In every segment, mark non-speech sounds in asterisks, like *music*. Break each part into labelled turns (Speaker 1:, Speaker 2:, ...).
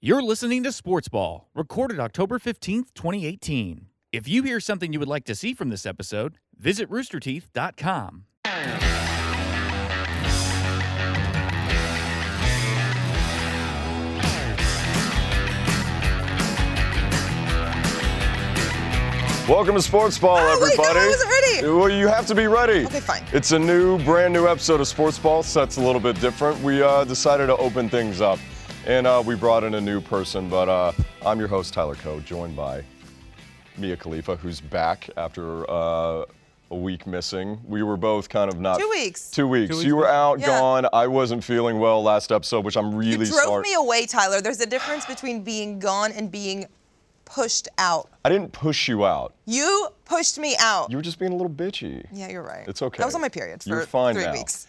Speaker 1: You're listening to Sports Ball, recorded October 15th, 2018. If you hear something you would like to see from this episode, visit roosterteeth.com.
Speaker 2: Welcome to Sports Ball,
Speaker 3: Oh my God,
Speaker 2: everybody.
Speaker 3: I wasn't ready.
Speaker 2: Well, you have to be ready.
Speaker 3: Okay, fine.
Speaker 2: It's a new, brand new episode of Sports Ball. Sets a little bit different. We uh, decided to open things up, and uh, we brought in a new person. But uh, I'm your host, Tyler Coe, joined by Mia Khalifa, who's back after uh, a week missing. We were both kind of not
Speaker 3: Two weeks.
Speaker 2: Two weeks. you were out,
Speaker 3: Yeah.
Speaker 2: gone. I wasn't feeling well last episode, which I'm
Speaker 3: You
Speaker 2: really
Speaker 3: drove
Speaker 2: sorry.
Speaker 3: me away, Tyler. There's a difference between being gone and being pushed out.
Speaker 2: I didn't push you out.
Speaker 3: You pushed me out.
Speaker 2: You were just being a little bitchy.
Speaker 3: yeah, you're right.
Speaker 2: It's okay.
Speaker 3: I was on my period for
Speaker 2: You're fine
Speaker 3: three
Speaker 2: now. Eh.
Speaker 3: weeks.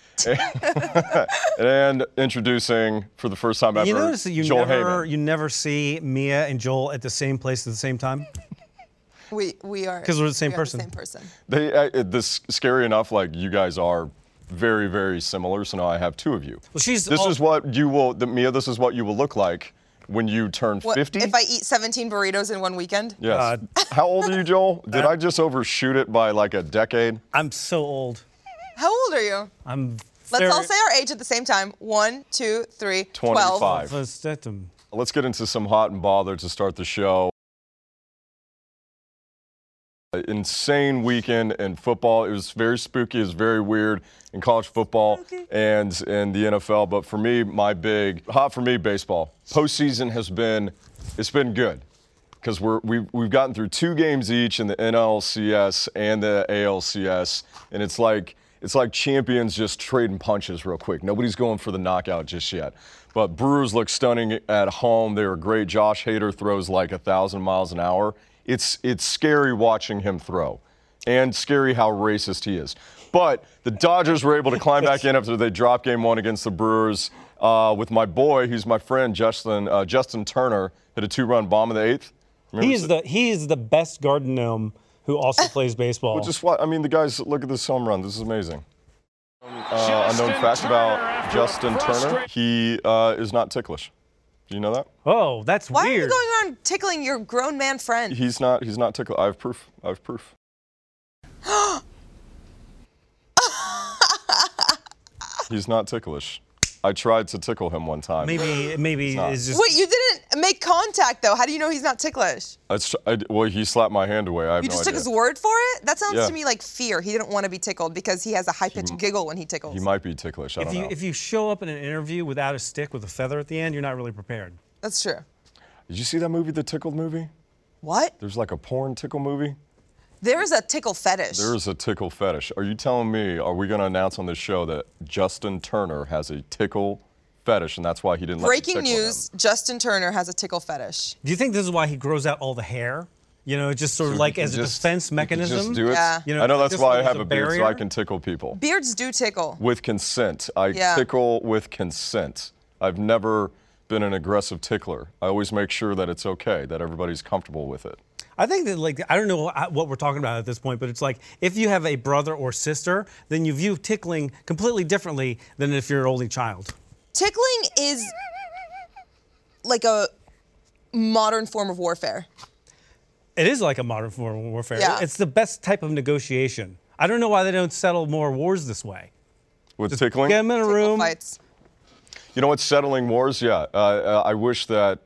Speaker 2: And introducing for the first time ever,
Speaker 4: You notice that you
Speaker 2: Joel
Speaker 4: never
Speaker 2: Heyman.
Speaker 4: you never see Mia and Joel at the same place at the same time.
Speaker 3: *laughs* We we are
Speaker 4: 'Cause we're the same
Speaker 3: we are
Speaker 4: person.
Speaker 3: same person.
Speaker 2: They, uh, it- this scary enough, like you guys are very, very similar. So now I have two of you.
Speaker 4: Well, she's
Speaker 2: This
Speaker 4: al-
Speaker 2: is what you will, the, Mia. This is what you will look like when you turn
Speaker 3: What,
Speaker 2: 50.
Speaker 3: If I eat 17 burritos in one weekend,
Speaker 2: yes.
Speaker 4: Uh,
Speaker 2: How old are you, Joel? Did
Speaker 4: *laughs*
Speaker 2: I just overshoot it by like a decade?
Speaker 4: I'm so old.
Speaker 3: how old are you?
Speaker 4: I'm.
Speaker 3: Let's all say our age at the same time. One, two, three, 12.
Speaker 2: 25. Let's get into some hot and bothered to start the show. An Insane weekend in football. It was very spooky. It was very weird in college football and in the NFL. But for me, my big hot for me baseball postseason has been it's been good because we're we've, we've gotten through two games each in the NLCS and the ALCS, and it's like it's like champions just trading punches real quick. Nobody's going for the knockout just yet. But Brewers look stunning at home. They were great. Josh Hader throws like a thousand miles an hour. It's it's scary watching him throw, and scary how racist he is. But the Dodgers were able to climb back in after they dropped Game One against the Brewers. Uh, with my boy, who's my friend Justin uh, Justin Turner, hit a two-run bomb in the eighth. Remember
Speaker 4: He is the he is the best garden gnome
Speaker 3: *laughs*
Speaker 4: who also plays baseball.
Speaker 2: Just what? I mean, the guys, look at this home run. This is amazing. Uh, unknown fact about Justin Turner: he uh, is not ticklish. Do you know that?
Speaker 4: oh, that's
Speaker 3: Why are
Speaker 4: weird.
Speaker 3: you going around tickling your grown man
Speaker 2: *laughs*
Speaker 3: friend?
Speaker 2: He's not. He's not ticklish. I have proof. I have proof.
Speaker 3: *gasps*
Speaker 2: he's not ticklish. I tried to tickle him one time.
Speaker 4: maybe maybe it's just
Speaker 3: Wait, you didn't make contact though. How do you know he's not ticklish?
Speaker 2: I s- I d- well, he slapped my hand away. I have
Speaker 3: You
Speaker 2: no
Speaker 3: just took
Speaker 2: idea.
Speaker 3: his word for it? That sounds
Speaker 2: Yeah.
Speaker 3: to me like fear. He didn't want to be tickled because he has a high pitched giggle when he tickles.
Speaker 2: he might be ticklish. I
Speaker 4: if
Speaker 2: don't
Speaker 4: you
Speaker 2: know.
Speaker 4: if you show up in an interview without a stick with a feather at the end, you're not really prepared.
Speaker 3: That's true.
Speaker 2: Did you see that movie, The Tickled Movie?
Speaker 3: What?
Speaker 2: There's like a porn tickle movie.
Speaker 3: There is a tickle fetish.
Speaker 2: There is a tickle fetish. Are you telling me, are we going to announce on this show that Justin Turner has a tickle fetish and that's why he didn't
Speaker 3: Breaking
Speaker 2: let me tickle him?
Speaker 3: news: Justin Turner has a tickle fetish.
Speaker 4: Do you think this is why he grows out all the hair? You know, just sort of
Speaker 2: You
Speaker 4: like
Speaker 2: can
Speaker 4: as a
Speaker 2: just-
Speaker 4: defense
Speaker 2: you can
Speaker 4: mechanism.
Speaker 2: Just do it.
Speaker 3: Yeah.
Speaker 4: You know,
Speaker 2: I know
Speaker 4: like
Speaker 2: that's
Speaker 4: this
Speaker 2: why I
Speaker 4: one is
Speaker 2: have
Speaker 4: a
Speaker 2: a beard so I
Speaker 4: barrier.
Speaker 2: can tickle people
Speaker 3: Beards do tickle.
Speaker 2: with consent. I
Speaker 3: Yeah.
Speaker 2: tickle with consent. I've never been an aggressive tickler. I always make sure that it's okay, that everybody's comfortable with it.
Speaker 4: I think that like I don't know wh- what we're talking about at this point, but it's like if you have a brother or sister, then you view tickling completely differently than if you're an only child.
Speaker 3: Tickling is like a modern form of warfare.
Speaker 4: It is like a modern form of warfare.
Speaker 3: Yeah.
Speaker 4: It's the best type of negotiation. I don't know why they don't settle more wars this way.
Speaker 2: With tickling?
Speaker 4: Get them in a
Speaker 3: Tickle
Speaker 4: room.
Speaker 3: fights.
Speaker 2: You know what? Settling wars. Yeah, uh, uh, I wish that.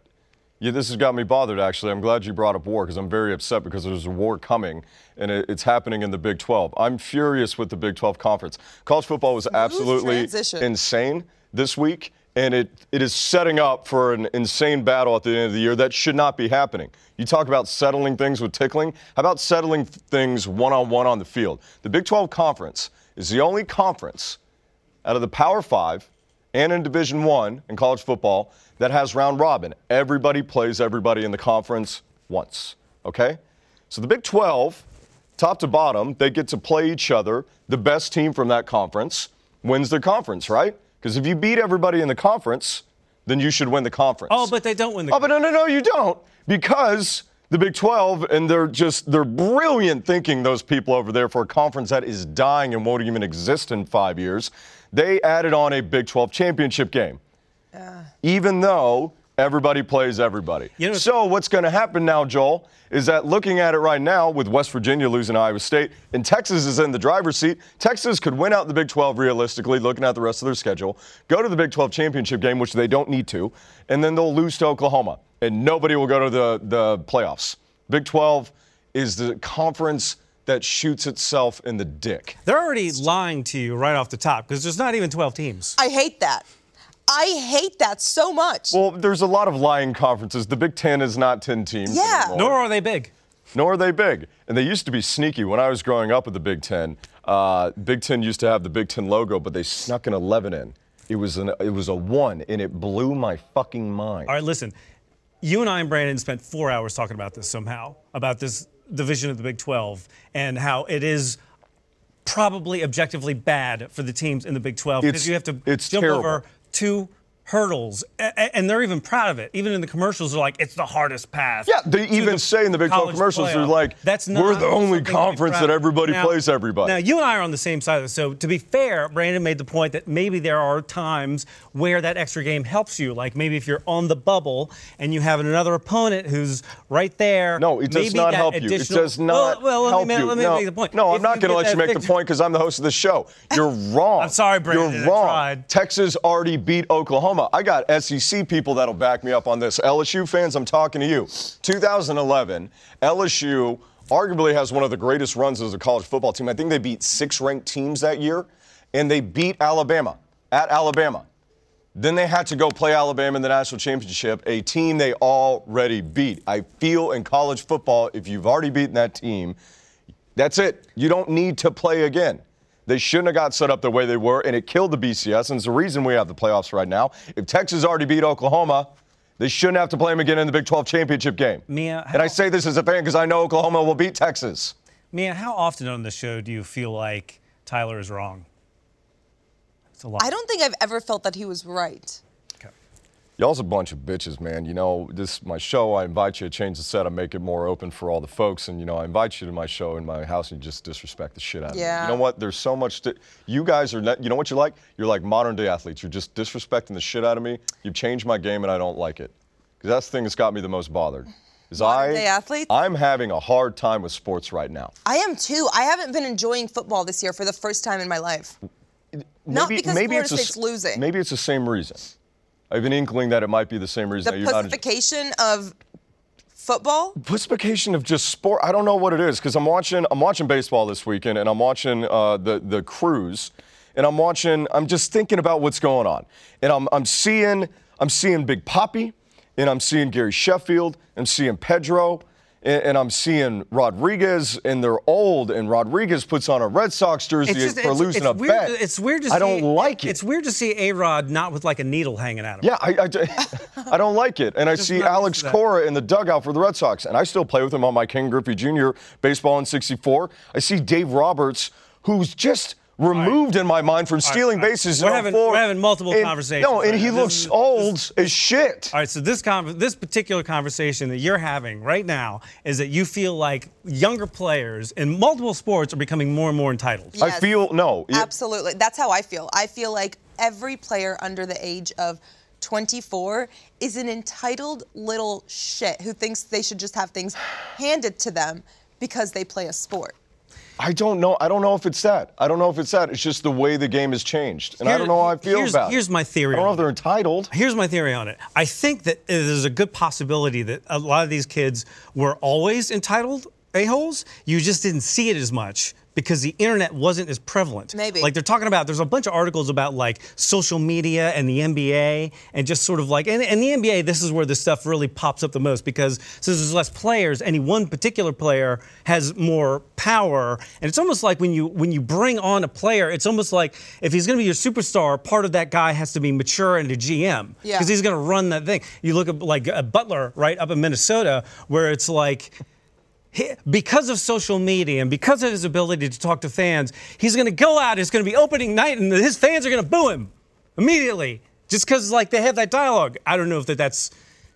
Speaker 2: Yeah, this has got me bothered. Actually, I'm glad you brought up war because I'm very upset because there's a war coming and it, it's happening in the Big 12. I'm furious with the Big 12 conference. College football was absolutely
Speaker 3: transition.
Speaker 2: insane this week, and it it is setting up for an insane battle at the end of the year that should not be happening. You talk about settling things with tickling. How about settling things one-on-one on the field? The Big 12 conference is the only conference out of the Power Five and in Division One in college football that has round robin. Everybody plays everybody in the conference once. Okay? So the Big 12, top to bottom, they get to play each other. The best team from that conference wins their conference, right? Because if you beat everybody in the conference, then you should win the conference.
Speaker 4: Oh, but they don't win the.
Speaker 2: Oh, but no, no, no, you don't. Because the Big 12, and they're just, they're brilliant thinking, those people over there, for a conference that is dying and won't even exist in five years. They added on a Big 12 championship game, even though everybody plays everybody.
Speaker 4: know-
Speaker 2: so, what's going to happen now, Joel, is that looking at it right now with West Virginia losing to Iowa State and Texas is in the driver's seat, Texas could win out the Big 12 realistically, looking at the rest of their schedule, go to the Big 12 championship game, which they don't need to, and then they'll lose to Oklahoma, and nobody will go to the, the playoffs. Big 12 is the conference that shoots itself in the dick.
Speaker 4: They're already lying to you right off the top because there's not even 12 teams.
Speaker 3: I hate that. I hate that so much.
Speaker 2: Well, there's a lot of lying conferences. The Big Ten is not 10 teams.
Speaker 3: Yeah.
Speaker 2: anymore.
Speaker 4: Nor are they big.
Speaker 2: nor are they big. And they used to be sneaky. When I was growing up with the Big Ten, uh, Big Ten used to have the Big Ten logo, but they snuck an 11 in. It was an it was a one, and it blew my fucking mind.
Speaker 4: All right, listen. You and I and Brandon spent four hours talking about this somehow, about this division of the Big 12 and how it is probably objectively bad for the teams in the Big 12
Speaker 2: It's-
Speaker 4: because you have to
Speaker 2: it's
Speaker 4: jump
Speaker 2: terrible.
Speaker 4: over two hurdles. A- a- and they're even proud of it. Even in the commercials, they're like, it's the hardest path.
Speaker 2: Yeah, they
Speaker 4: to
Speaker 2: even
Speaker 4: the
Speaker 2: say in the Big 12
Speaker 4: college
Speaker 2: commercials, they're
Speaker 4: playoff."
Speaker 2: like,
Speaker 4: That's not
Speaker 2: "We're the only
Speaker 4: something to be
Speaker 2: conference
Speaker 4: proud
Speaker 2: that
Speaker 4: of."
Speaker 2: everybody plays everybody.
Speaker 4: Now, you and I are on the same side of this. So, to be fair, Brandon made the point that maybe there are times where that extra game helps you. Like maybe if you're on the bubble and you have another opponent who's right there.
Speaker 2: No, it does
Speaker 4: maybe
Speaker 2: not
Speaker 4: that
Speaker 2: help you. It
Speaker 4: additional-
Speaker 2: does not
Speaker 4: well, well,
Speaker 2: help
Speaker 4: let me,
Speaker 2: you.
Speaker 4: Let me
Speaker 2: no,
Speaker 4: make the point.
Speaker 2: no, I'm
Speaker 4: If
Speaker 2: not going to
Speaker 4: you get
Speaker 2: let
Speaker 4: that
Speaker 2: you make the
Speaker 4: fixed-
Speaker 2: point because I'm the host of the show. You're wrong.
Speaker 4: *laughs* I'm sorry, Brandon,
Speaker 2: You're
Speaker 4: I
Speaker 2: wrong.
Speaker 4: tried.
Speaker 2: Texas already beat Oklahoma. I got SEC people that'll back me up on this. LSU fans, I'm talking to you. 2011, LSU arguably has one of the greatest runs as a college football team. I think they beat six ranked teams that year, and they beat Alabama at Alabama. Then they had to go play Alabama in the national championship, a team they already beat. I feel in college football, if you've already beaten that team, that's it. You don't need to play again. They shouldn't have got set up the way they were, and it killed the BCS, and it's the reason we have the playoffs right now. If Texas already beat Oklahoma, they shouldn't have to play them again in the Big 12 championship game.
Speaker 4: Mia,
Speaker 2: and I
Speaker 4: how-
Speaker 2: say this as a fan because I know Oklahoma will beat Texas.
Speaker 4: Mia, how often on the show do you feel like Tyler is wrong? It's a lot.
Speaker 3: I don't think I've ever felt that he was right.
Speaker 2: Y'all's a bunch of bitches, man. You know, this is my show. I invite you to change the set. I make it more open for all the folks. And, you know, I invite you to my show in my house and you just disrespect the shit out of me.
Speaker 3: Yeah.
Speaker 2: You know what? There's so much. To, you guys are, not, you know what you're like? You're like modern day athletes. You're just disrespecting the shit out of me. You've changed my game and I don't like it. Because that's the thing that's got me the most bothered. Is I,
Speaker 3: Modern-day athletes?
Speaker 2: I'm having a hard time with sports right now.
Speaker 3: I am too. I haven't been enjoying football this year for the first time in my life. Not because Florida
Speaker 2: the s-
Speaker 3: State's losing.
Speaker 2: Maybe it's the same reason. I have an inkling that it might be the same reason
Speaker 3: the
Speaker 2: that you're not.
Speaker 3: pacification of football.
Speaker 2: Pussification of just sport. I don't know what it is because I'm watching. I'm watching baseball this weekend, and I'm watching uh, the the cruise, and I'm watching. I'm just thinking about what's going on, and I'm I'm seeing I'm seeing Big Poppy, and I'm seeing Gary Sheffield, I'm seeing Pedro, and, and I'm seeing Rodriguez, and they're old, and Rodriguez puts on a Red Sox jersey
Speaker 4: It's just-
Speaker 2: for
Speaker 4: it's-
Speaker 2: losing a
Speaker 4: it's weird,
Speaker 2: bet.
Speaker 4: It's weird to
Speaker 2: I
Speaker 4: see.
Speaker 2: don't like it.
Speaker 4: It's weird to see A Rod not with like a needle hanging out of him.
Speaker 2: Yeah, I, I d- I *laughs* don't like it. And I see
Speaker 4: not used
Speaker 2: Alex
Speaker 4: to that.
Speaker 2: Cora in the dugout for the Red Sox, and I still play with him on my Ken Griffey Jr. baseball in 64. I see Dave Roberts, who's just removed in my mind from stealing
Speaker 4: all right.
Speaker 2: bases.
Speaker 4: We're
Speaker 2: in
Speaker 4: having-
Speaker 2: 04.
Speaker 4: we're having multiple
Speaker 2: And-
Speaker 4: conversations
Speaker 2: No, and
Speaker 4: right
Speaker 2: he
Speaker 4: now. This
Speaker 2: looks
Speaker 4: is- this-
Speaker 2: old as shit.
Speaker 4: All right, so this con- this particular conversation that you're having right now is that you feel like younger players in multiple sports are becoming more and more entitled.
Speaker 3: Yeah.
Speaker 2: I
Speaker 3: Yes.
Speaker 2: feel, no. it-
Speaker 3: Absolutely. That's how I feel. I feel like every player under the age of 24 is an entitled little shit who thinks they should just have things handed to them because they play a sport.
Speaker 2: I don't know. I don't know if it's that. I don't know if it's that. It's just the way the game has changed. And I
Speaker 4: Here-
Speaker 2: don't know how I feel
Speaker 4: here's-
Speaker 2: about it.
Speaker 4: here's my theory
Speaker 2: I don't know
Speaker 4: on
Speaker 2: if they're entitled.
Speaker 4: Here's my theory on it. I think that there's a good possibility that a lot of these kids were always entitled a-holes. You just didn't see it as much because the internet wasn't as prevalent.
Speaker 3: Maybe.
Speaker 4: Like they're talking about, there's a bunch of articles about like social media and the NBA and just sort of like, and, and the NBA, this is where this stuff really pops up the most because since there's less players, any one particular player has more power. And it's almost like when you when you bring on a player, it's almost like if he's going to be your superstar, part of that guy has to be mature and a GM
Speaker 3: Yeah.
Speaker 4: because he's going to run that thing. You look at like uh, Butler, right, up in Minnesota, where it's like he- because of social media and because of his ability to talk to fans, he's going to go out. It's going to be opening night, and his fans are going to boo him immediately just because like they have that dialogue. I don't know if that that's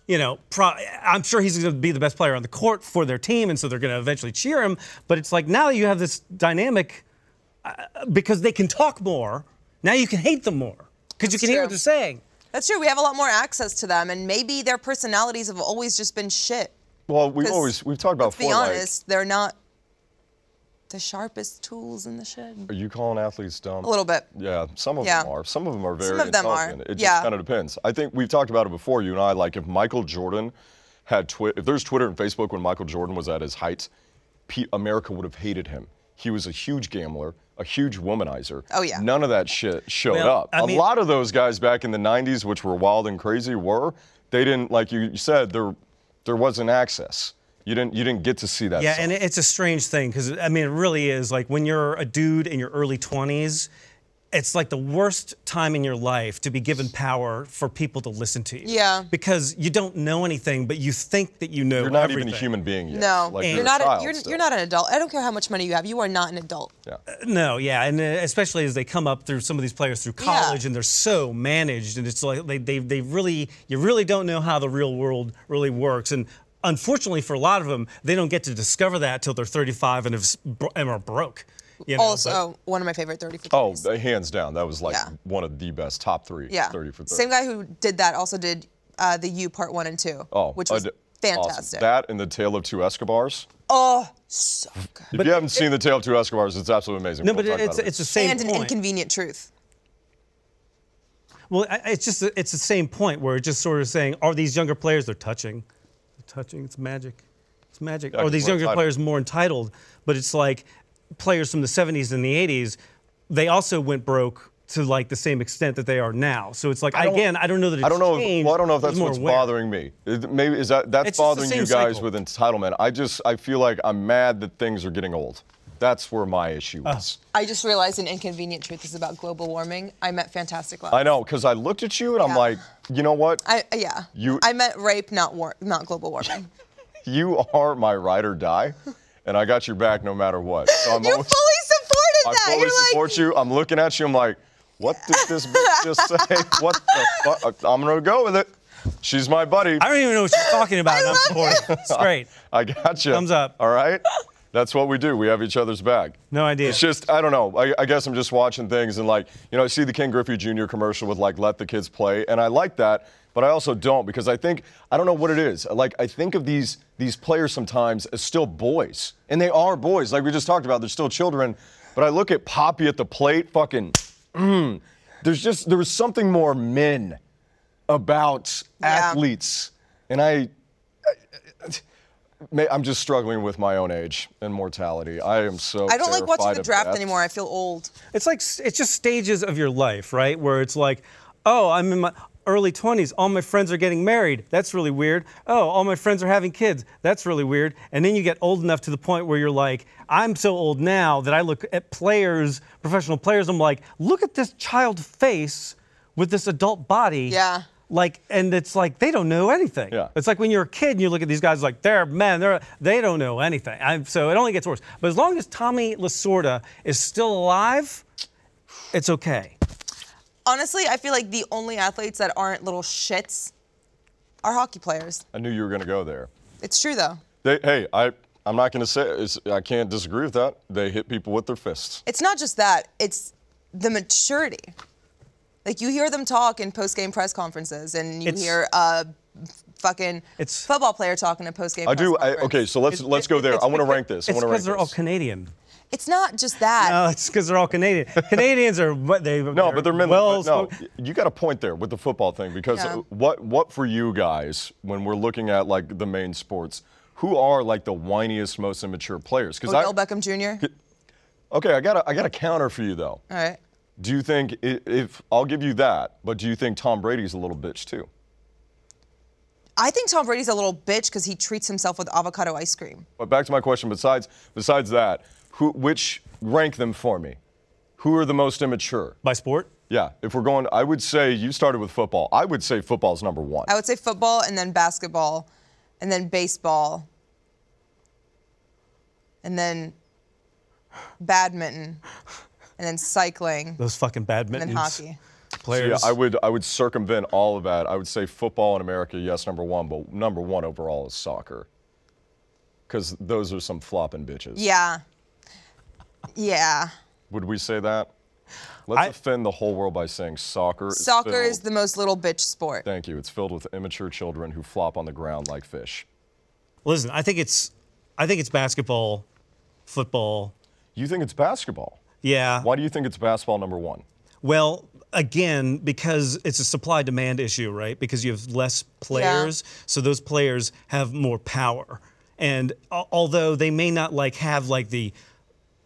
Speaker 4: you know pro- I'm sure he's going to be the best player on the court for their team, and so they're going to eventually cheer him. But it's like now that you have this dynamic uh, because they can talk more. Now you can hate them more because you can hear
Speaker 3: true.
Speaker 4: what they're saying.
Speaker 3: That's true. We have a lot more access to them, and maybe their personalities have always just been shit.
Speaker 2: Well, we've
Speaker 3: 'Cause
Speaker 2: always we've talked about
Speaker 3: Let's be
Speaker 2: Fortnite.
Speaker 3: honest, they're not the sharpest tools in the shed.
Speaker 2: Are you calling athletes dumb?
Speaker 3: A little bit.
Speaker 2: Yeah, some of
Speaker 3: Yeah.
Speaker 2: them are. Some of them are very
Speaker 3: of them are,
Speaker 2: intelligent. It just
Speaker 3: yeah.
Speaker 2: kind of depends. I think we've talked about it before, you and I. Like if Michael Jordan had Twitter, if there's Twitter and Facebook when Michael Jordan was at his height, pe- America would have hated him. He was a huge gambler, a huge womanizer.
Speaker 3: Oh, yeah.
Speaker 2: None of that shit showed
Speaker 4: Well,
Speaker 2: up.
Speaker 4: I
Speaker 2: A
Speaker 4: mean-
Speaker 2: lot of those guys back in the '90s, which were wild and crazy, were they didn't like you you said there there wasn't access. You didn't you didn't get to see that.
Speaker 4: Yeah,
Speaker 2: side.
Speaker 4: and it's a strange thing because I mean, it really is like when you're a dude in your early 20s, it's like the worst time in your life to be given power for people to listen to you.
Speaker 3: Yeah.
Speaker 4: Because you don't know anything, but you think that you know
Speaker 2: you're not
Speaker 4: everything.
Speaker 2: even a human being yet.
Speaker 3: No,
Speaker 2: like,
Speaker 3: you're,
Speaker 2: you're,
Speaker 3: not.
Speaker 2: A child
Speaker 3: a, you're,
Speaker 2: still.
Speaker 3: you're not an adult. I don't care how much money you have. You are not an adult.
Speaker 2: Yeah.
Speaker 4: No, yeah, and uh, especially as they come up through some of these players through college, and they're so managed, and it's like they, they they really you really don't know how the real world really works, and unfortunately for a lot of them, they don't get to discover that till they're 35 and, have, s- bro- and are broke. You know,
Speaker 3: also, oh,
Speaker 4: but-
Speaker 3: one of my favorite 30 for
Speaker 2: Oh,
Speaker 3: 30s.
Speaker 2: uh, hands down. That was like
Speaker 3: Yeah.
Speaker 2: one of the best top three.
Speaker 3: yeah.
Speaker 2: 30 for 30.
Speaker 3: Same guy who did that also did uh, the U part one and two.
Speaker 2: Oh,
Speaker 3: which
Speaker 2: uh,
Speaker 3: was
Speaker 2: d- awesome.
Speaker 3: fantastic.
Speaker 2: That and the Tale of Two Escobars.
Speaker 3: Oh, so good.
Speaker 2: if you haven't seen the Tale of Two Escobars, it's absolutely amazing.
Speaker 4: No,
Speaker 2: We'll
Speaker 4: but
Speaker 2: talk
Speaker 4: it's
Speaker 2: about it
Speaker 4: it's the
Speaker 2: later.
Speaker 4: same
Speaker 3: and an
Speaker 4: point.
Speaker 3: inconvenient truth.
Speaker 4: well, I- it's just it's the same point where it's just sort of saying, are these younger players they're touching, they're touching? It's magic, it's magic.
Speaker 2: Yeah,
Speaker 4: are
Speaker 2: 'cause
Speaker 4: these
Speaker 2: we're
Speaker 4: younger
Speaker 2: entitled.
Speaker 4: players more entitled? But it's like players from the 70s and the 80s, they also went broke to like the same extent that they are now. So it's like
Speaker 2: don't-
Speaker 4: again, I don't know that it's
Speaker 2: I don't know. If,
Speaker 4: Changed.
Speaker 2: well, I don't know if
Speaker 4: There's
Speaker 2: that's
Speaker 4: more
Speaker 2: what's
Speaker 4: aware.
Speaker 2: bothering me. It- Maybe is that that's
Speaker 4: It's just the
Speaker 2: bothering you
Speaker 4: same
Speaker 2: guys
Speaker 4: cycle.
Speaker 2: with entitlement. I just I feel like I'm mad that things are getting old. That's where my issue is.
Speaker 3: I just realized an inconvenient truth is about global warming. I meant fantastic love.
Speaker 2: I know because I looked at you and I'm
Speaker 3: Yeah.
Speaker 2: like, you know what?
Speaker 3: I, uh, yeah.
Speaker 2: You-
Speaker 3: I meant rape, not war, not global warming.
Speaker 2: you are my ride or die, and I got your back no matter what. So *laughs* I'm
Speaker 3: *laughs* you fully
Speaker 2: always-
Speaker 3: supported
Speaker 2: I
Speaker 3: that.
Speaker 2: fully
Speaker 3: You're
Speaker 2: support
Speaker 3: like,
Speaker 2: you. I'm looking at you. I'm like, what did this bitch just say? *laughs* What the fuck? I'm gonna go with it. She's my buddy.
Speaker 4: I don't even know what
Speaker 3: *laughs*
Speaker 4: you're talking about. and I'm
Speaker 3: love
Speaker 4: supporting. it. It's great.
Speaker 2: I got you.
Speaker 4: Thumbs up.
Speaker 2: All right. That's what we do. We have each other's back.
Speaker 4: No idea.
Speaker 2: It's just I don't know. I, I guess I'm just watching things and like you know I see the Ken Griffey Jr. commercial with like let the kids play and I like that, but I also don't because I think I don't know what it is. Like I think of these these players sometimes as still boys and they are boys. Like we just talked about, they're still children. But I look at Poppy at the plate, fucking. mm, there's just there was something more men about
Speaker 3: Yeah.
Speaker 2: athletes, and I May- I'm just struggling with my own age and mortality. I am so.
Speaker 3: I don't like watching
Speaker 2: terrified
Speaker 3: the
Speaker 2: of
Speaker 3: draft
Speaker 2: death.
Speaker 3: anymore. I feel old.
Speaker 4: It's like s- it's just stages of your life, right? Where it's like, oh, I'm in my early 20s. All my friends are getting married. That's really weird. Oh, all my friends are having kids. That's really weird. And then you get old enough to the point where you're like, I'm so old now that I look at players, professional players. I'm like, look at this child face with this adult body.
Speaker 3: Yeah.
Speaker 4: Like, and it's like they don't know anything.
Speaker 2: Yeah.
Speaker 4: It's like when you're a kid and you look at these guys like they're men, they're they don't know anything. I'm, so it only gets worse. But as long as Tommy Lasorda is still alive, it's okay.
Speaker 3: Honestly, I feel like the only athletes that aren't little shits are hockey players.
Speaker 2: I knew you were going to go there.
Speaker 3: It's true though.
Speaker 2: They, hey, I, I'm not going to say it's, I can't disagree with that. They hit people with their fists.
Speaker 3: It's not just that. It's the maturity. Like you hear them talk in post-game press conferences, and you
Speaker 4: It's-
Speaker 3: hear a fucking
Speaker 4: It's-
Speaker 3: football player talking in post-game.
Speaker 2: I
Speaker 3: press
Speaker 2: do. I,
Speaker 3: conference.
Speaker 2: okay, so let's let's go there.
Speaker 4: It's
Speaker 2: I want to
Speaker 4: because-
Speaker 2: rank this. I
Speaker 4: It's
Speaker 2: want to rank
Speaker 4: because they're all
Speaker 2: this.
Speaker 4: Canadian.
Speaker 3: It's not just that.
Speaker 4: No, it's because they're
Speaker 2: *laughs*
Speaker 4: all Canadian. Canadians are what they.
Speaker 2: No, but they're men.
Speaker 4: Well,
Speaker 2: but no, you got a point there with the football thing because
Speaker 3: Yeah.
Speaker 2: what what for you guys when we're looking at like the main sports, who are like the whiniest, most immature players? Because
Speaker 3: Odell Beckham Jr.
Speaker 2: Okay, I got a, I got a counter for you though.
Speaker 3: All right.
Speaker 2: Do you think i- if I'll give you that, but do you think Tom Brady's a little bitch too?
Speaker 3: I think Tom Brady's a little bitch because he treats himself with avocado ice cream.
Speaker 2: But back to my question. Besides besides that, who, which rank them for me? Who are the most immature?
Speaker 4: By sport?
Speaker 2: Yeah, if we're going, I would say you started with football. I would say football's number one.
Speaker 3: I would say football and then basketball and then baseball and then badminton and then cycling
Speaker 4: Those fucking
Speaker 3: and
Speaker 4: badminton
Speaker 3: then hockey.
Speaker 2: So, yeah,
Speaker 4: players.
Speaker 2: I would I would circumvent all of that. I would say football in America, yes, number one, but number one overall is soccer. Because those are some flopping bitches.
Speaker 3: Yeah. Yeah.
Speaker 2: Would we say that? Let's
Speaker 4: I-
Speaker 2: offend the whole world by saying soccer. Is
Speaker 3: Soccer
Speaker 2: filled,
Speaker 3: is the most little bitch sport.
Speaker 2: Thank you. It's filled with immature children who flop on the ground like fish.
Speaker 4: Listen, I think it's, I think it's basketball, football.
Speaker 2: You think it's basketball?
Speaker 4: Yeah.
Speaker 2: Why do you think it's basketball number one? *clears throat*
Speaker 4: Well, again, because it's a supply demand issue, right? Because you have less players, so those players have more power. And al- although they may not like have like the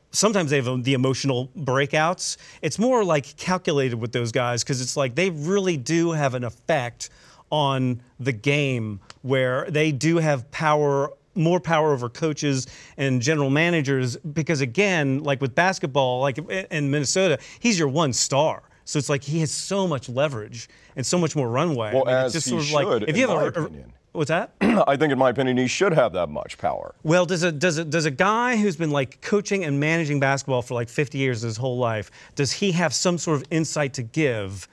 Speaker 4: sometimes they have um, the emotional breakouts, it's more like calculated with those guys because it's like they really do have an effect on the game where they do have power more power over coaches and general managers because again like with basketball like in- in Minnesota he's your one star so it's like he has so much leverage and so much more runway
Speaker 2: Well,
Speaker 4: it's
Speaker 2: as he should, in my opinion.
Speaker 4: what's that
Speaker 2: I think, in my opinion, he should have that much power.
Speaker 4: Well, does a does a does a guy who's been like coaching and managing basketball for like 50 years his whole life, does he have some sort of insight to give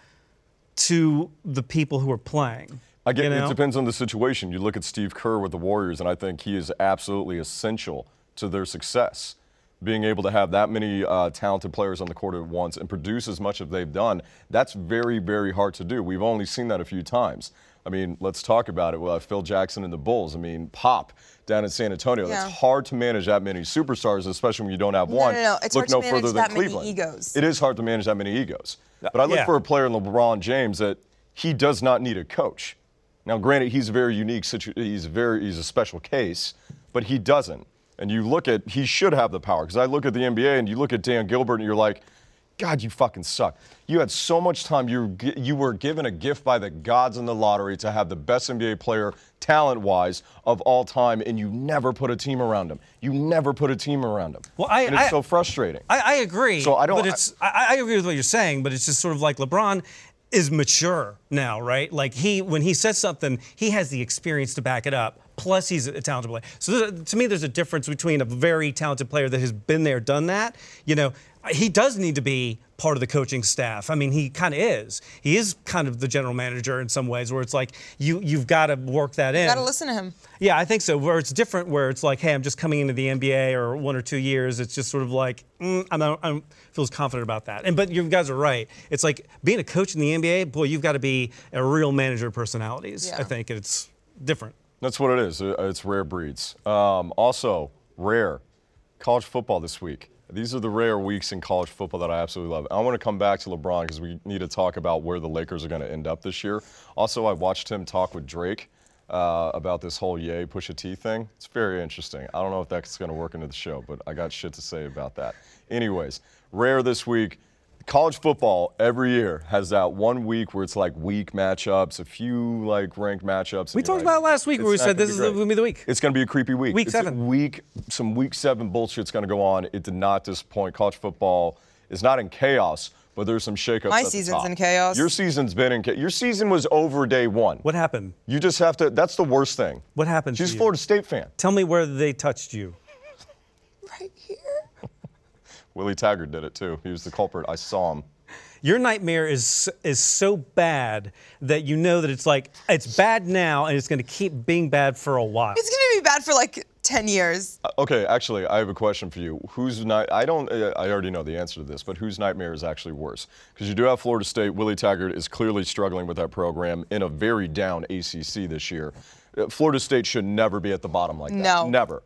Speaker 4: to the people who are playing?
Speaker 2: I get
Speaker 4: You know?
Speaker 2: it depends on the situation. You look at Steve Kerr with the Warriors, and I think he is absolutely essential to their success. Being able to have that many uh, talented players on the court at once and produce as much as they've done, that's very, very hard to do. We've only seen that a few times. I mean, let's talk about it. Well, Phil Jackson and the Bulls. I mean, Pop down in San Antonio.
Speaker 3: Yeah.
Speaker 2: That's hard to manage that many superstars, especially when you don't have
Speaker 3: No,
Speaker 2: one.
Speaker 3: no, no. It's
Speaker 2: look
Speaker 3: hard to
Speaker 2: no
Speaker 3: manage
Speaker 2: further than
Speaker 3: that many
Speaker 2: Cleveland.
Speaker 3: egos.
Speaker 2: It is hard to manage that many egos. But I look
Speaker 4: Yeah.
Speaker 2: for a player in LeBron James that he does not need a coach. Now, granted, he's a very unique. Situ- he's very he's a special case, but he doesn't. And you look at he should have the power because I look at the NBA and you look at Dan Gilbert and you're like, God, you fucking suck. You had so much time. You were gi- you were given a gift by the gods in the lottery to have the best NBA player talent-wise of all time, and you never put a team around him. You never put a team around him.
Speaker 4: Well, I-
Speaker 2: and it's
Speaker 4: I-
Speaker 2: so frustrating.
Speaker 4: I, I agree.
Speaker 2: So I don't-
Speaker 4: But it's I, I agree with what you're saying, but it's just sort of like LeBron is mature now, right? Like he when he says something, he has the experience to back it up. Plus, he's a talented player. So there's a- to me, there's a difference between a very talented player that has been there, done that. You know, he does need to be part of the coaching staff. I mean, he kind of is. He is kind of the general manager in some ways, where it's like you you've got to work that in.
Speaker 3: Gotta listen to him.
Speaker 4: Yeah, I think so. Where it's different, where it's like, hey, I'm just coming into the NBA or one or two years. It's just sort of like, mm, I'm, not- I'm feels confident about that. And but you guys are right. It's like being a coach in the NBA, boy, you've got to be a real manager of personalities. I
Speaker 3: Yeah.
Speaker 4: think it's different.
Speaker 2: That's what it is. Uh, It's rare breeds. Um, also, rare college football this week. These are the rare weeks in college football that I absolutely love. I want to come back to LeBron because we need to talk about where the Lakers are going to end up this year. Also, I watched him talk with Drake uh, about this whole yay push a T thing. It's very interesting. I don't know if that's going to work into the show, but I got shit to say about that. Anyways, rare this week. College football every year has that one week where it's like weak matchups, a few like ranked matchups.
Speaker 4: We talked about it last week where we said this is the- gonna be the week.
Speaker 2: It's going to be a creepy week.
Speaker 4: Week
Speaker 2: It's a
Speaker 4: seven.
Speaker 2: Week some week seven bullshit's going to go on. It did not disappoint. College football is not in chaos, but there's some shakeups.
Speaker 3: My
Speaker 2: at the
Speaker 3: season's
Speaker 2: top.
Speaker 3: in chaos.
Speaker 2: Your season's been in chaos. Your season was over day one.
Speaker 4: What happened?
Speaker 2: You just have to. That's the worst thing.
Speaker 4: What happened to
Speaker 2: She's
Speaker 4: you?
Speaker 2: Florida State fan.
Speaker 4: Tell me where they touched you.
Speaker 3: Right here.
Speaker 2: Willie Taggart did it too. He was the culprit. I saw him.
Speaker 4: Your nightmare is is so bad that you know that it's like it's bad now and it's going to keep being bad for a while.
Speaker 3: It's gonna be bad for like 10 years.
Speaker 2: Uh, Okay, actually, I have a question for you. Whose night? I don't. Uh, I already know the answer to this, but whose nightmare is actually worse? Because you do have Florida State. Willie Taggart is clearly struggling with that program in a very down ACC this year. Uh, Florida State should never be at the bottom like that.
Speaker 3: No.
Speaker 2: Never.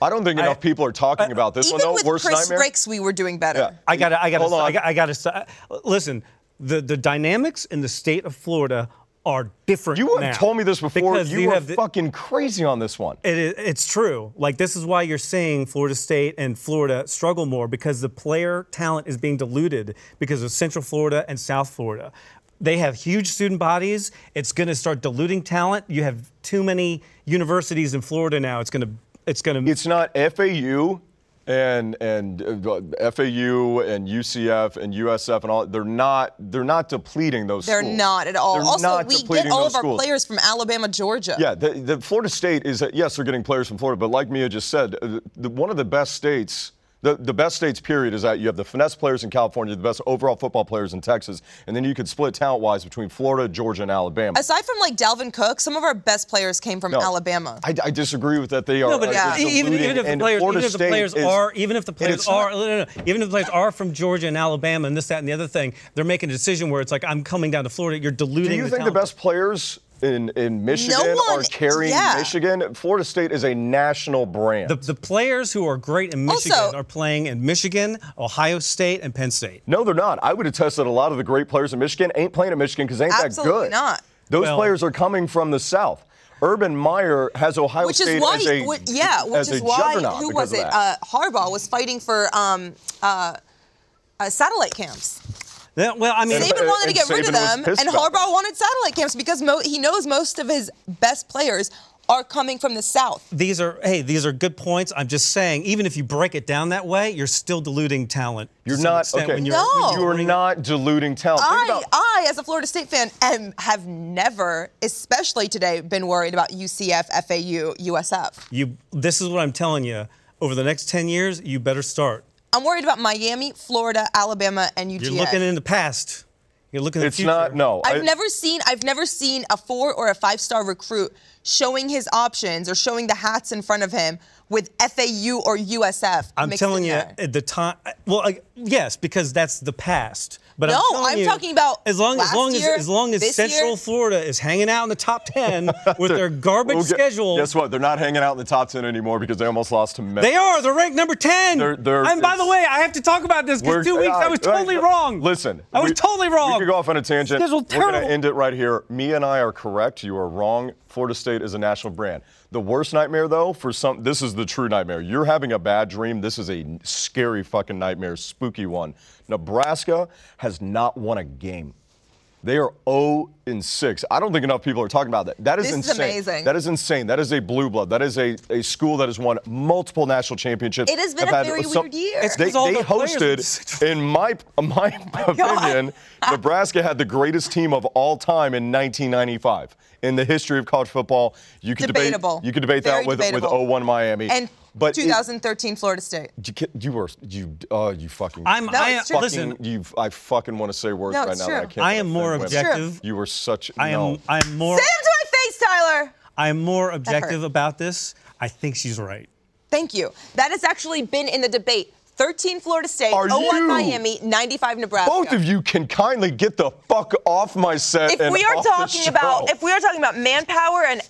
Speaker 2: I don't think enough people are talking about this
Speaker 3: Even
Speaker 2: one. though.
Speaker 3: with
Speaker 2: worst
Speaker 3: Chris
Speaker 2: nightmare.
Speaker 3: Ricks, we were doing better.
Speaker 2: Yeah.
Speaker 4: I gotta, uh, I gotta,
Speaker 2: Hold on.
Speaker 4: I gotta, I gotta, listen. The the dynamics in the state of Florida are different.
Speaker 2: You
Speaker 4: now
Speaker 2: have told me this before.
Speaker 4: because
Speaker 2: You, were
Speaker 4: have the-
Speaker 2: fucking crazy on this one.
Speaker 4: it is, it's true. Like this is why you're seeing Florida State and Florida struggle more because the player talent is being diluted because of Central Florida and South Florida. They have huge student bodies. It's going to start diluting talent. You have too many universities in Florida now. It's going to it's going to
Speaker 2: It's not FAU and and uh, FAU and UCF and USF and all. They're not they're not depleting those.
Speaker 3: They're
Speaker 2: schools.
Speaker 3: not at all.
Speaker 2: They're
Speaker 3: also,
Speaker 2: not
Speaker 3: we get
Speaker 2: depleting
Speaker 3: all
Speaker 2: those
Speaker 3: of our
Speaker 2: schools.
Speaker 3: players from Alabama, Georgia.
Speaker 2: Yeah, the, the Florida State is uh, yes, they're getting players from Florida, but like Mia just said, uh, the, one of the best states. The, the best states period is that you have the finesse players in California, the best overall football players in Texas, and then you could split talent wise between Florida, Georgia, and Alabama.
Speaker 3: Aside from like Dalvin Cook, some of our best players came from
Speaker 2: No.
Speaker 3: Alabama.
Speaker 2: I, I disagree with that. They are.
Speaker 4: No, but
Speaker 2: uh,
Speaker 3: Yeah.
Speaker 2: they're
Speaker 4: even,
Speaker 2: diluting,
Speaker 4: even if the
Speaker 2: and
Speaker 4: players,
Speaker 2: Florida
Speaker 4: even if the
Speaker 2: State
Speaker 4: players
Speaker 2: is-
Speaker 4: are, even if the
Speaker 2: and
Speaker 4: players
Speaker 2: it's not-
Speaker 4: are, no, no, no, even if the players are from Georgia and Alabama and this, that, and the other thing, they're making a decision where it's like, I'm coming down to Florida. You're diluting.
Speaker 2: Do you
Speaker 4: the
Speaker 2: think the
Speaker 4: talent.
Speaker 2: best players in, in Michigan
Speaker 3: one-
Speaker 2: are carrying
Speaker 3: yeah.
Speaker 2: Michigan? Florida State is a national brand.
Speaker 4: The, the players who are great in
Speaker 3: Also-
Speaker 4: Michigan are playing in Michigan, Ohio State, and Penn State.
Speaker 2: no, they're not. I would attest that a lot of the great players in Michigan ain't playing at Michigan because they ain't that good.
Speaker 3: Absolutely not.
Speaker 2: Those
Speaker 4: Well-
Speaker 2: players are coming from the South. Urban Meyer has Ohio
Speaker 3: Which
Speaker 2: State
Speaker 3: is why,
Speaker 2: as a
Speaker 3: wh- yeah, which
Speaker 2: as
Speaker 3: is
Speaker 2: a
Speaker 3: why,
Speaker 2: juggernaut
Speaker 3: who
Speaker 2: because
Speaker 3: was
Speaker 2: of
Speaker 3: it?
Speaker 2: that.
Speaker 3: Uh, Harbaugh was fighting for um, uh, uh, satellite camps.
Speaker 4: Yeah, Well, I mean,
Speaker 2: And- *laughs*
Speaker 3: Saban wanted to
Speaker 2: and
Speaker 3: get rid
Speaker 2: Saban
Speaker 3: of
Speaker 2: was
Speaker 3: them,
Speaker 2: pissed
Speaker 3: and
Speaker 2: about
Speaker 3: Harbaugh wanted satellite camps because mo- he knows most of his best players are coming from the South.
Speaker 4: these are hey, these are good points. I'm just saying, even if you break it down that way, you're still diluting talent. to
Speaker 2: You're
Speaker 4: some
Speaker 2: not
Speaker 4: extent
Speaker 2: okay.
Speaker 4: when
Speaker 3: you're- No. when
Speaker 2: You are not diluting talent. Think
Speaker 3: I,
Speaker 2: about-
Speaker 3: I, as a Florida State fan, am, have never, especially today, been worried about UCF, FAU, USF.
Speaker 4: you. This is what I'm telling you. Over the next 10 years, you better start.
Speaker 3: I'm worried about Miami, Florida, Alabama, and UGA.
Speaker 4: You're looking in the past. You're looking.
Speaker 2: it's
Speaker 4: in the
Speaker 2: not
Speaker 4: future.
Speaker 2: no.
Speaker 3: I've
Speaker 2: I-
Speaker 3: never seen I've never seen a four or a five star recruit showing his options or showing the hats in front of him with FAU or USF.
Speaker 4: I'm
Speaker 3: mixed
Speaker 4: telling
Speaker 3: in
Speaker 4: you,
Speaker 3: there.
Speaker 4: at the time. Well, I, yes, because that's the past. But
Speaker 3: No,
Speaker 4: I'm, telling
Speaker 3: I'm
Speaker 4: you,
Speaker 3: talking about
Speaker 4: as long as
Speaker 3: last
Speaker 4: long
Speaker 3: year,
Speaker 4: as as long as
Speaker 3: this
Speaker 4: Central
Speaker 3: year.
Speaker 4: Florida is hanging out in the
Speaker 2: *laughs*
Speaker 4: top ten with their garbage
Speaker 2: We'll get-
Speaker 4: schedule.
Speaker 2: Guess what? They're not hanging out in the top ten anymore because they almost lost to Memphis.
Speaker 4: They are. They're ranked number 10.
Speaker 2: They're- they're-
Speaker 4: and by the
Speaker 2: it's-
Speaker 4: way, I have to talk about this
Speaker 2: We're-
Speaker 4: because two weeks I was
Speaker 2: all right,
Speaker 4: totally
Speaker 2: all right,
Speaker 4: wrong.
Speaker 2: Listen,
Speaker 4: I was
Speaker 2: we-
Speaker 4: totally wrong.
Speaker 2: We could go off on a tangent.
Speaker 4: Schedule's
Speaker 2: We're going
Speaker 4: terrible.
Speaker 2: to end it right here. Me and I are correct. You are wrong. Florida State is a national brand. The worst nightmare, though, for some, this is the true nightmare. You're having a bad dream. This is a scary fucking nightmare, spooky one. Nebraska has not won a game. They are 0 and 6. I don't think enough people are talking about that. That is
Speaker 3: This is
Speaker 2: insane.
Speaker 3: amazing.
Speaker 2: That is insane. That is a blue blood. That is a, a school that has won multiple national championships.
Speaker 3: It has been
Speaker 2: Have
Speaker 3: a
Speaker 2: had
Speaker 3: very
Speaker 2: some-
Speaker 3: weird year. It's
Speaker 2: They,
Speaker 4: 'cause all
Speaker 2: they
Speaker 4: the players are
Speaker 2: hosted, in my my
Speaker 3: *laughs*
Speaker 2: opinion, Nebraska had the greatest team of all time in 1995 in the history of college football. You could
Speaker 3: Debatable.
Speaker 2: debate you could debate
Speaker 3: Very
Speaker 2: that with
Speaker 3: debatable.
Speaker 2: with 0-1 Miami.
Speaker 3: and
Speaker 2: but it-
Speaker 3: 2013 Florida State.
Speaker 2: you, ki- you were you uh, you fucking.
Speaker 4: I'm,
Speaker 3: No,
Speaker 4: I,
Speaker 3: it's true.
Speaker 2: fucking,
Speaker 4: listen,
Speaker 2: you, I fucking want to say words
Speaker 3: No,
Speaker 2: right
Speaker 3: it's
Speaker 2: now. That I
Speaker 3: true.
Speaker 2: can't.
Speaker 4: I am more
Speaker 2: Women.
Speaker 4: objective.
Speaker 2: You were such.
Speaker 4: I am,
Speaker 2: no.
Speaker 4: I'm more,
Speaker 3: Say them to my face, Tyler.
Speaker 4: I'm more objective
Speaker 3: hurt.
Speaker 4: about this. I think she's right.
Speaker 3: Thank you. That has actually been in the debate. 13 Florida State,
Speaker 2: Are
Speaker 3: 01
Speaker 2: you-
Speaker 3: Miami, 95 Nebraska.
Speaker 2: Both of you can kindly get the fuck off my set.
Speaker 3: If
Speaker 2: and
Speaker 3: we are
Speaker 2: off the
Speaker 3: talking about
Speaker 2: show.
Speaker 3: if we are talking about manpower and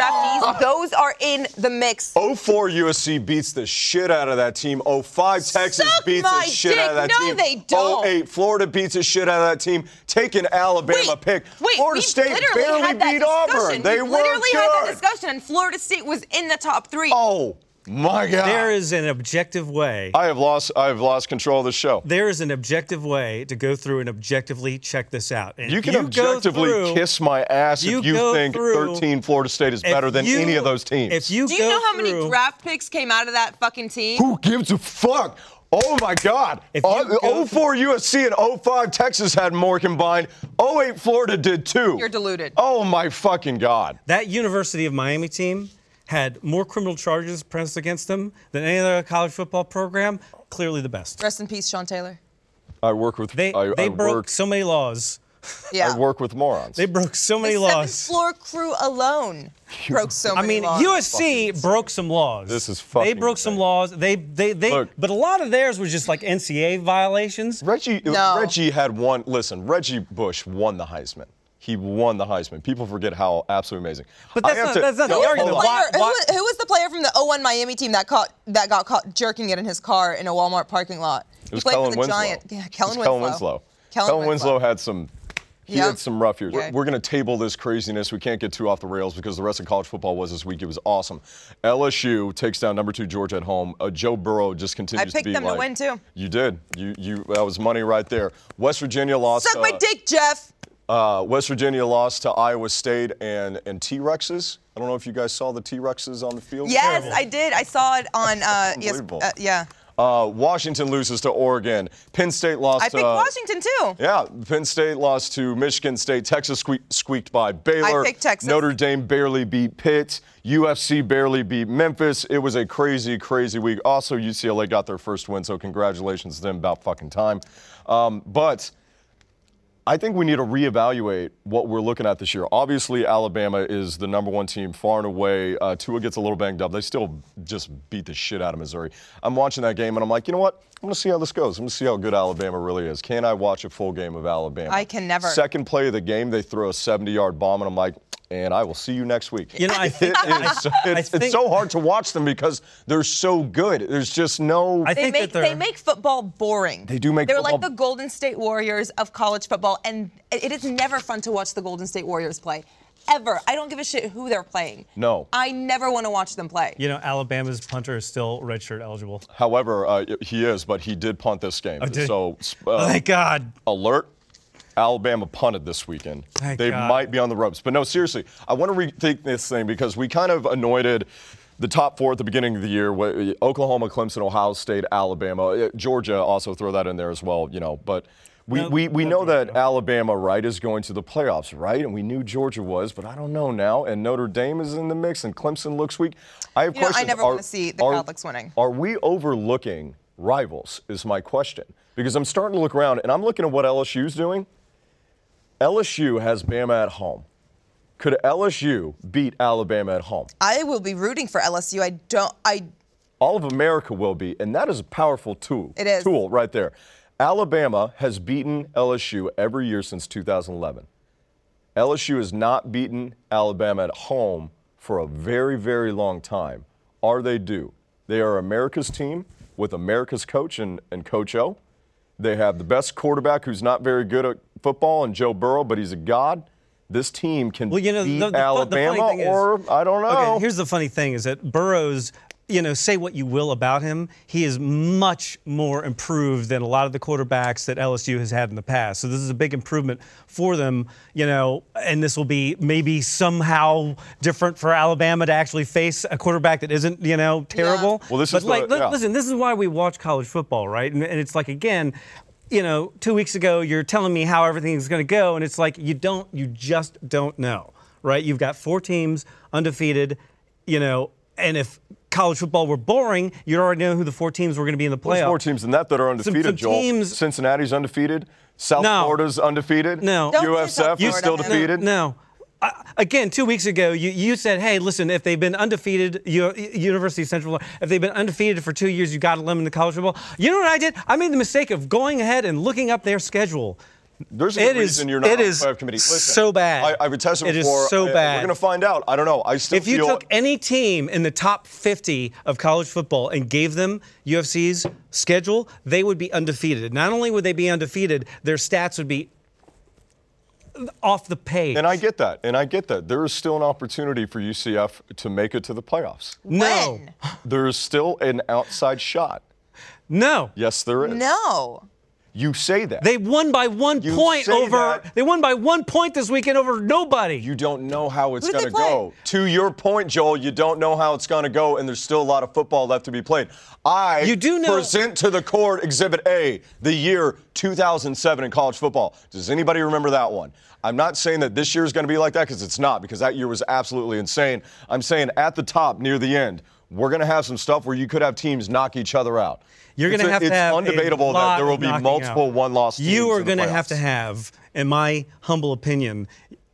Speaker 2: *laughs*
Speaker 3: draftees, those are in the mix.
Speaker 2: 04 USC beats the shit out of that team. 05 Texas
Speaker 3: Suck
Speaker 2: beats the
Speaker 3: my
Speaker 2: shit
Speaker 3: dick.
Speaker 2: out of that
Speaker 3: No,
Speaker 2: team.
Speaker 3: they don't.
Speaker 2: 08 Florida beats the shit out of that team. Take an Alabama
Speaker 3: wait,
Speaker 2: pick.
Speaker 3: Wait,
Speaker 2: Florida
Speaker 3: we
Speaker 2: State
Speaker 3: literally
Speaker 2: barely
Speaker 3: had that
Speaker 2: beat
Speaker 3: discussion.
Speaker 2: Auburn. They were
Speaker 3: we literally had that
Speaker 2: good.
Speaker 3: discussion, and Florida State was in the top three.
Speaker 2: Oh my God!
Speaker 4: There is an objective way.
Speaker 2: I have lost. I have lost control of the show.
Speaker 4: there is an objective way to go through and objectively check this out. And
Speaker 2: You
Speaker 4: if
Speaker 2: can
Speaker 4: go
Speaker 2: objectively
Speaker 4: through-
Speaker 2: kiss my ass
Speaker 4: you
Speaker 2: if you
Speaker 4: go
Speaker 2: think
Speaker 4: through-
Speaker 2: 13 Florida State is
Speaker 4: if
Speaker 2: better than
Speaker 4: you-
Speaker 2: any of those teams.
Speaker 4: If you
Speaker 3: Do you
Speaker 4: go
Speaker 3: know how many
Speaker 4: through-
Speaker 3: draft picks came out of that fucking team?
Speaker 2: Who gives a fuck? Oh my God.
Speaker 4: If you
Speaker 2: Oh
Speaker 4: go-
Speaker 2: 04 USC and 05 Texas had more combined. 08 Florida did too.
Speaker 3: You're deluded.
Speaker 2: Oh my fucking God.
Speaker 4: That University of Miami team had more criminal charges pressed against them than any other college football program. Clearly the best.
Speaker 3: Rest in peace, Sean Taylor.
Speaker 2: I work with
Speaker 4: They,
Speaker 2: I,
Speaker 4: they
Speaker 2: I
Speaker 4: broke
Speaker 2: work,
Speaker 4: so many laws.
Speaker 3: Yeah.
Speaker 2: I work with morons.
Speaker 4: They broke so many
Speaker 3: the
Speaker 4: laws.
Speaker 3: seventh floor crew
Speaker 4: *laughs*
Speaker 3: alone broke so
Speaker 4: I
Speaker 3: many
Speaker 4: mean,
Speaker 3: laws.
Speaker 4: USC broke some laws.
Speaker 2: This is
Speaker 4: They
Speaker 2: fucking
Speaker 4: broke some
Speaker 2: insane.
Speaker 4: laws. They, they, they.
Speaker 2: Look.
Speaker 4: But a lot of theirs were just like NCAA violations.
Speaker 2: Reggie uh,
Speaker 3: No.
Speaker 2: Reggie had one listen, Reggie Bush won the Heisman. He won the Heisman. People forget how absolutely amazing.
Speaker 4: But
Speaker 2: I
Speaker 4: that's
Speaker 2: have
Speaker 4: not- that's not the
Speaker 2: hold
Speaker 4: argument.
Speaker 2: on.
Speaker 4: Why-
Speaker 3: Player- who, wa- who was the player from the 01 Miami team that caught that got caught jerking it in his car in a Walmart parking lot?
Speaker 2: It was
Speaker 3: he played
Speaker 2: Kellen
Speaker 3: for the
Speaker 2: Winslow.
Speaker 3: Giant. Yeah,
Speaker 2: It
Speaker 3: Kellen
Speaker 2: was
Speaker 3: Winslow.
Speaker 2: Kellen Winslow.
Speaker 3: Kellen
Speaker 2: Kellen
Speaker 3: Winslow.
Speaker 2: Winslow had some He
Speaker 3: Yeah.
Speaker 2: had some rough years.
Speaker 3: Yeah.
Speaker 2: We're going to table this craziness. We can't get too off the rails because the rest of college football was this week. It was awesome. LSU takes down number two Georgia at home. Uh, Joe Burrow just continues
Speaker 3: picked
Speaker 2: to be
Speaker 3: them to
Speaker 2: like-
Speaker 3: win, too.
Speaker 2: You did. You you that was money right there. West Virginia lost.
Speaker 3: Suck my
Speaker 2: uh,
Speaker 3: dick, Jeff.
Speaker 2: uh, West Virginia lost to Iowa State and and T Rexes. I don't know if you guys saw the T Rexes on the field.
Speaker 3: Yes, I did. I saw it on. Uh, yes,
Speaker 2: *laughs* Unbelievable.
Speaker 3: uh, yeah.
Speaker 2: Uh, Washington loses to Oregon. Penn State lost.
Speaker 3: I picked
Speaker 2: to, uh,
Speaker 3: Washington too.
Speaker 2: Yeah, Penn State lost to Michigan State. Texas squeak, squeaked by Baylor.
Speaker 3: picked Texas.
Speaker 2: Notre Dame barely beat Pitt. UFC barely beat Memphis. It was a crazy, crazy week. Also, UCLA got their first win, so congratulations to them. About fucking time. Um, but I think we need to reevaluate what we're looking at this year. Obviously, Alabama is the number one team far and away. Uh, Tua gets a little banged up. They still just beat the shit out of Missouri. I'm watching that game and I'm like, you know what? I'm going to see how this goes. I'm going to see how good Alabama really is. Can I watch a full game of Alabama?
Speaker 3: I can never.
Speaker 2: Second play of the game, they throw a 70 yard bomb and I'm like, and I will see you next week.
Speaker 4: You know, I think-
Speaker 2: *laughs* It is- it's,
Speaker 4: think-
Speaker 2: it's so hard to watch them because they're so good. There's just no.
Speaker 4: I
Speaker 3: They
Speaker 4: think
Speaker 3: make
Speaker 4: that
Speaker 3: they
Speaker 4: they're-
Speaker 3: make football boring.
Speaker 2: They do make
Speaker 3: They're like
Speaker 2: football-
Speaker 3: the Golden State Warriors of college football, and it it is never fun to watch the Golden State Warriors play. Ever. I don't give a shit who they're playing.
Speaker 2: No.
Speaker 3: I never want to watch them play.
Speaker 4: You know, Alabama's punter is still redshirt eligible.
Speaker 2: However, uh, he is, but he did punt this game.
Speaker 4: *laughs* did he?
Speaker 2: so,
Speaker 4: Oh,
Speaker 2: uh,
Speaker 4: Thank God.
Speaker 2: alert. Alabama punted this weekend.
Speaker 4: Thank
Speaker 2: they
Speaker 4: God.
Speaker 2: might be on the ropes. But no, seriously, I want to rethink this thing because we kind of anointed the top four at the beginning of the year wh- Oklahoma, Clemson, Ohio State, Alabama. Uh, Georgia, also throw that in there as well, you know. But we,
Speaker 4: No,
Speaker 2: we, we
Speaker 4: no
Speaker 2: know that Alabama, right, is going to the playoffs, right? And we knew Georgia was, but I don't know now. And Notre Dame is in the mix, and Clemson looks weak. I have
Speaker 3: You know, I
Speaker 2: questions.
Speaker 3: never
Speaker 2: Are-
Speaker 3: wanna see the
Speaker 2: are-
Speaker 3: Catholics winning.
Speaker 2: are we overlooking rivals? Is my question. Because I'm starting to look around and I'm looking at what LSU's doing. LSU has Bama at home. Could LSU beat Alabama at home?
Speaker 3: I will be rooting for LSU. I don't I
Speaker 2: All of America will be, and that is a powerful tool.
Speaker 3: It is.
Speaker 2: Tool right there. Alabama has beaten LSU every year since 2011. LSU has not beaten Alabama at home for a very, very long time. Are they due? They are America's team with America's coach and, and Coach O. They have the best quarterback who's not very good at football and Joe Burrow, but he's a god. This team can
Speaker 4: Well, you know,
Speaker 2: beat
Speaker 4: the, the, fu- the
Speaker 2: Alabama
Speaker 4: funny thing
Speaker 2: or
Speaker 4: is,
Speaker 2: I don't know.
Speaker 4: Okay, here's the funny thing: is that Burrow's, you know, say what you will about him, he is much more improved than a lot of the quarterbacks that LSU has had in the past. So this is a big improvement for them, you know, and this will be maybe somehow different for Alabama to actually face a quarterback that isn't, you know, terrible.
Speaker 2: Well, this
Speaker 4: but
Speaker 2: is the-
Speaker 4: like, li-
Speaker 2: yeah.
Speaker 4: listen, this is why we watch college football, right? And, and it's like again. You know, two weeks ago, you're telling me how everything's going to go, and it's like you don't, you just don't know, right? You've got four teams undefeated, you know, and if college football were boring, you'd already know who the four teams were going to be in the playoffs.
Speaker 2: There's more teams than that that are undefeated,
Speaker 4: some
Speaker 2: Joel.
Speaker 4: teams-
Speaker 2: Cincinnati's undefeated. South
Speaker 4: No.
Speaker 2: Florida's undefeated.
Speaker 4: No. Don't
Speaker 3: say South
Speaker 2: USF is
Speaker 3: Florida,
Speaker 2: still
Speaker 3: man.
Speaker 2: defeated.
Speaker 4: No. Uh, again, two weeks ago, you, you said, "Hey, listen, if they've been undefeated, U- University of Central, if they've been undefeated for two years, you got to limit the college football." You know what I did? I made the mistake of going ahead and looking up their schedule.
Speaker 2: There's a
Speaker 4: It
Speaker 2: good
Speaker 4: is-
Speaker 2: reason you're not
Speaker 4: it
Speaker 2: on the
Speaker 4: is
Speaker 2: playoff committee. Listen,
Speaker 4: so bad.
Speaker 2: I, I've attested
Speaker 4: It is
Speaker 2: before.
Speaker 4: so
Speaker 2: I-
Speaker 4: bad.
Speaker 2: We're going to find out. I don't know. I still
Speaker 4: If you
Speaker 2: feel
Speaker 4: took any team in the top 50 of college football and gave them UFC's schedule, they would be undefeated. Not only would they be undefeated, their stats would be off the page.
Speaker 2: and I get that. And I get that. There is still an opportunity for UCF to make it to the playoffs.
Speaker 4: no,
Speaker 3: When?
Speaker 2: There is still an outside shot.
Speaker 4: no,
Speaker 2: Yes, there is.
Speaker 3: No.
Speaker 2: You say that.
Speaker 4: they won by one
Speaker 2: You
Speaker 4: point
Speaker 2: say
Speaker 4: over.
Speaker 2: that.
Speaker 4: They won by one point this weekend over nobody.
Speaker 2: you don't know how it's
Speaker 3: Who did
Speaker 2: going
Speaker 3: they
Speaker 2: to go. To your point, Joel, you don't know how it's going to go, and there's still a lot of football left to be played. I
Speaker 4: You do know-
Speaker 2: present to the court Exhibit A, the year 2007 in college football. Does anybody remember that one? I'm not saying that this year is going to be like that because it's not, because that year was absolutely insane. I'm saying at the top, near the end, we're going to have some stuff where you could have teams knock each other out.
Speaker 4: You're going
Speaker 2: It's
Speaker 4: to
Speaker 2: a-
Speaker 4: have to
Speaker 2: it's
Speaker 4: have a
Speaker 2: undebatable that
Speaker 4: lot
Speaker 2: there will
Speaker 4: of
Speaker 2: be
Speaker 4: knocking
Speaker 2: multiple
Speaker 4: out.
Speaker 2: one-loss teams
Speaker 4: You are
Speaker 2: in the
Speaker 4: gonna have
Speaker 2: playoffs.
Speaker 4: to have, in my humble opinion,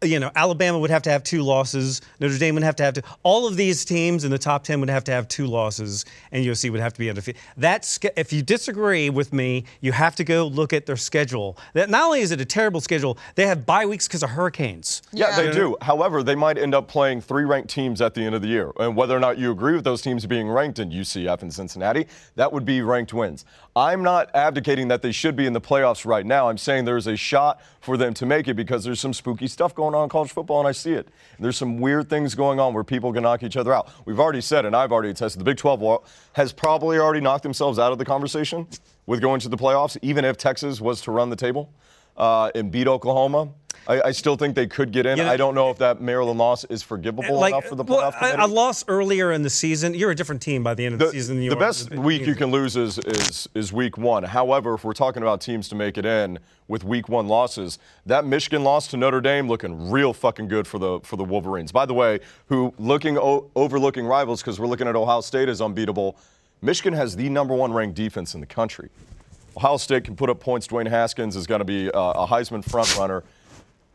Speaker 4: you know, Alabama would have to have two losses. Notre Dame would have to have to. All of these teams in the top ten would have to have two losses, and USC would have to be undefeated. That's if you disagree with me, you have to go look at their schedule. That not only is it a terrible schedule, they have bye weeks because of hurricanes.
Speaker 2: Yeah,
Speaker 3: Yeah.
Speaker 2: they do. However, they might end up playing three ranked teams at the end of the year. And whether or not you agree with those teams being ranked in UCF and Cincinnati, that would be ranked wins. I'm not abdicating that they should be in the playoffs right now. I'm saying there's a shot for them to make it because there's some spooky stuff going on in college football, and I see it. There's some weird things going on where people can knock each other out. We've already said, and I've already attested, the Big 12 wa- has probably already knocked themselves out of the conversation with going to the playoffs, even if Texas was to run the table uh, and beat Oklahoma. I, I still think they could get in.
Speaker 4: You know-
Speaker 2: I don't know if that Maryland loss is forgivable enough for the
Speaker 4: well,
Speaker 2: playoff
Speaker 4: a,
Speaker 2: committee.
Speaker 4: a loss earlier in the season, you're a different team by the end of the, season. than you
Speaker 2: the
Speaker 4: are
Speaker 2: best
Speaker 4: at the
Speaker 2: week you
Speaker 4: beginning.
Speaker 2: can lose is, is is week one. However, if we're talking about teams to make it in with week one losses, that Michigan loss to Notre Dame looking real fucking good for the for the Wolverines. By the way, who looking o- overlooking rivals because we're looking at Ohio State as unbeatable. Michigan has the number one ranked defense in the country. Ohio State can put up points. Dwayne Haskins is going to be uh, a Heisman front runner.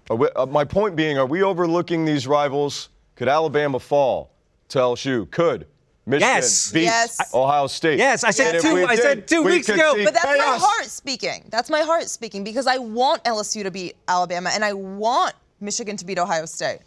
Speaker 2: Are we- uh, my point being, are we overlooking these rivals? Could Alabama fall to LSU? Could Michigan
Speaker 4: Yes.
Speaker 2: beat
Speaker 3: Yes.
Speaker 2: Ohio State?
Speaker 4: Yes, I said
Speaker 2: And if
Speaker 4: two-
Speaker 2: we
Speaker 4: I said two
Speaker 2: we
Speaker 4: weeks
Speaker 2: could
Speaker 4: ago.
Speaker 2: see
Speaker 3: But that's my
Speaker 2: chaos.
Speaker 3: heart speaking. That's my heart speaking because I want LSU to beat Alabama and I want Michigan to beat Ohio State.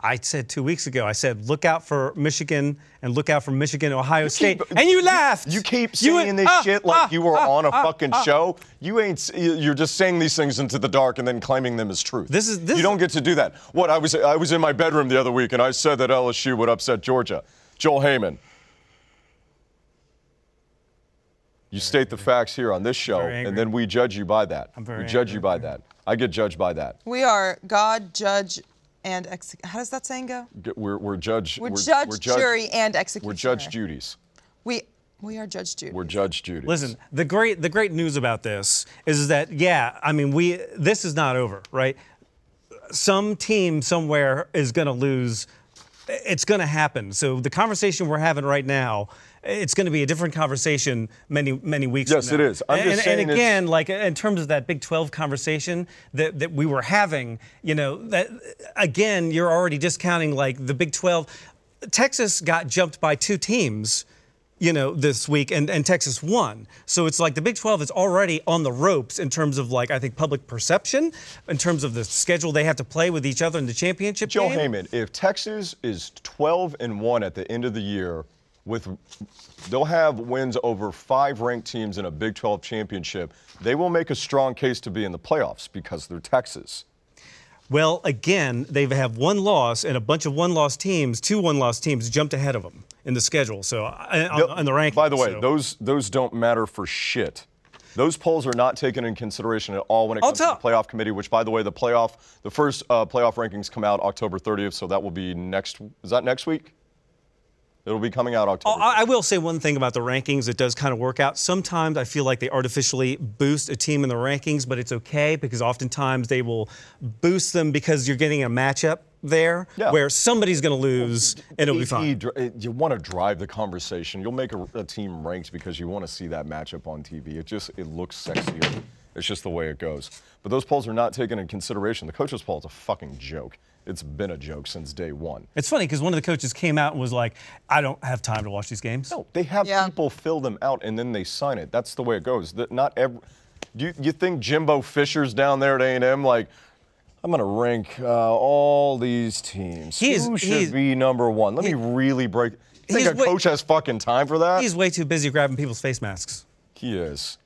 Speaker 4: I said two weeks ago. I said, look out for Michigan and look out for Michigan, Ohio State,
Speaker 2: keep-
Speaker 4: and you laughed.
Speaker 2: You keep
Speaker 4: You
Speaker 2: saying
Speaker 4: went,
Speaker 2: this
Speaker 4: "Ah,
Speaker 2: shit like
Speaker 4: ah,
Speaker 2: you were
Speaker 4: ah,
Speaker 2: on a
Speaker 4: ah,
Speaker 2: fucking
Speaker 4: ah."
Speaker 2: show. You ain't. s- you- You're just saying these things into the dark and then claiming them as truth.
Speaker 4: This is- this
Speaker 2: you
Speaker 4: is-
Speaker 2: don't get to do that. What I was I was in my bedroom the other week and I said that LSU would upset Georgia. Joel Heyman. You state the facts here on this show,
Speaker 4: very angry.
Speaker 2: and then we judge you by that.
Speaker 4: very
Speaker 2: we judge you by that. I get judged by that.
Speaker 3: We are God, judge, and ex- how does that saying go?
Speaker 2: Get- We're, we're judge.
Speaker 3: We're, judge,
Speaker 2: we're
Speaker 3: jury, and executioner.
Speaker 2: We're judge Judy's.
Speaker 3: We we are judge Judy.
Speaker 2: We're judge Judy.
Speaker 4: Listen, the great the great news about this is that yeah, I mean we this is not over, right? Some team somewhere is going to lose. It's going to happen. So the conversation we're having right now, it's going to be a different conversation many many weeks.
Speaker 2: Yes,
Speaker 4: from now.
Speaker 2: it is. I'm
Speaker 4: and,
Speaker 2: just
Speaker 4: and
Speaker 2: saying it's-
Speaker 4: again, like in terms of that Big 12 conversation that, that we were having, you know, that again, you're already discounting like the Big 12. Texas got jumped by two teams, you know, this week, and, and Texas won. So it's like the Big 12 is already on the ropes in terms of like, I think, public perception, in terms of the schedule they have to play with each other in the championship
Speaker 2: Joe
Speaker 4: game.
Speaker 2: Heyman, if Texas is 12 and 1 at the end of the year, with they'll have wins over five ranked teams in a Big 12 championship, they will make a strong case to be in the playoffs because they're Texas.
Speaker 4: Well, again, they have one loss, and a bunch of one-loss teams, two one-loss teams, jumped ahead of them in the schedule. So uh, on, on the rankings.
Speaker 2: By the way,
Speaker 4: so.
Speaker 2: those those don't matter for shit. Those polls are not taken in consideration at all when it
Speaker 4: I'll
Speaker 2: comes
Speaker 4: tell-
Speaker 2: to the playoff committee. Which, by the way, the playoff the first uh, playoff rankings come out October 30th, so that will be next. Is that next week? It'll be coming out October.
Speaker 4: Oh, I, I will say one thing about the rankings that does kind of work out. Sometimes I feel like they artificially boost a team in the rankings, but it's okay because oftentimes they will boost them because you're getting a matchup there
Speaker 2: Yeah.
Speaker 4: where somebody's going to lose and it'll be
Speaker 2: AP
Speaker 4: fine.
Speaker 2: dri- uh, You want to drive the conversation. You'll make a, a team ranked because you want to see that matchup on TV. It just it looks sexier. It's just the way it goes. But those polls are not taken in consideration. The coaches poll is a fucking joke. It's been a joke since day one.
Speaker 4: It's funny because one of the coaches came out and was like, "I don't have time to watch these games."
Speaker 2: No, they have
Speaker 3: Yeah.
Speaker 2: people fill them out and then they sign it. That's the way it goes. That not every. Do you, you think Jimbo Fisher's down there at A&M like? I'm gonna rank uh, all these teams.
Speaker 4: He's-
Speaker 2: Who
Speaker 4: he's-
Speaker 2: should be number one? Let me really break. You
Speaker 4: he's
Speaker 2: think a
Speaker 4: wa-
Speaker 2: coach has fucking time for that?
Speaker 4: He's way too busy grabbing people's face masks.
Speaker 2: He is.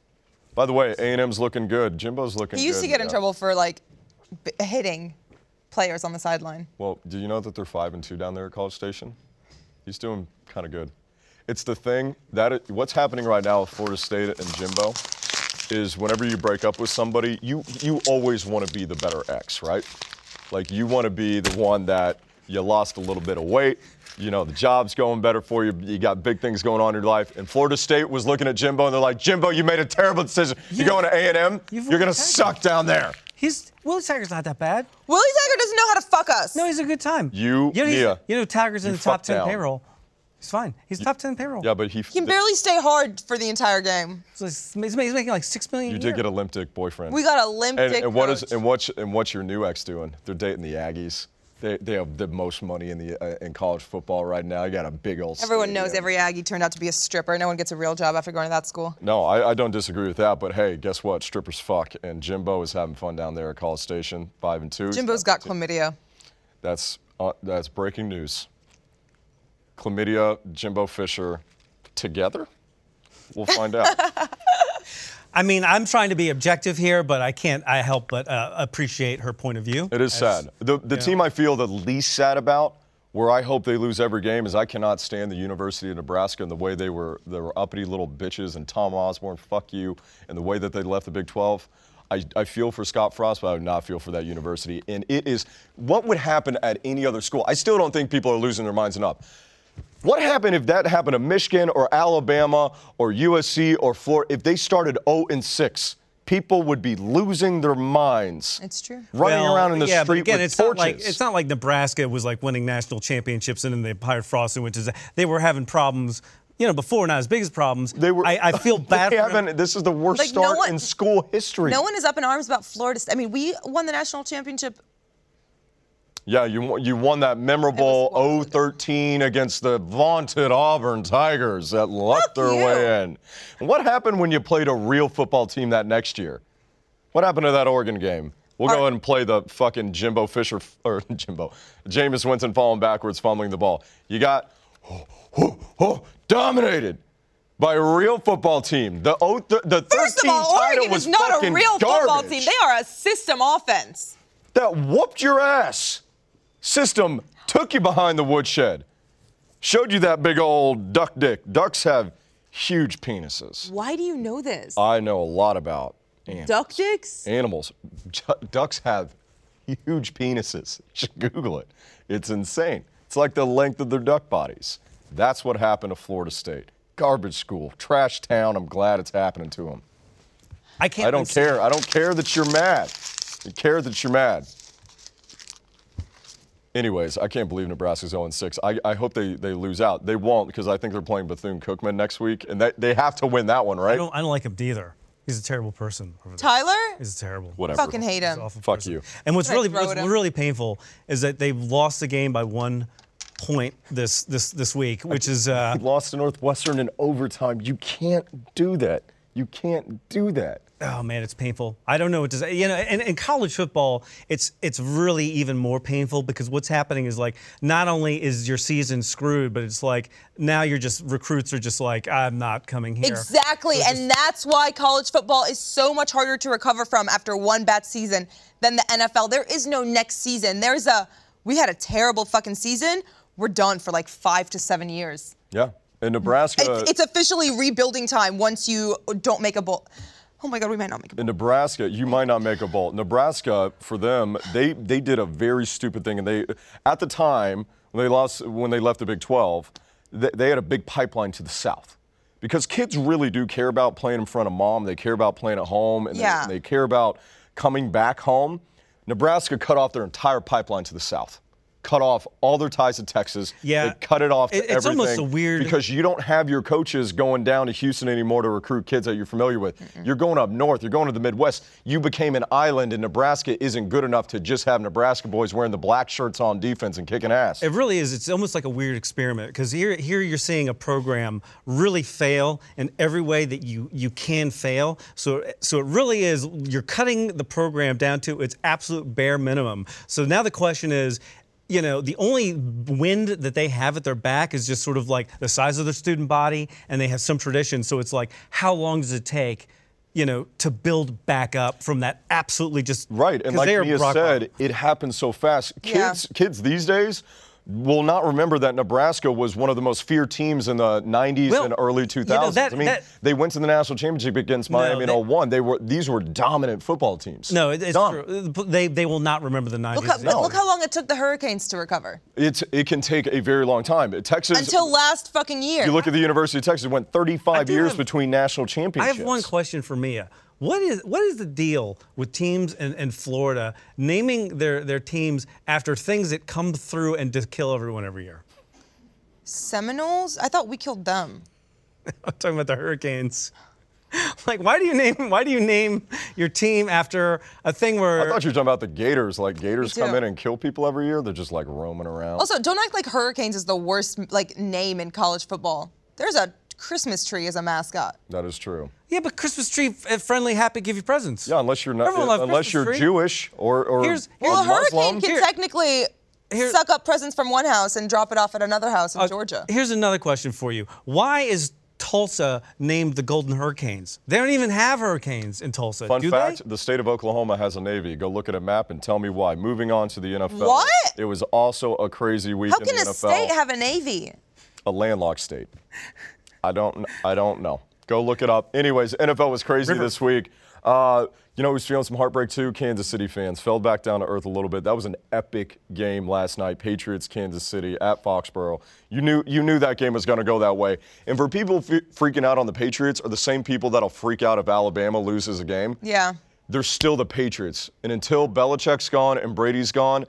Speaker 2: By the way, A&M's looking good. Jimbo's looking good.
Speaker 3: he used to get in
Speaker 2: yeah.
Speaker 3: trouble for like b- hitting players on the sideline.
Speaker 2: Well, do you know that they're 5 and 2 down there at College Station? He's doing kind of good. It's the thing that it, what's happening right now with Florida State and Jimbo is whenever you break up with somebody, you you always want to be the better ex, right? Like you want to be the one that you lost a little bit of weight, you know, the job's going better for you, you got big things going on in your life. And Florida State was looking at Jimbo and they're like, "Jimbo, you made a terrible decision. You're going to A&M.
Speaker 4: you've
Speaker 2: You're going to
Speaker 4: attacked
Speaker 2: suck down there."
Speaker 4: He's Willie Tiger's not that bad.
Speaker 3: Willie Tiger doesn't know how to fuck us.
Speaker 4: No, he's a good time.
Speaker 2: You,
Speaker 4: you know, he's-
Speaker 2: Mia,
Speaker 4: you know Tiger's in
Speaker 2: you
Speaker 4: the top
Speaker 2: fucked
Speaker 4: ten
Speaker 2: down.
Speaker 4: payroll. He's fine. He's top 10 payroll.
Speaker 2: Yeah, but he.
Speaker 3: He can barely stay hard for the entire game.
Speaker 4: So he's, he's ma- he's making like six million.
Speaker 2: You
Speaker 4: a
Speaker 2: did
Speaker 4: year.
Speaker 2: get a limp dick boyfriend.
Speaker 3: We got a limp
Speaker 2: and,
Speaker 3: dick
Speaker 2: and what is
Speaker 3: coach.
Speaker 2: and what's and what's your new ex doing? They're dating the Aggies. They, they have the most money in the uh, in college football right now. You got a big old.
Speaker 3: Everyone knows
Speaker 2: stadium.
Speaker 3: every Aggie turned out to be a stripper. No one gets a real job after going to that school.
Speaker 2: No, I, I don't disagree with that. But hey, guess what? Strippers fuck, and Jimbo is having fun down there at College Station, five and two.
Speaker 3: Jimbo's got chlamydia.
Speaker 2: That's uh, that's breaking news. Chlamydia, Jimbo Fisher, together. We'll find
Speaker 3: *laughs*
Speaker 2: out.
Speaker 4: I mean, I'm trying to be objective here, but I can't. I help but uh, appreciate her point of view.
Speaker 2: It is sad. The, the team I feel the least sad about, where I hope they lose every game, is I cannot stand the University of Nebraska and the way they were they were uppity little bitches and Tom Osborne, fuck you, and the way that they left the Big 12. I, I feel for Scott Frost, but I would not feel for that university. And it is what would happen at any other school. I still don't think people are losing their minds enough. What happened if that happened to Michigan or Alabama or USC or Florida? If they started 0 and 6, people would be losing their minds.
Speaker 3: It's true.
Speaker 2: Running
Speaker 4: Well,
Speaker 2: around in the
Speaker 4: yeah, but
Speaker 2: street
Speaker 4: again,
Speaker 2: with
Speaker 4: it's
Speaker 2: torches.
Speaker 4: Not like, it's not like Nebraska was like winning national championships and then they hired Frost, which is they were having problems, you know, before not as big as problems.
Speaker 2: They were.
Speaker 4: I, I feel
Speaker 2: *laughs*
Speaker 4: bad.
Speaker 2: They
Speaker 4: for them.
Speaker 2: haven't- This is the worst
Speaker 3: Like, no
Speaker 2: start
Speaker 3: one-
Speaker 2: in school history.
Speaker 3: No one is up in arms about Florida. State. I mean, we won the national championship.
Speaker 2: yeah, you won- you won that memorable
Speaker 3: It was wild.
Speaker 2: 0-13 against the vaunted Auburn Tigers that lucked
Speaker 3: Fuck
Speaker 2: their
Speaker 3: you.
Speaker 2: way in. And What happened when you played a real football team that next year? What happened to that Oregon game? We'll go
Speaker 3: Our-
Speaker 2: ahead and play the fucking Jimbo Fisher *laughs* or Jimbo, Jameis Winston falling backwards, fumbling the ball. You got *gasps* dominated by a real football team. The oh, the, the 13
Speaker 3: First of all,
Speaker 2: title
Speaker 3: Oregon
Speaker 2: was
Speaker 3: is not a
Speaker 2: fucking
Speaker 3: real football
Speaker 2: garbage.
Speaker 3: team. They are a system offense.
Speaker 2: that whooped your ass. System took you behind the woodshed, showed you that big old duck dick. Ducks have huge penises.
Speaker 3: Why do you know this?
Speaker 2: I know a lot about animals.
Speaker 3: Duck dicks?
Speaker 2: animals. Ju- Ducks have huge penises. *laughs* Just Google it. It's insane. It's like the length of their duck bodies. That's what happened to Florida State. Garbage school, trash town. I'm glad it's happening to them.
Speaker 4: I can't.
Speaker 2: I don't care. I don't care that you're mad. I care that you're mad. Anyways, I can't believe Nebraska's 0 6. I, I hope they, they lose out. They won't because I think they're playing Bethune Cookman next week, and they, they have to win that one,
Speaker 4: I
Speaker 2: right?
Speaker 4: don't. I don't like him either. He's a terrible person. over there.
Speaker 3: Tyler?
Speaker 4: He's terrible.
Speaker 2: Whatever.
Speaker 3: Fucking hate him.
Speaker 4: awful
Speaker 2: Fuck
Speaker 4: person.
Speaker 2: you.
Speaker 4: And what's
Speaker 3: Right,
Speaker 4: really
Speaker 3: throw
Speaker 4: what's
Speaker 3: it up.
Speaker 4: really painful is that they've lost the game by one point this this this week, which is uh,
Speaker 2: Lost to Northwestern in overtime. You can't do that. You can't do that.
Speaker 4: oh man, it's painful. I don't know what to say. You know, and in college football, it's it's really even more painful because what's happening is like not only is your season screwed, but it's like now you're just recruits are just like I'm not coming here.
Speaker 3: Exactly. And that's why college football is so much harder to recover from after one bad season than the NFL. There is no next season. There's a, we had a terrible fucking season. We're done for like five to seven years.
Speaker 2: Yeah. And Nebraska.
Speaker 3: It's, it's officially rebuilding time once you don't make a bowl. Oh my God, we might not make a bowl.
Speaker 2: in Nebraska, you might not make a bowl. Nebraska, for them, they they did a very stupid thing, and they at the time when they lost when they left the Big 12, they, they had a big pipeline to the South. Because kids really do care about playing in front of mom. They care about playing at home, and they-
Speaker 3: Yeah.
Speaker 2: they care about coming back home. Nebraska cut off their entire pipeline to the South, cut off all their ties to Texas.
Speaker 4: Yeah.
Speaker 2: they cut it off. To
Speaker 4: It- it's almost
Speaker 2: everything
Speaker 4: a weird-
Speaker 2: because you don't have your coaches going down to Houston anymore to recruit kids that you're familiar with. You're going up north, you're going to the Midwest. You became an island, and Nebraska isn't good enough to just have Nebraska boys wearing the black shirts on defense and kicking ass.
Speaker 4: It really is. It's almost like a weird experiment because here, here you're seeing a program really fail in every way that you you can fail. So, so it really is. You're cutting the program down to its absolute bare minimum. So now the question is. You know, the only wind that they have at their back is just sort of like the size of their student body, and they have some tradition. So it's like, how long does it take, you know, to build back up from that absolutely just
Speaker 2: Right, and
Speaker 4: 'cause
Speaker 2: like
Speaker 4: they are
Speaker 2: Mia
Speaker 4: rock bottom.
Speaker 2: said, it happens so fast.
Speaker 3: Yeah.
Speaker 2: Kids, kids these days will not remember that Nebraska was one of the most feared teams in the 90s
Speaker 4: Well,
Speaker 2: and early
Speaker 4: you
Speaker 2: 2000s.
Speaker 4: know, that-
Speaker 2: I mean,
Speaker 4: that-
Speaker 2: they went to the national championship against Miami
Speaker 4: they-
Speaker 2: in 01. They were these were dominant football teams.
Speaker 4: No, it- it's
Speaker 2: Dominant.
Speaker 4: true. They they will not remember the 90s.
Speaker 3: Look how,
Speaker 4: They-
Speaker 3: but look how long it took the Hurricanes to recover.
Speaker 2: It's it can take a very long time. Texas
Speaker 3: Until last fucking year.
Speaker 2: You look at the University of Texas, it went
Speaker 4: I
Speaker 2: 35
Speaker 4: do
Speaker 2: years
Speaker 4: have-
Speaker 2: between national
Speaker 4: I
Speaker 2: championships.
Speaker 4: have one question for Mia. What is what is the deal with teams in, in Florida naming their, their teams after things that come through and just kill everyone every year?
Speaker 3: Seminoles? I thought we killed them.
Speaker 4: *laughs* I'm talking about the Hurricanes. *laughs* Like, why do you name why do you name your team after a thing
Speaker 2: I
Speaker 4: where
Speaker 2: thought you were talking about the gators. Like gators
Speaker 3: Me too.
Speaker 2: come in and kill people every year. They're just like roaming around.
Speaker 3: Also, don't act like Hurricanes is the worst like name in college football. There's a Christmas tree as a mascot.
Speaker 2: that is true.
Speaker 4: yeah, but Christmas tree f- friendly, happy, give you presents.
Speaker 2: Yeah, unless you're not
Speaker 4: Everyone loves
Speaker 2: unless
Speaker 4: Christmas
Speaker 2: you're
Speaker 4: tree.
Speaker 2: Jewish or or
Speaker 4: Here's-
Speaker 2: or
Speaker 4: here's-
Speaker 3: Well, a hurricane
Speaker 2: Muslim.
Speaker 3: can
Speaker 4: Here-
Speaker 3: technically
Speaker 4: here-
Speaker 3: suck up presents from one house and drop it off at another house in
Speaker 4: Uh,
Speaker 3: Georgia.
Speaker 4: Here's another question for you. Why is Tulsa named the Golden Hurricanes? They don't even have hurricanes in Tulsa.
Speaker 2: Fun
Speaker 4: do
Speaker 2: fact:
Speaker 4: They?
Speaker 2: the state of Oklahoma has a navy. Go look at a map and tell me why. Moving on to the NFL.
Speaker 3: What?
Speaker 2: It was also a crazy week
Speaker 3: How
Speaker 2: in
Speaker 3: can
Speaker 2: the
Speaker 3: a
Speaker 2: NFL.
Speaker 3: state have a navy?
Speaker 2: a landlocked state. I don't. kn- I don't know. Go look it up. Anyways, NFL was crazy this week. Uh, you know who's feeling some heartbreak too? Kansas City fans fell back down to earth a little bit. That was an epic game last night. Patriots, Kansas City at Foxborough. You knew you knew that game was going to go that way. And for people f- freaking out on the Patriots, are the same people that'll freak out if Alabama loses a game
Speaker 3: Yeah.
Speaker 2: they're still the Patriots. And until Belichick's gone and Brady's gone,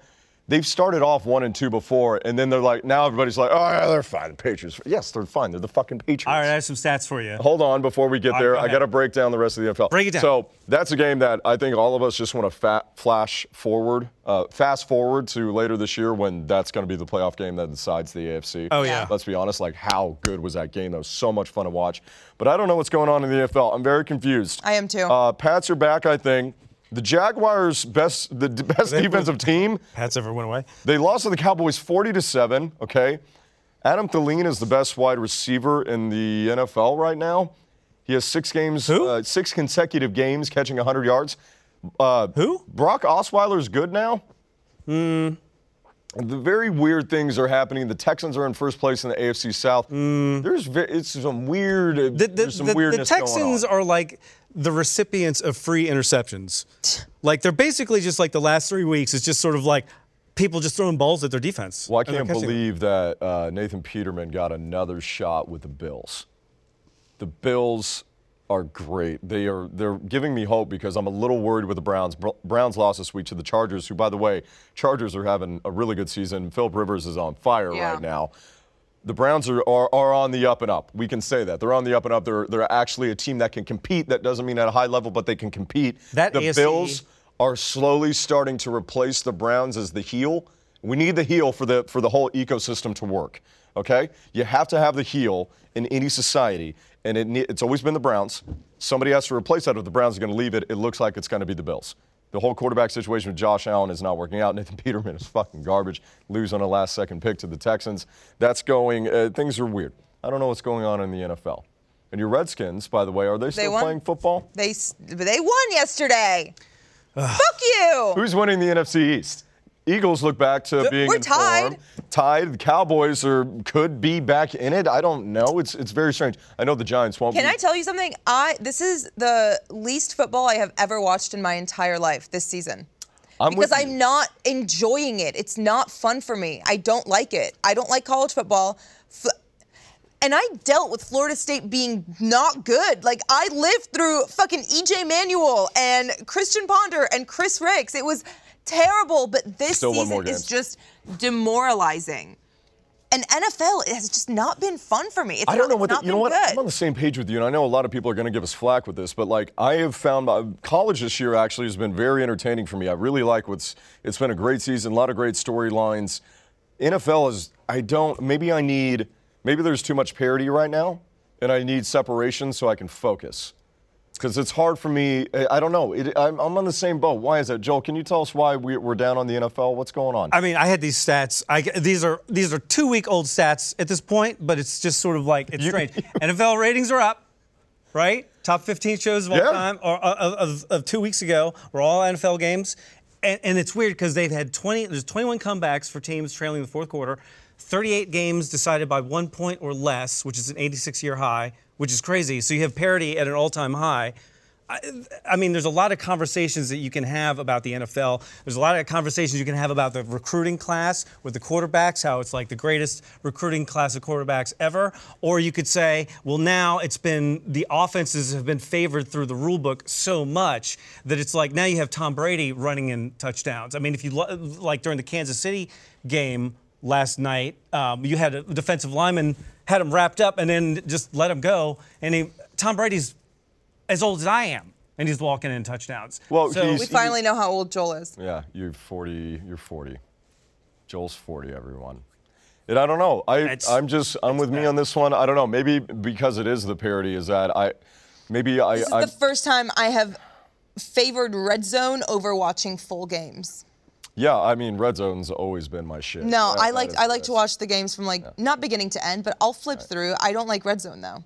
Speaker 2: they've started off one and two before, and then they're like, now everybody's like, oh, yeah, they're fine, Patriots. Yes, they're fine. They're the fucking Patriots.
Speaker 4: All right, I have some stats for you.
Speaker 2: Hold on before we get
Speaker 4: right,
Speaker 2: there.
Speaker 4: go
Speaker 2: I
Speaker 4: ahead.
Speaker 2: got to break down the rest of the NFL.
Speaker 4: Break it down.
Speaker 2: So that's a game that I think all of us just want to fa- flash forward, uh, fast forward to later this year when that's going to be the playoff game that decides the AFC.
Speaker 4: Oh, yeah.
Speaker 2: Let's be honest. Like, how good was that game? That was so much fun to watch. But I don't know what's going on in the NFL. I'm very confused.
Speaker 3: I am too.
Speaker 2: Uh, Pats are back, I think. The Jaguars' best, the d- best defensive team.
Speaker 4: Pats ever went away?
Speaker 2: They lost to the Cowboys 40 to seven. Okay, Adam Thielen is the best wide receiver in the NFL right now. He has six games,
Speaker 4: Who?
Speaker 2: Uh, six consecutive games catching 100 yards. Uh,
Speaker 4: Who? Hmm.
Speaker 2: Brock Osweiler is good now. The very weird things are happening. The Texans are in first place in the AFC South. There's ve- it's some weird. uh,
Speaker 4: Hmm. The, the,
Speaker 2: there's some
Speaker 4: the- the
Speaker 2: weirdness going on.
Speaker 4: Texans are like the recipients of free interceptions. like they're basically just like the last three weeks. It's just sort of like people just throwing balls at their defense.
Speaker 2: Well, I
Speaker 4: and they're
Speaker 2: can't
Speaker 4: catching them.
Speaker 2: believe that uh, Nathan Peterman got another shot with the Bills. The Bills are great. They are they're giving me hope because I'm a little worried with the Browns. Br- Browns lost this week to the Chargers, who by the way, Chargers are having a really good season. Philip Rivers is on fire
Speaker 3: Yeah.
Speaker 2: right now. The Browns are, are, are on the up and up. We can say that. They're on the up and up. They're, they're actually a team that can compete. That doesn't mean at a high level, but they can compete.
Speaker 4: That
Speaker 2: the
Speaker 4: AFC
Speaker 2: Bills are slowly starting to replace the Browns as the heel. We need the heel for the for the whole ecosystem to work. Okay, you have to have the heel in any society, and it, ne- it's always been the Browns. Somebody has to replace that. If the Browns are going to leave it, it looks like it's going to be the Bills. The whole quarterback situation with Josh Allen is not working out. *laughs* Nathan Peterman is fucking garbage. Lose on a last second pick to the Texans. That's going. Uh, things are weird. I don't know what's going on in the NFL. And your Redskins, by the way, are they still
Speaker 3: won.
Speaker 2: playing football?
Speaker 3: They s- they won yesterday. Fuck you.
Speaker 2: Who's winning the NFC East? Eagles look back to being
Speaker 3: we're
Speaker 2: in form.
Speaker 3: tied.
Speaker 2: Tied. The Cowboys are could be back in it. I don't know. It's it's very strange. I know the Giants won't.
Speaker 3: Can
Speaker 2: be.
Speaker 3: I tell you something? I this is the least football I have ever watched in my entire life this season.
Speaker 2: I'm with
Speaker 3: because
Speaker 2: you.
Speaker 3: I'm not enjoying it. It's not fun for me. I don't like it. I don't like college football. F- and I dealt with Florida State being not good. Like I lived through fucking EJ Manuel and Christian Ponder and Chris Ricks. It was terrible, but this
Speaker 2: Still won more
Speaker 3: season is
Speaker 2: games.
Speaker 3: just demoralizing. And NFL it has just not been fun for me. It's
Speaker 2: I don't
Speaker 3: not-
Speaker 2: know
Speaker 3: it's
Speaker 2: what the,
Speaker 3: not
Speaker 2: you know.
Speaker 3: been
Speaker 2: What
Speaker 3: good.
Speaker 2: I'm on the same page with you, and I know a lot of people are going to give us flack with this, but like I have found my college this year actually has been very entertaining for me. I really like what's. It's been a great season, a lot of great storylines. NFL is. I don't. Maybe I need. Maybe there's too much parity right now, and I need separation so I can focus. Because it's hard for me. I I don't know. It, I'm, I'm on the same boat. Why is that, Joel? Can you tell us why we, we're down on the NFL? What's going on?
Speaker 4: I mean, I had these stats. I, these are these are two week old stats at this point, but it's just sort of like it's strange. NFL ratings are up, right? Top 15 shows of all
Speaker 2: Yeah.
Speaker 4: time or uh, of, of, of two weeks ago were all NFL games, and, and it's weird because they've had 20. There's 21 comebacks for teams trailing the fourth quarter. 38 games decided by one point or less, which is an 86 year high, which is crazy. So you have parity at an all time high. I mean, there's a lot of conversations that you can have about the NFL. There's a lot of conversations you can have about the recruiting class with the quarterbacks, how it's like the greatest recruiting class of quarterbacks ever. Or you could say, well, now it's been the offenses have been favored through the rule book so much that it's like now you have Tom Brady running in touchdowns. I mean, if you lo- like during the Kansas City game last night. Um, you had a defensive lineman had him wrapped up and then just let him go. And he, Tom Brady's as old as I am, and he's walking in touchdowns.
Speaker 2: Well,
Speaker 4: So-
Speaker 2: he's-
Speaker 3: We finally know how old Joel is.
Speaker 2: Yeah, you're 40. You're 40. Joel's 40. Everyone. And I don't know. I
Speaker 4: That's-
Speaker 2: I'm just I'm with me on this one. I don't know. Maybe because it is the parody is that I maybe I
Speaker 3: This is
Speaker 2: I
Speaker 3: the first time I have favored red zone over watching full games.
Speaker 2: yeah. I mean, red zone's always been my shit.
Speaker 3: No,
Speaker 2: That-
Speaker 3: I
Speaker 2: that
Speaker 3: like
Speaker 2: is-
Speaker 3: I like to
Speaker 2: that's-
Speaker 3: watch the games from like not beginning to end, but I'll flip through. I don't like red zone though.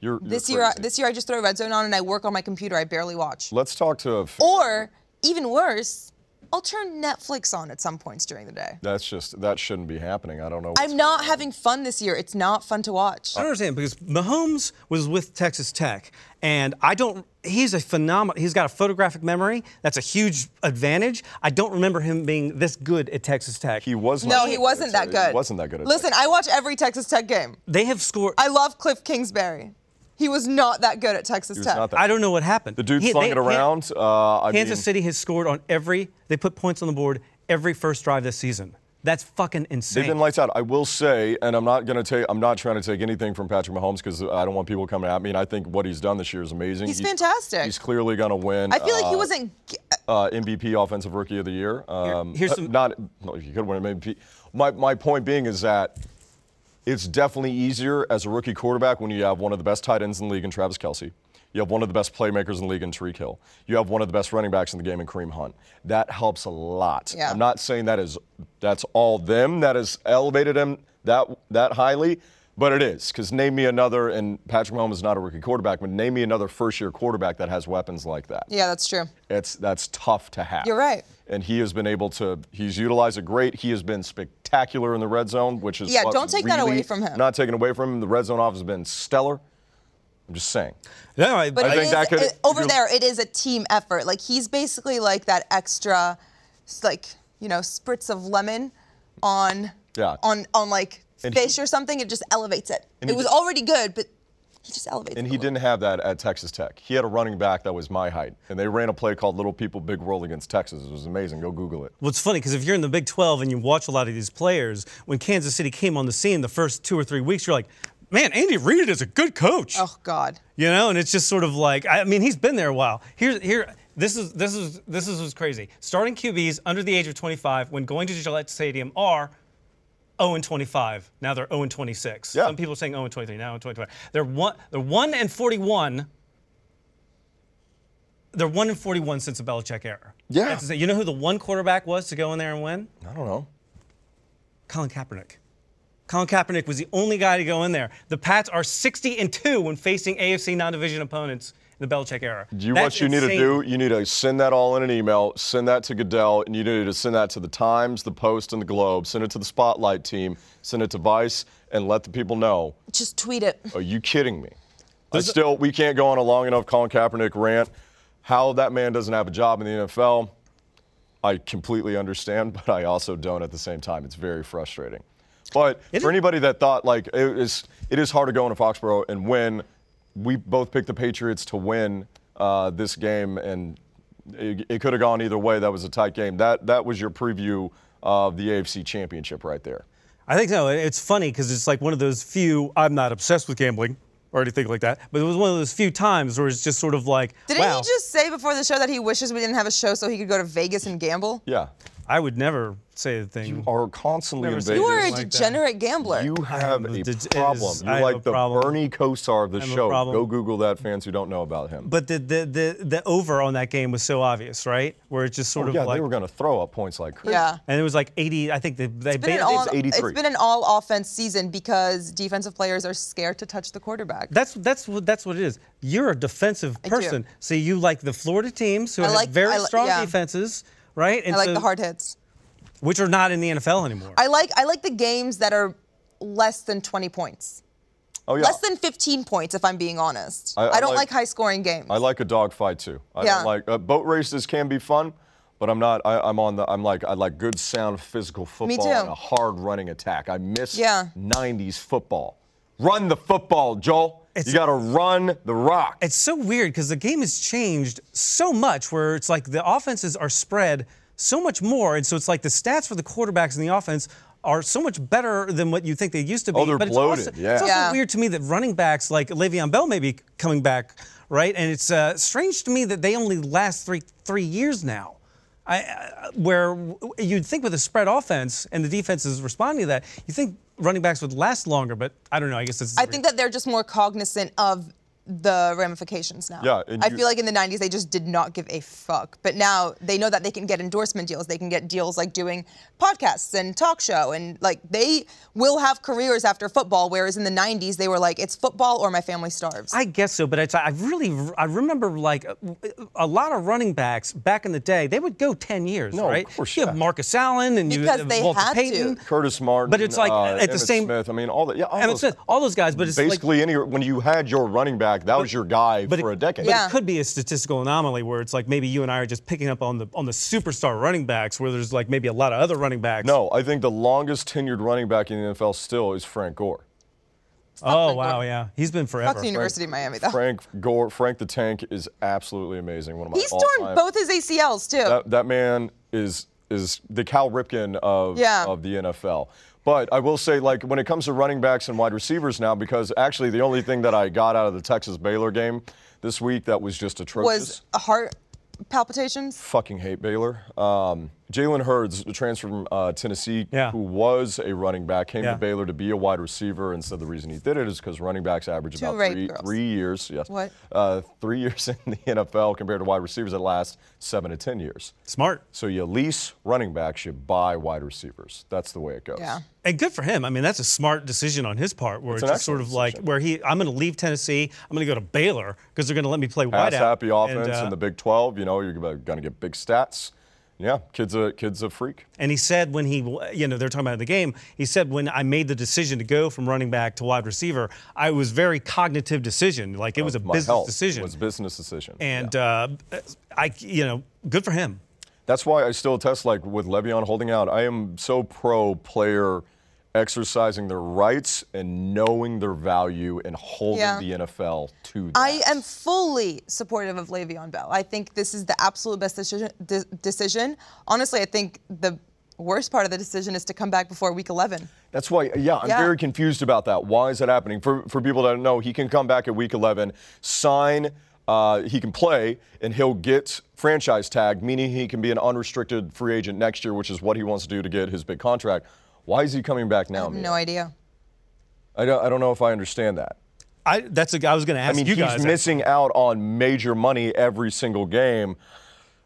Speaker 2: You're, you're
Speaker 3: This year I,
Speaker 2: crazy.
Speaker 3: this year I just throw red zone on and I work on my computer. I barely watch.
Speaker 2: Let's talk to. A f-
Speaker 3: Or even worse, I'll turn Netflix on at some points during the day.
Speaker 2: that's just that shouldn't be happening. I don't know. what's
Speaker 3: I'm not having fun this year. It's not fun to watch.
Speaker 4: I don't understand because Mahomes was with Texas Tech, and I don't. He's a phenomenal. He's got a photographic memory. That's a huge advantage. I don't remember him being this good at Texas Tech.
Speaker 2: He was
Speaker 3: No,
Speaker 2: not
Speaker 3: he
Speaker 2: good.
Speaker 3: wasn't that good.
Speaker 2: He wasn't that good. At
Speaker 3: Listen, I watch every Texas Tech game.
Speaker 4: they have scored.
Speaker 3: I love Cliff Kingsbury. He was not that good at Texas
Speaker 2: was
Speaker 3: Tech.
Speaker 2: not that-
Speaker 4: I don't know what happened.
Speaker 2: the dude
Speaker 4: He-
Speaker 2: flung
Speaker 4: they-
Speaker 2: it around. Uh, I
Speaker 4: Kansas
Speaker 2: mean,
Speaker 4: City has scored on every. They put points on the board every first drive this season. That's fucking insane.
Speaker 2: They've been lights out. I will say, and I'm not gonna take. I'm not trying to take anything from Patrick Mahomes because I don't want people coming at me. And I think what he's done this year is amazing.
Speaker 3: He's fantastic.
Speaker 2: He's clearly gonna win.
Speaker 3: I feel like he
Speaker 2: uh,
Speaker 3: wasn't. g-
Speaker 2: uh, MVP Offensive Rookie of the Year. Um,
Speaker 4: here's
Speaker 2: uh,
Speaker 4: some-
Speaker 2: Not. No, he could win MVP. My my point being is that. It's definitely easier as a rookie quarterback when you have one of the best tight ends in the league in Travis Kelsey. You have one of the best playmakers in the league in Tariq Hill. You have one of the best running backs in the game in Kareem Hunt. That helps a lot.
Speaker 3: Yeah.
Speaker 2: I'm not saying that is that's all them that has elevated him that that highly, but it is. Because name me another, and Patrick Mahomes is not a rookie quarterback, but name me another first-year quarterback that has weapons like that.
Speaker 3: Yeah, that's true.
Speaker 2: It's that's tough to have.
Speaker 3: You're right.
Speaker 2: And he has been able to. He's utilized it great. He has been spectacular in the red zone, which is
Speaker 3: Yeah,
Speaker 2: what
Speaker 3: don't take that
Speaker 2: really-
Speaker 3: away from him.
Speaker 2: Not taking away from him. The red zone offense has been stellar. I'm just saying.
Speaker 4: no, I,
Speaker 3: But
Speaker 4: I-
Speaker 3: it
Speaker 2: think
Speaker 3: is,
Speaker 2: that could-
Speaker 3: it- over
Speaker 2: you-
Speaker 3: there, it is a team effort. Like he's basically like that extra, s- like you know, spritz of lemon on
Speaker 2: Yeah.
Speaker 3: on on like
Speaker 2: And he-
Speaker 3: fish or something. It just elevates it.
Speaker 2: And he
Speaker 3: It was
Speaker 2: did-
Speaker 3: already good, but he just elevates.
Speaker 2: And
Speaker 3: it a
Speaker 2: he
Speaker 3: little.
Speaker 2: didn't have that at Texas Tech. He had a running back that was my height, and they ran a play called "Little People, Big World" against Texas. It was amazing. Go Google it.
Speaker 4: What's funny because if you're in the Big 12 and you watch a lot of these players, when Kansas City came on the scene the first two or three weeks, you're like, man, Andy Reid is a good coach.
Speaker 3: Oh God.
Speaker 4: You know, and it's just sort of like I mean, he's been there a while. Here, here, this is this is this is what's crazy. Starting QBs under the age of 25 when going to Gillette Stadium are 0 and 25. Now they're 0 and 26.
Speaker 2: Yeah.
Speaker 4: Some people are saying 0 and 23. Now 0 and 25. They're one. They're one and 41. They're one and 41 since the Belichick era.
Speaker 2: Yeah.
Speaker 4: That's insane. you know who the one quarterback was to go in there and win?
Speaker 2: I don't know.
Speaker 4: Colin Kaepernick. Colin Kaepernick was the only guy to go in there. The Pats are 60 and 2 when facing AFC non-division opponents in the Belichick era.
Speaker 2: You,
Speaker 4: That's
Speaker 2: what you need to
Speaker 4: insane.
Speaker 2: do, you need to send that all in an email, send that to Goodell, and you need to send that to the Times, the Post, and the Globe. Send it to the Spotlight team, send it to Vice, and let the people know
Speaker 3: Just tweet it.
Speaker 2: Are you kidding me? I still, we can't go on a long enough Colin Kaepernick rant. How that man doesn't have a job in the NFL, I completely understand, *laughs* but I also don't at the same time. It's very frustrating. But for anybody that thought like it is, it is hard to go into Foxborough and win. We both picked the Patriots to win uh, this game, and it, it could have gone either way. That was a tight game. That that was your preview of the AFC Championship right there.
Speaker 4: I think so. It's funny because it's like one of those few. I'm not obsessed with gambling or anything like that, but it was one of those few times where it's just sort of like,
Speaker 3: Didn't
Speaker 4: wow,
Speaker 3: he just say before the show that he wishes we didn't have a show so he could go to Vegas and gamble?
Speaker 2: Yeah,
Speaker 4: I would never say a thing.
Speaker 2: are constantly
Speaker 4: Never
Speaker 2: invaded.
Speaker 4: seen
Speaker 3: You are a
Speaker 4: Like that.
Speaker 3: degenerate gambler.
Speaker 2: You have
Speaker 4: a
Speaker 2: a
Speaker 4: dig- it
Speaker 2: problem.
Speaker 4: is- I
Speaker 2: You're
Speaker 4: have
Speaker 2: like
Speaker 4: a
Speaker 2: the
Speaker 4: problem.
Speaker 2: Bernie Kosar of the
Speaker 4: I'm a
Speaker 2: show.
Speaker 4: problem.
Speaker 2: Go Google that, fans who don't know about him.
Speaker 4: But the, the the the over on that game was so obvious, right? Where it's just sort of
Speaker 2: Oh, yeah,
Speaker 4: like,
Speaker 2: they were going to throw up points like crazy.
Speaker 3: yeah.
Speaker 4: and it was like 80. I think they they
Speaker 3: It's been, an
Speaker 4: ba-
Speaker 3: all,
Speaker 2: it's 83.
Speaker 3: it's been an all offense season because defensive players are scared to touch the quarterback.
Speaker 4: That's that's what that's what it is. You're a defensive
Speaker 3: do.
Speaker 4: person, so you like the Florida teams who
Speaker 3: I
Speaker 4: have
Speaker 3: like-
Speaker 4: very
Speaker 3: I li-
Speaker 4: strong
Speaker 3: yeah.
Speaker 4: defenses, right? And
Speaker 3: I like
Speaker 4: so-
Speaker 3: the hard hits.
Speaker 4: which are not in the NFL anymore.
Speaker 3: I like I like the games that are less than 20 points.
Speaker 2: Oh yeah.
Speaker 3: Less than 15 points if I'm being honest. I,
Speaker 2: I- I
Speaker 3: don't like,
Speaker 2: like-
Speaker 3: high scoring games.
Speaker 2: I like a dogfight too. I
Speaker 3: Yeah.
Speaker 2: don't like uh, boat races can be fun, but I'm not. I, I'm on the. I'm like I like good sound physical football and
Speaker 3: too.
Speaker 2: a hard running attack. I miss
Speaker 3: Yeah.
Speaker 2: 90s football. Run the football, Joel.
Speaker 4: It's-
Speaker 2: you got to run the rock.
Speaker 4: it's so weird because the game has changed so much where it's like the offenses are spread so much more and so it's like the stats for the quarterbacks and the offense are so much better than what you think they used to be.
Speaker 2: Oh, they're
Speaker 4: but It's
Speaker 2: bloated,
Speaker 4: also,
Speaker 2: yeah.
Speaker 4: It's also
Speaker 3: Yeah.
Speaker 4: weird to me that running backs like Le'Veon Bell may be coming back, right? And it's uh, strange to me that they only last three three years now. I, uh, where w- you'd think with a spread offense and the defense is responding to that, you think running backs would last longer, but I don't know. I guess that's
Speaker 3: I think that they're just more cognizant of the ramifications now.
Speaker 2: Yeah, and
Speaker 3: I
Speaker 2: you-
Speaker 3: feel like in the 90s they just did not give a fuck. But now they know that they can get endorsement deals. They can get deals like doing podcasts and talk show and like they will have careers after football whereas in the 90s they were like it's football or my family starves.
Speaker 4: I guess so, but it's, I really I remember like a, a lot of running backs back in the day. They would go ten years,
Speaker 2: No, of
Speaker 4: right?
Speaker 2: course,
Speaker 4: you have
Speaker 2: yeah.
Speaker 4: Marcus Allen and you
Speaker 3: Because
Speaker 4: have
Speaker 3: they
Speaker 4: Walter
Speaker 3: had to.
Speaker 4: Payton,
Speaker 2: Curtis Martin.
Speaker 4: But it's like,
Speaker 2: uh,
Speaker 4: at the
Speaker 2: Emmitt
Speaker 4: same-
Speaker 2: Smith. I mean, all that. Yeah, all
Speaker 4: Emmitt
Speaker 2: those-
Speaker 4: Smith, all those guys. But it's like-
Speaker 2: basically any when you had your running back, that was your guy
Speaker 4: but
Speaker 2: for
Speaker 4: it,
Speaker 2: a decade.
Speaker 4: But
Speaker 3: Yeah.
Speaker 4: it could be a statistical anomaly where it's like maybe you and I are just picking up on the on the superstar running backs where there's like maybe a lot of other running backs. Oh,
Speaker 2: No, I think the longest tenured running back in the NFL still is Frank Gore.
Speaker 4: Oh wow, yeah, he's been forever.
Speaker 3: Fuck the University of Miami though.
Speaker 2: Frank Gore, Frank the Tank is absolutely amazing. One of my
Speaker 3: He's
Speaker 2: all-time-
Speaker 3: torn both his ACLs too.
Speaker 2: That, that man is is the Cal Ripken of
Speaker 3: Yeah.
Speaker 2: of the NFL. But I will say, like when it comes to running backs and wide receivers now, because actually the only thing that I got out of the Texas Baylor game this week that was just atrocious.
Speaker 3: was heart palpitations.
Speaker 2: fucking hate Baylor. Um, Jalen Hurds, the transfer from uh, Tennessee,
Speaker 4: Yeah.
Speaker 2: who was a running back, came
Speaker 4: Yeah.
Speaker 2: to Baylor to be a wide receiver, and said the reason he did it is because running backs average about
Speaker 3: rape
Speaker 2: three,
Speaker 3: girls.
Speaker 2: three years. Yes,
Speaker 3: What?
Speaker 2: Uh, three *laughs* years in the NFL compared to wide receivers that last seven to ten years.
Speaker 4: Smart
Speaker 2: So you lease running backs, you buy wide receivers. That's the way it goes.
Speaker 3: Yeah.
Speaker 4: and good for him. I mean, that's a smart decision on his part where it's,
Speaker 2: It's an
Speaker 4: just sort of
Speaker 2: excellent
Speaker 4: like
Speaker 2: decision.
Speaker 4: where he I'm going to leave Tennessee. I'm going to go to Baylor because they're going to let me play
Speaker 2: Pass
Speaker 4: wideout.
Speaker 2: happy offense
Speaker 4: And, uh,
Speaker 2: in the Big 12. You know you're gonna get big stats. Yeah, kid's a kid's a freak.
Speaker 4: And he said when he, you know, they're talking about the game. He said when I made the decision to go from running back to wide receiver, I was very cognitive decision. Like it was a
Speaker 2: My
Speaker 4: business
Speaker 2: health
Speaker 4: decision.
Speaker 2: was business decision.
Speaker 4: and uh, I, you know, good for him.
Speaker 2: That's why I still test like with Le'Veon holding out. I am so pro player exercising their rights and knowing their value and holding
Speaker 3: Yeah.
Speaker 2: the NFL to that.
Speaker 3: I uh, am fully supportive of Le'Veon Bell. I think this is the absolute best decision. de- decision. Honestly, I think the worst part of the decision is to come back before week 11.
Speaker 2: That's why, yeah, I'm
Speaker 3: Yeah.
Speaker 2: very confused about that. Why is that happening? For for people that don't know, he can come back at week 11, sign, uh, he can play, and he'll get franchise tag, meaning he can be an unrestricted free agent next year, which is what he wants to do to get his big contract. Why is he coming back now?
Speaker 3: I have
Speaker 2: Mia?
Speaker 3: no idea.
Speaker 2: I don't, I don't know if I understand that.
Speaker 4: I that's a, I was going to ask
Speaker 2: I mean,
Speaker 4: you
Speaker 2: he's
Speaker 4: guys. eh?
Speaker 2: missing out on major money every single game.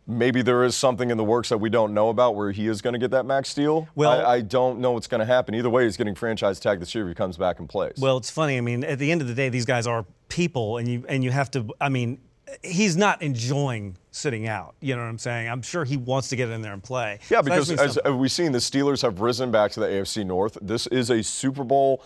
Speaker 2: Maybe there is something in the works that we don't know about where he is going to get that max deal.
Speaker 4: Well-
Speaker 2: I, I don't know what's going to happen. Either way, he's getting franchise tag this year if he comes back and plays.
Speaker 4: Well, it's funny. I mean, at the end of the day, these guys are people, and you and you have to. I mean, he's not enjoying sitting out. You know what I'm saying? I'm sure he wants to get in there and play.
Speaker 2: yeah,
Speaker 4: So that's
Speaker 2: because
Speaker 4: been
Speaker 2: as
Speaker 4: something.
Speaker 2: uh, we've seen, the Steelers have risen back to the AFC North. This is a Super Bowl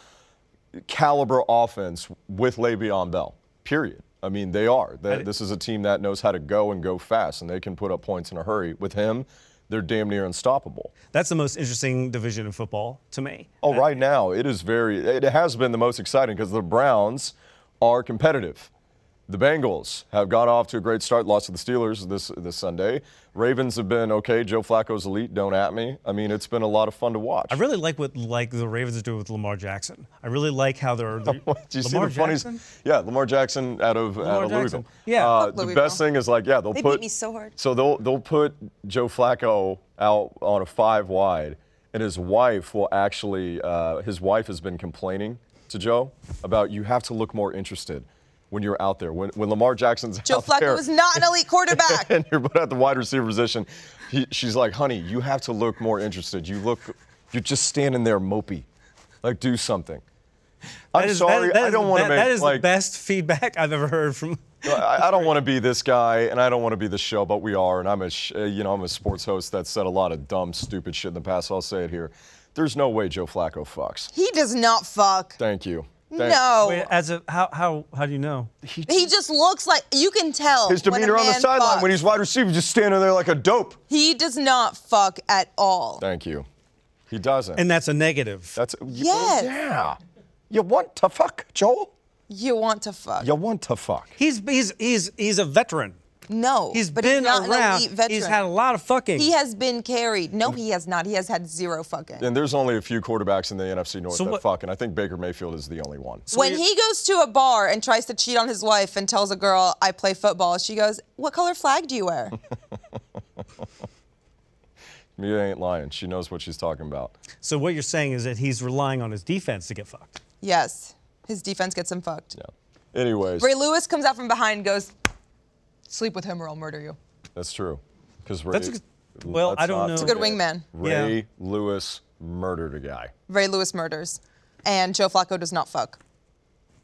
Speaker 2: caliber offense with Le'Veon Bell. Period. I mean, they are. They- this is a team that knows how to go and go fast, and they can put up points in a hurry. With him, they're damn near unstoppable.
Speaker 4: that's the most interesting division in football to me.
Speaker 2: Oh, right now it is very. It has been the most exciting because the Browns are competitive. The Bengals have got off to a great start, lost to the Steelers this this Sunday. Ravens have been okay. Joe Flacco's elite. Don't at me. I mean, it's been a lot of fun to watch.
Speaker 4: I really like what like the Ravens are doing with Lamar Jackson. I really like
Speaker 2: *laughs*
Speaker 4: how they're. Did
Speaker 2: Do you see the funniest? Yeah, Lamar Jackson out of out of
Speaker 4: Jackson.
Speaker 2: Louisville.
Speaker 4: Yeah.
Speaker 2: Uh,
Speaker 3: Fuck
Speaker 2: the
Speaker 3: Louisville.
Speaker 2: best thing is like yeah, they'll
Speaker 3: They beat
Speaker 2: put
Speaker 3: me so hard.
Speaker 2: So they'll they'll put Joe Flacco out on a five wide, and his wife will actually uh, his wife has been complaining to Joe about you have to look more interested when you're out there. When when Lamar Jackson's
Speaker 3: Joe
Speaker 2: out
Speaker 3: Flacco
Speaker 2: there,
Speaker 3: was not an elite
Speaker 2: *laughs*
Speaker 3: quarterback.
Speaker 2: and you're put at the wide receiver position, he, she's like, honey, you have to look more interested. You look, you're just standing there mopey. Like, do something. I'm sorry, I don't want to make
Speaker 4: That is
Speaker 2: like
Speaker 4: the best feedback I've ever heard from.
Speaker 2: I, I *laughs* don't want to be this guy, and I don't want to be the show, but we are. And I'm a, sh- uh, you know, I'm a sports host that said a lot of dumb, stupid shit in the past. So I'll say it here. There's no way Joe Flacco fucks.
Speaker 3: He does not fuck.
Speaker 2: Thank you. Thank
Speaker 3: No.
Speaker 4: Wait, as a how how how do you know?
Speaker 3: He just looks like you can tell.
Speaker 2: His
Speaker 3: when a
Speaker 2: demeanor on the
Speaker 3: man
Speaker 2: sideline when
Speaker 3: fucks.
Speaker 2: he's wide receiver, just standing there like a dope.
Speaker 3: He does not fuck at all.
Speaker 2: Thank you. He doesn't.
Speaker 4: And that's a negative.
Speaker 2: that's
Speaker 3: Yes.
Speaker 2: yeah. You want to fuck, Joel?
Speaker 3: You want to fuck.
Speaker 2: You want to fuck?
Speaker 4: he's he's he's he's a veteran.
Speaker 3: No,
Speaker 4: He's
Speaker 3: but he's
Speaker 4: been
Speaker 3: not
Speaker 4: around.
Speaker 3: an elite veteran.
Speaker 4: He's had a lot of fucking.
Speaker 3: He has been carried. No,
Speaker 2: Mm.
Speaker 3: he has not. He has had zero fucking.
Speaker 2: And there's only a few quarterbacks in the NFC North
Speaker 4: So
Speaker 2: that
Speaker 4: what-
Speaker 2: fuck, and I think Baker Mayfield is the only one.
Speaker 3: when he goes to a bar and tries to cheat on his wife and tells a girl, I play football, she goes, What color flag do
Speaker 2: *laughs*
Speaker 3: you wear?
Speaker 2: Mia ain't lying. She knows what she's talking about.
Speaker 4: so what you're saying is that he's relying on his defense to get fucked.
Speaker 3: yes. His defense gets him fucked.
Speaker 2: Yeah. Anyways,
Speaker 3: Ray Lewis comes out from behind and goes, Sleep with him or I'll murder you.
Speaker 2: that's true. Because Ray.
Speaker 4: That's a good- well,
Speaker 2: let's
Speaker 4: I don't
Speaker 2: not
Speaker 4: know. It's a
Speaker 3: good
Speaker 2: forget,
Speaker 3: wingman.
Speaker 2: Ray
Speaker 4: Yeah.
Speaker 2: Lewis murdered a guy.
Speaker 3: Ray Lewis murders. And Joe Flacco does not fuck.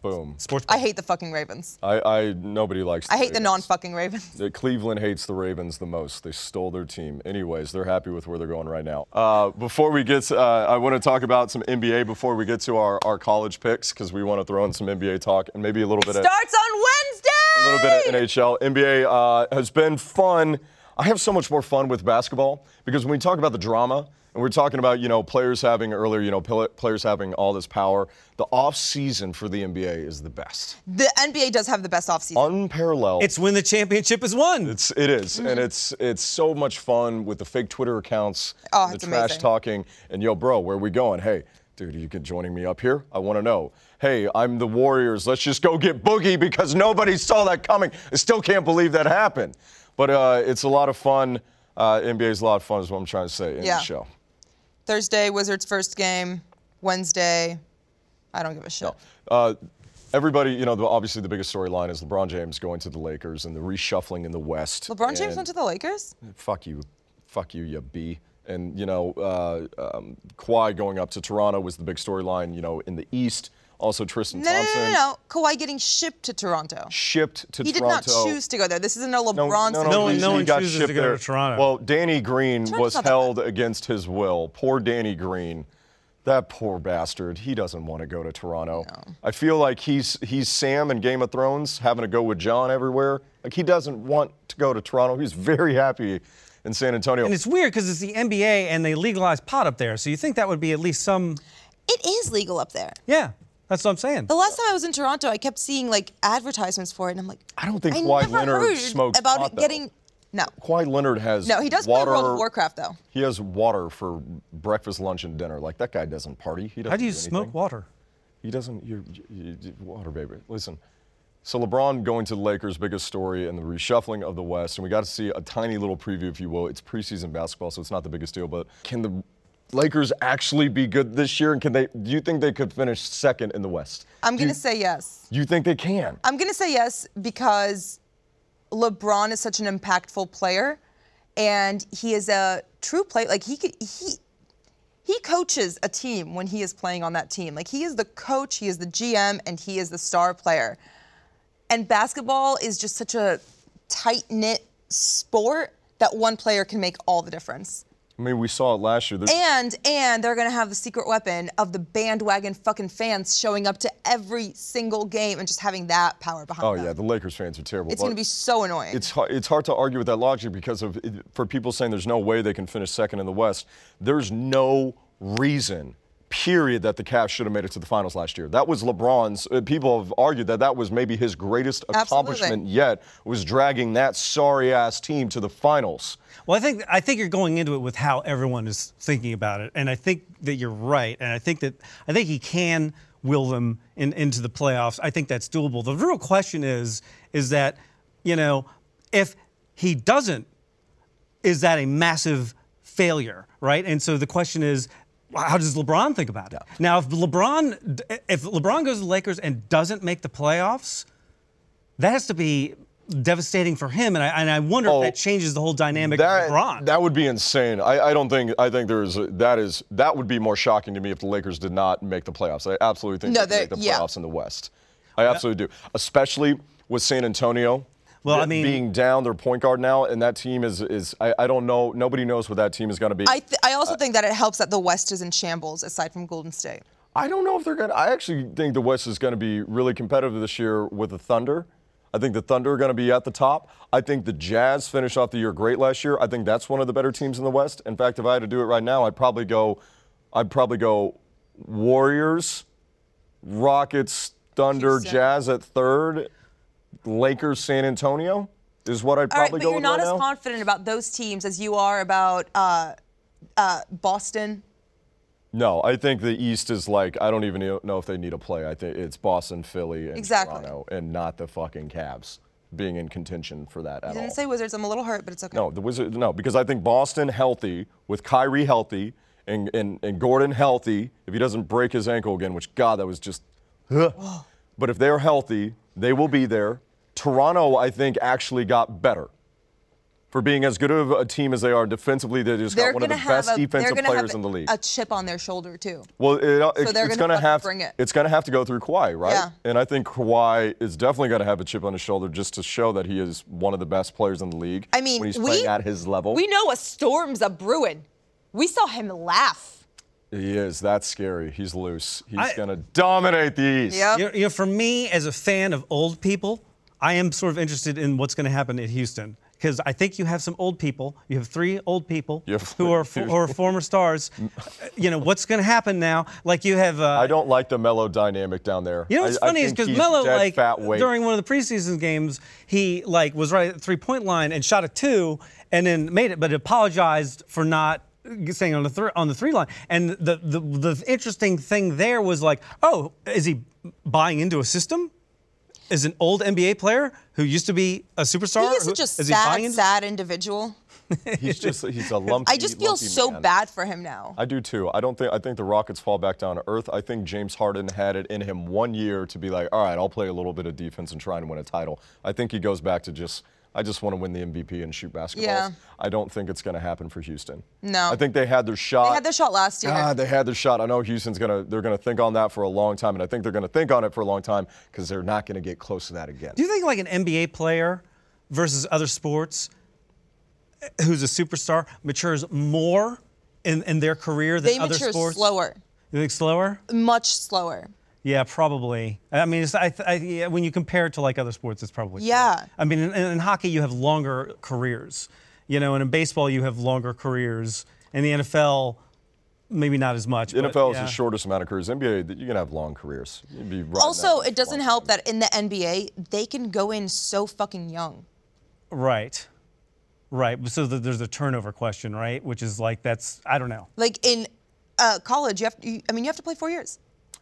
Speaker 2: Boom.
Speaker 4: Sports.
Speaker 3: I hate the fucking Ravens.
Speaker 2: I, I nobody likes.
Speaker 3: I hate the
Speaker 2: Ravens.
Speaker 3: non
Speaker 2: *laughs*
Speaker 3: fucking Ravens.
Speaker 2: The Cleveland hates the Ravens the most. They stole their team. Anyways, they're happy with where they're going right now. Uh, before we get, uh, I want to talk about some NBA before we get to our, our college picks because we want to throw in some NBA talk and maybe a little bit of
Speaker 3: Starts on Wednesday!
Speaker 2: a little bit of NHL. NBA uh, has been fun. I have so much more fun with basketball because when we talk about the drama and we're talking about you know players having earlier you know pl- players having all this power, the off season for the NBA is the best,
Speaker 3: The NBA does have the best offseason.
Speaker 2: unparalleled.
Speaker 4: *laughs* It's when the championship is won.
Speaker 2: It's it is,
Speaker 3: Mm-hmm.
Speaker 2: and it's it's so much fun with the fake Twitter accounts,
Speaker 3: Oh,
Speaker 2: and the
Speaker 3: it's
Speaker 2: trash
Speaker 3: amazing.
Speaker 2: talking, and yo, bro, where we going? Hey, dude, you could joining me up here? I want to know. Hey, I'm the Warriors. Let's just go get Boogie because nobody saw that coming. I still can't believe that happened, but uh, it's a lot of fun. Uh, NBA's a lot of fun, is what I'm trying to say in
Speaker 3: Yeah.
Speaker 2: the show.
Speaker 3: Thursday, Wizards' first game. Wednesday, I don't give a shit.
Speaker 2: Uh, everybody, you know, the, obviously the biggest storyline is LeBron James going to the Lakers and the reshuffling in the West.
Speaker 3: LeBron James
Speaker 2: and-
Speaker 3: went to the Lakers?
Speaker 2: fuck you, fuck you, you B. And you know, uh, um, Kawhi going up to Toronto was the big storyline. You know, in the East, also Tristan
Speaker 3: No, no,
Speaker 2: Thompson
Speaker 3: no, no, no. Kawhi getting shipped to Toronto.
Speaker 2: shipped to
Speaker 3: He did
Speaker 2: Toronto.
Speaker 3: not choose to go there. This isn't a LeBron
Speaker 2: No, no, no,
Speaker 4: No one-
Speaker 2: he-
Speaker 4: no
Speaker 2: he
Speaker 4: one
Speaker 2: got
Speaker 4: chooses
Speaker 2: shipped
Speaker 4: to go to
Speaker 2: there.
Speaker 4: Toronto.
Speaker 2: Well, Danny Green
Speaker 3: Toronto's
Speaker 2: was
Speaker 3: not that bad.
Speaker 2: held against his will. Poor Danny Green. That poor bastard. He doesn't want to go to Toronto. I feel like he's he's Sam in Game of Thrones, having to go with John everywhere. Like he doesn't want to go to Toronto. He's very happy in San Antonio.
Speaker 4: And it's weird because it's the NBA and they legalized pot up there. So you think that would be at least some.
Speaker 3: It is legal up there.
Speaker 4: Yeah, that's what I'm saying.
Speaker 3: The last time I was in Toronto, I kept seeing like advertisements for it, and I'm like,
Speaker 2: I don't think
Speaker 3: I
Speaker 2: Kawhi
Speaker 3: never
Speaker 2: Leonard
Speaker 3: heard
Speaker 2: smokes
Speaker 3: about
Speaker 2: pot,
Speaker 3: it
Speaker 2: though.
Speaker 3: getting. No,
Speaker 2: Kawhi Leonard has
Speaker 3: no, he does
Speaker 2: water.
Speaker 3: play World of Warcraft though.
Speaker 2: He has water for breakfast, lunch, and dinner. Like that guy doesn't party. He doesn't.
Speaker 4: How do you
Speaker 2: anything.
Speaker 4: smoke water?
Speaker 2: He doesn't. You're, you, you- water, baby. Listen. So LeBron going to the Lakers, biggest story in the reshuffling of the West, and we got to see a tiny little preview, if you will. It's preseason basketball, so it's not the biggest deal. But can the Lakers actually be good this year? And can they? Do you think they could finish second in the West?
Speaker 3: I'm
Speaker 2: Do
Speaker 3: gonna
Speaker 2: you-
Speaker 3: say yes.
Speaker 2: Do you think they can?
Speaker 3: I'm gonna say yes because LeBron is such an impactful player, and he is a true player. Like he could he. He coaches a team when he is playing on that team. Like he is the coach, he is the GM, and he is the star player. And basketball is just such a tight knit sport that one player can make all the difference.
Speaker 2: I mean, we saw it last year. There's-
Speaker 3: And and they're gonna have the secret weapon of the bandwagon fucking fans showing up to every single game and just having that power behind
Speaker 2: oh
Speaker 3: them.
Speaker 2: yeah, the Lakers fans are terrible.
Speaker 3: it's
Speaker 2: but-
Speaker 3: gonna be so annoying.
Speaker 2: it's hard, it's hard to argue with that logic because of it, for people saying there's no way they can finish second in the West. There's no reason, period, that the Cavs should have made it to the finals last year. That was LeBron's. uh, people have argued that that was maybe his greatest
Speaker 3: Absolutely.
Speaker 2: accomplishment yet was dragging that sorry ass team to the finals.
Speaker 4: Well, I think I think you're going into it with how everyone is thinking about it, and I think that you're right, and I think that I think he can will them in, into the playoffs. I think that's doable. The real question is is that you know if he doesn't, is that a massive failure, right? And so the question is. How does LeBron think about it? Now, if LeBron d- if LeBron goes to the Lakers and doesn't make the playoffs, that has to be devastating for him. And I, and I wonder
Speaker 2: Oh,
Speaker 4: if that changes the whole dynamic
Speaker 2: That,
Speaker 4: of LeBron.
Speaker 2: that would be insane. I, I don't think I think there is a, that is that would be more shocking to me if the Lakers did not make the playoffs. I absolutely think
Speaker 3: No,
Speaker 2: they
Speaker 3: they-
Speaker 2: can make the
Speaker 3: yeah.
Speaker 2: playoffs in the West. I absolutely do, especially with San Antonio.
Speaker 4: Well, I
Speaker 2: be-
Speaker 4: mean-
Speaker 2: being down their point guard now, and that team is is I, I don't know. Nobody knows what that team is going to be.
Speaker 3: I, th- I
Speaker 2: uh,
Speaker 3: also think that it helps that the West is in shambles aside from Golden State.
Speaker 2: I don't know if they're going to. I actually think the West is going to be really competitive this year with the Thunder. I think the Thunder are going to be at the top. I think the Jazz finished off the year great last year. I think that's one of the better teams in the West. In fact, if I had to do it right now, I'd probably go, I'd probably go Warriors, Rockets, Thunder,
Speaker 3: Houston.
Speaker 2: Jazz at third, Lakers, San Antonio. is what I'd
Speaker 3: All right,
Speaker 2: probably
Speaker 3: but
Speaker 2: go
Speaker 3: you're
Speaker 2: with
Speaker 3: not
Speaker 2: right
Speaker 3: as
Speaker 2: now.
Speaker 3: confident about those teams as you are about uh, uh, Boston.
Speaker 2: No, I think the East is like I don't even know if they need a play. I think it's Boston, Philly, and
Speaker 3: Exactly.
Speaker 2: Toronto, and not the fucking Cavs being in contention for that at
Speaker 3: I
Speaker 2: all.
Speaker 3: didn't say Wizards. I'm a little hurt, but it's okay.
Speaker 2: Oh. no, the Wizards. No, because I think Boston healthy with Kyrie healthy and, and, and Gordon healthy. If he doesn't break his ankle again, which God, that was just. Ugh. But if they're healthy, they will be there. Toronto, I think, actually got better. For being as good of a team as they are defensively, they just
Speaker 3: They're
Speaker 2: got one of
Speaker 3: gonna
Speaker 2: the
Speaker 3: have
Speaker 2: best
Speaker 3: a, they're
Speaker 2: defensive
Speaker 3: gonna
Speaker 2: players
Speaker 3: have
Speaker 2: in the league.
Speaker 3: a chip on their shoulder too.
Speaker 2: Well, it, it-
Speaker 3: they're
Speaker 2: it's
Speaker 3: gonna
Speaker 2: going to
Speaker 3: fucking
Speaker 2: have
Speaker 3: bring it.
Speaker 2: it's going to have to go through Kawhi, right?
Speaker 3: Yeah.
Speaker 2: And I think Kawhi is definitely going to have a chip on his shoulder just to show that he is one of the best players in the league.
Speaker 3: I mean,
Speaker 2: when he's
Speaker 3: we-
Speaker 2: playing at his level,
Speaker 3: We know a storm's a brewing. We saw him laugh.
Speaker 2: he is. That's scary. He's loose. He's
Speaker 4: I-
Speaker 2: going to dominate the East.
Speaker 3: Yep.
Speaker 4: You know, you know, for me as a fan of old people, I am sort of interested in what's going to happen at Houston because I think you have some old people. You have three old people
Speaker 2: You have
Speaker 4: who
Speaker 2: *laughs*
Speaker 4: are who are former stars. you know what's going to happen now? Like you have. Uh,
Speaker 2: I don't like the mellow dynamic down there.
Speaker 4: you know what's
Speaker 2: I, I
Speaker 4: funny is
Speaker 2: think
Speaker 4: because
Speaker 2: he's
Speaker 4: Melo,
Speaker 2: dead
Speaker 4: like
Speaker 2: fat weight.
Speaker 4: during one of the preseason games, he like was right at the three-point line and shot a two, and then made it, but apologized for not staying on the three on the three line. And the, the the interesting thing there was like, oh, is he buying into a system? Is an old NBA player who used to be a superstar?
Speaker 3: He is
Speaker 4: who-
Speaker 3: just
Speaker 4: is he
Speaker 3: sad,
Speaker 4: buying into-
Speaker 3: sad individual.
Speaker 2: he's just he's
Speaker 4: *laughs*
Speaker 2: a lumpy.
Speaker 3: I just feel
Speaker 2: lumpy
Speaker 3: so
Speaker 2: man.
Speaker 3: bad for him now.
Speaker 2: I do too. I don't think I think the Rockets fall back down to earth. I think James Harden had it in him one year to be like, all right, I'll play a little bit of defense and try and win a title. I think he goes back to just I just want to win the MVP and shoot basketballs.
Speaker 3: Yeah.
Speaker 2: I don't think it's going to happen for Houston.
Speaker 3: No.
Speaker 2: I think they had their shot.
Speaker 3: They had their shot last year.
Speaker 2: God, they had their shot. I know Houston's gonna they're gonna think on that for a long time, and I think they're gonna think on it for a long time because they're not gonna get close to that again.
Speaker 4: Do you think like an NBA player versus other sports eh, who's a superstar matures more in, in their career than
Speaker 3: they
Speaker 4: other
Speaker 3: mature
Speaker 4: sports?
Speaker 3: slower,
Speaker 4: You think slower?
Speaker 3: much slower.
Speaker 4: Yeah, probably. I mean, it's, I, th- I, yeah, when you compare it to like other sports, it's probably true.
Speaker 3: Yeah.
Speaker 4: I mean, in, in hockey, you have longer careers, you know, and in baseball, you have longer careers. In the NFL, maybe not as much. but,
Speaker 2: NFL is
Speaker 4: yeah.
Speaker 2: the shortest amount of careers. NBA, that you can have long careers. You'd be riding
Speaker 3: Also,
Speaker 2: that
Speaker 3: it doesn't
Speaker 2: long.
Speaker 3: help that in the NBA they can go in so fucking young.
Speaker 4: Right. Right. So th- there's a turnover question, right? Which is like that's I don't know.
Speaker 3: Like in uh, college, you have to. You, I mean, you have to play four years.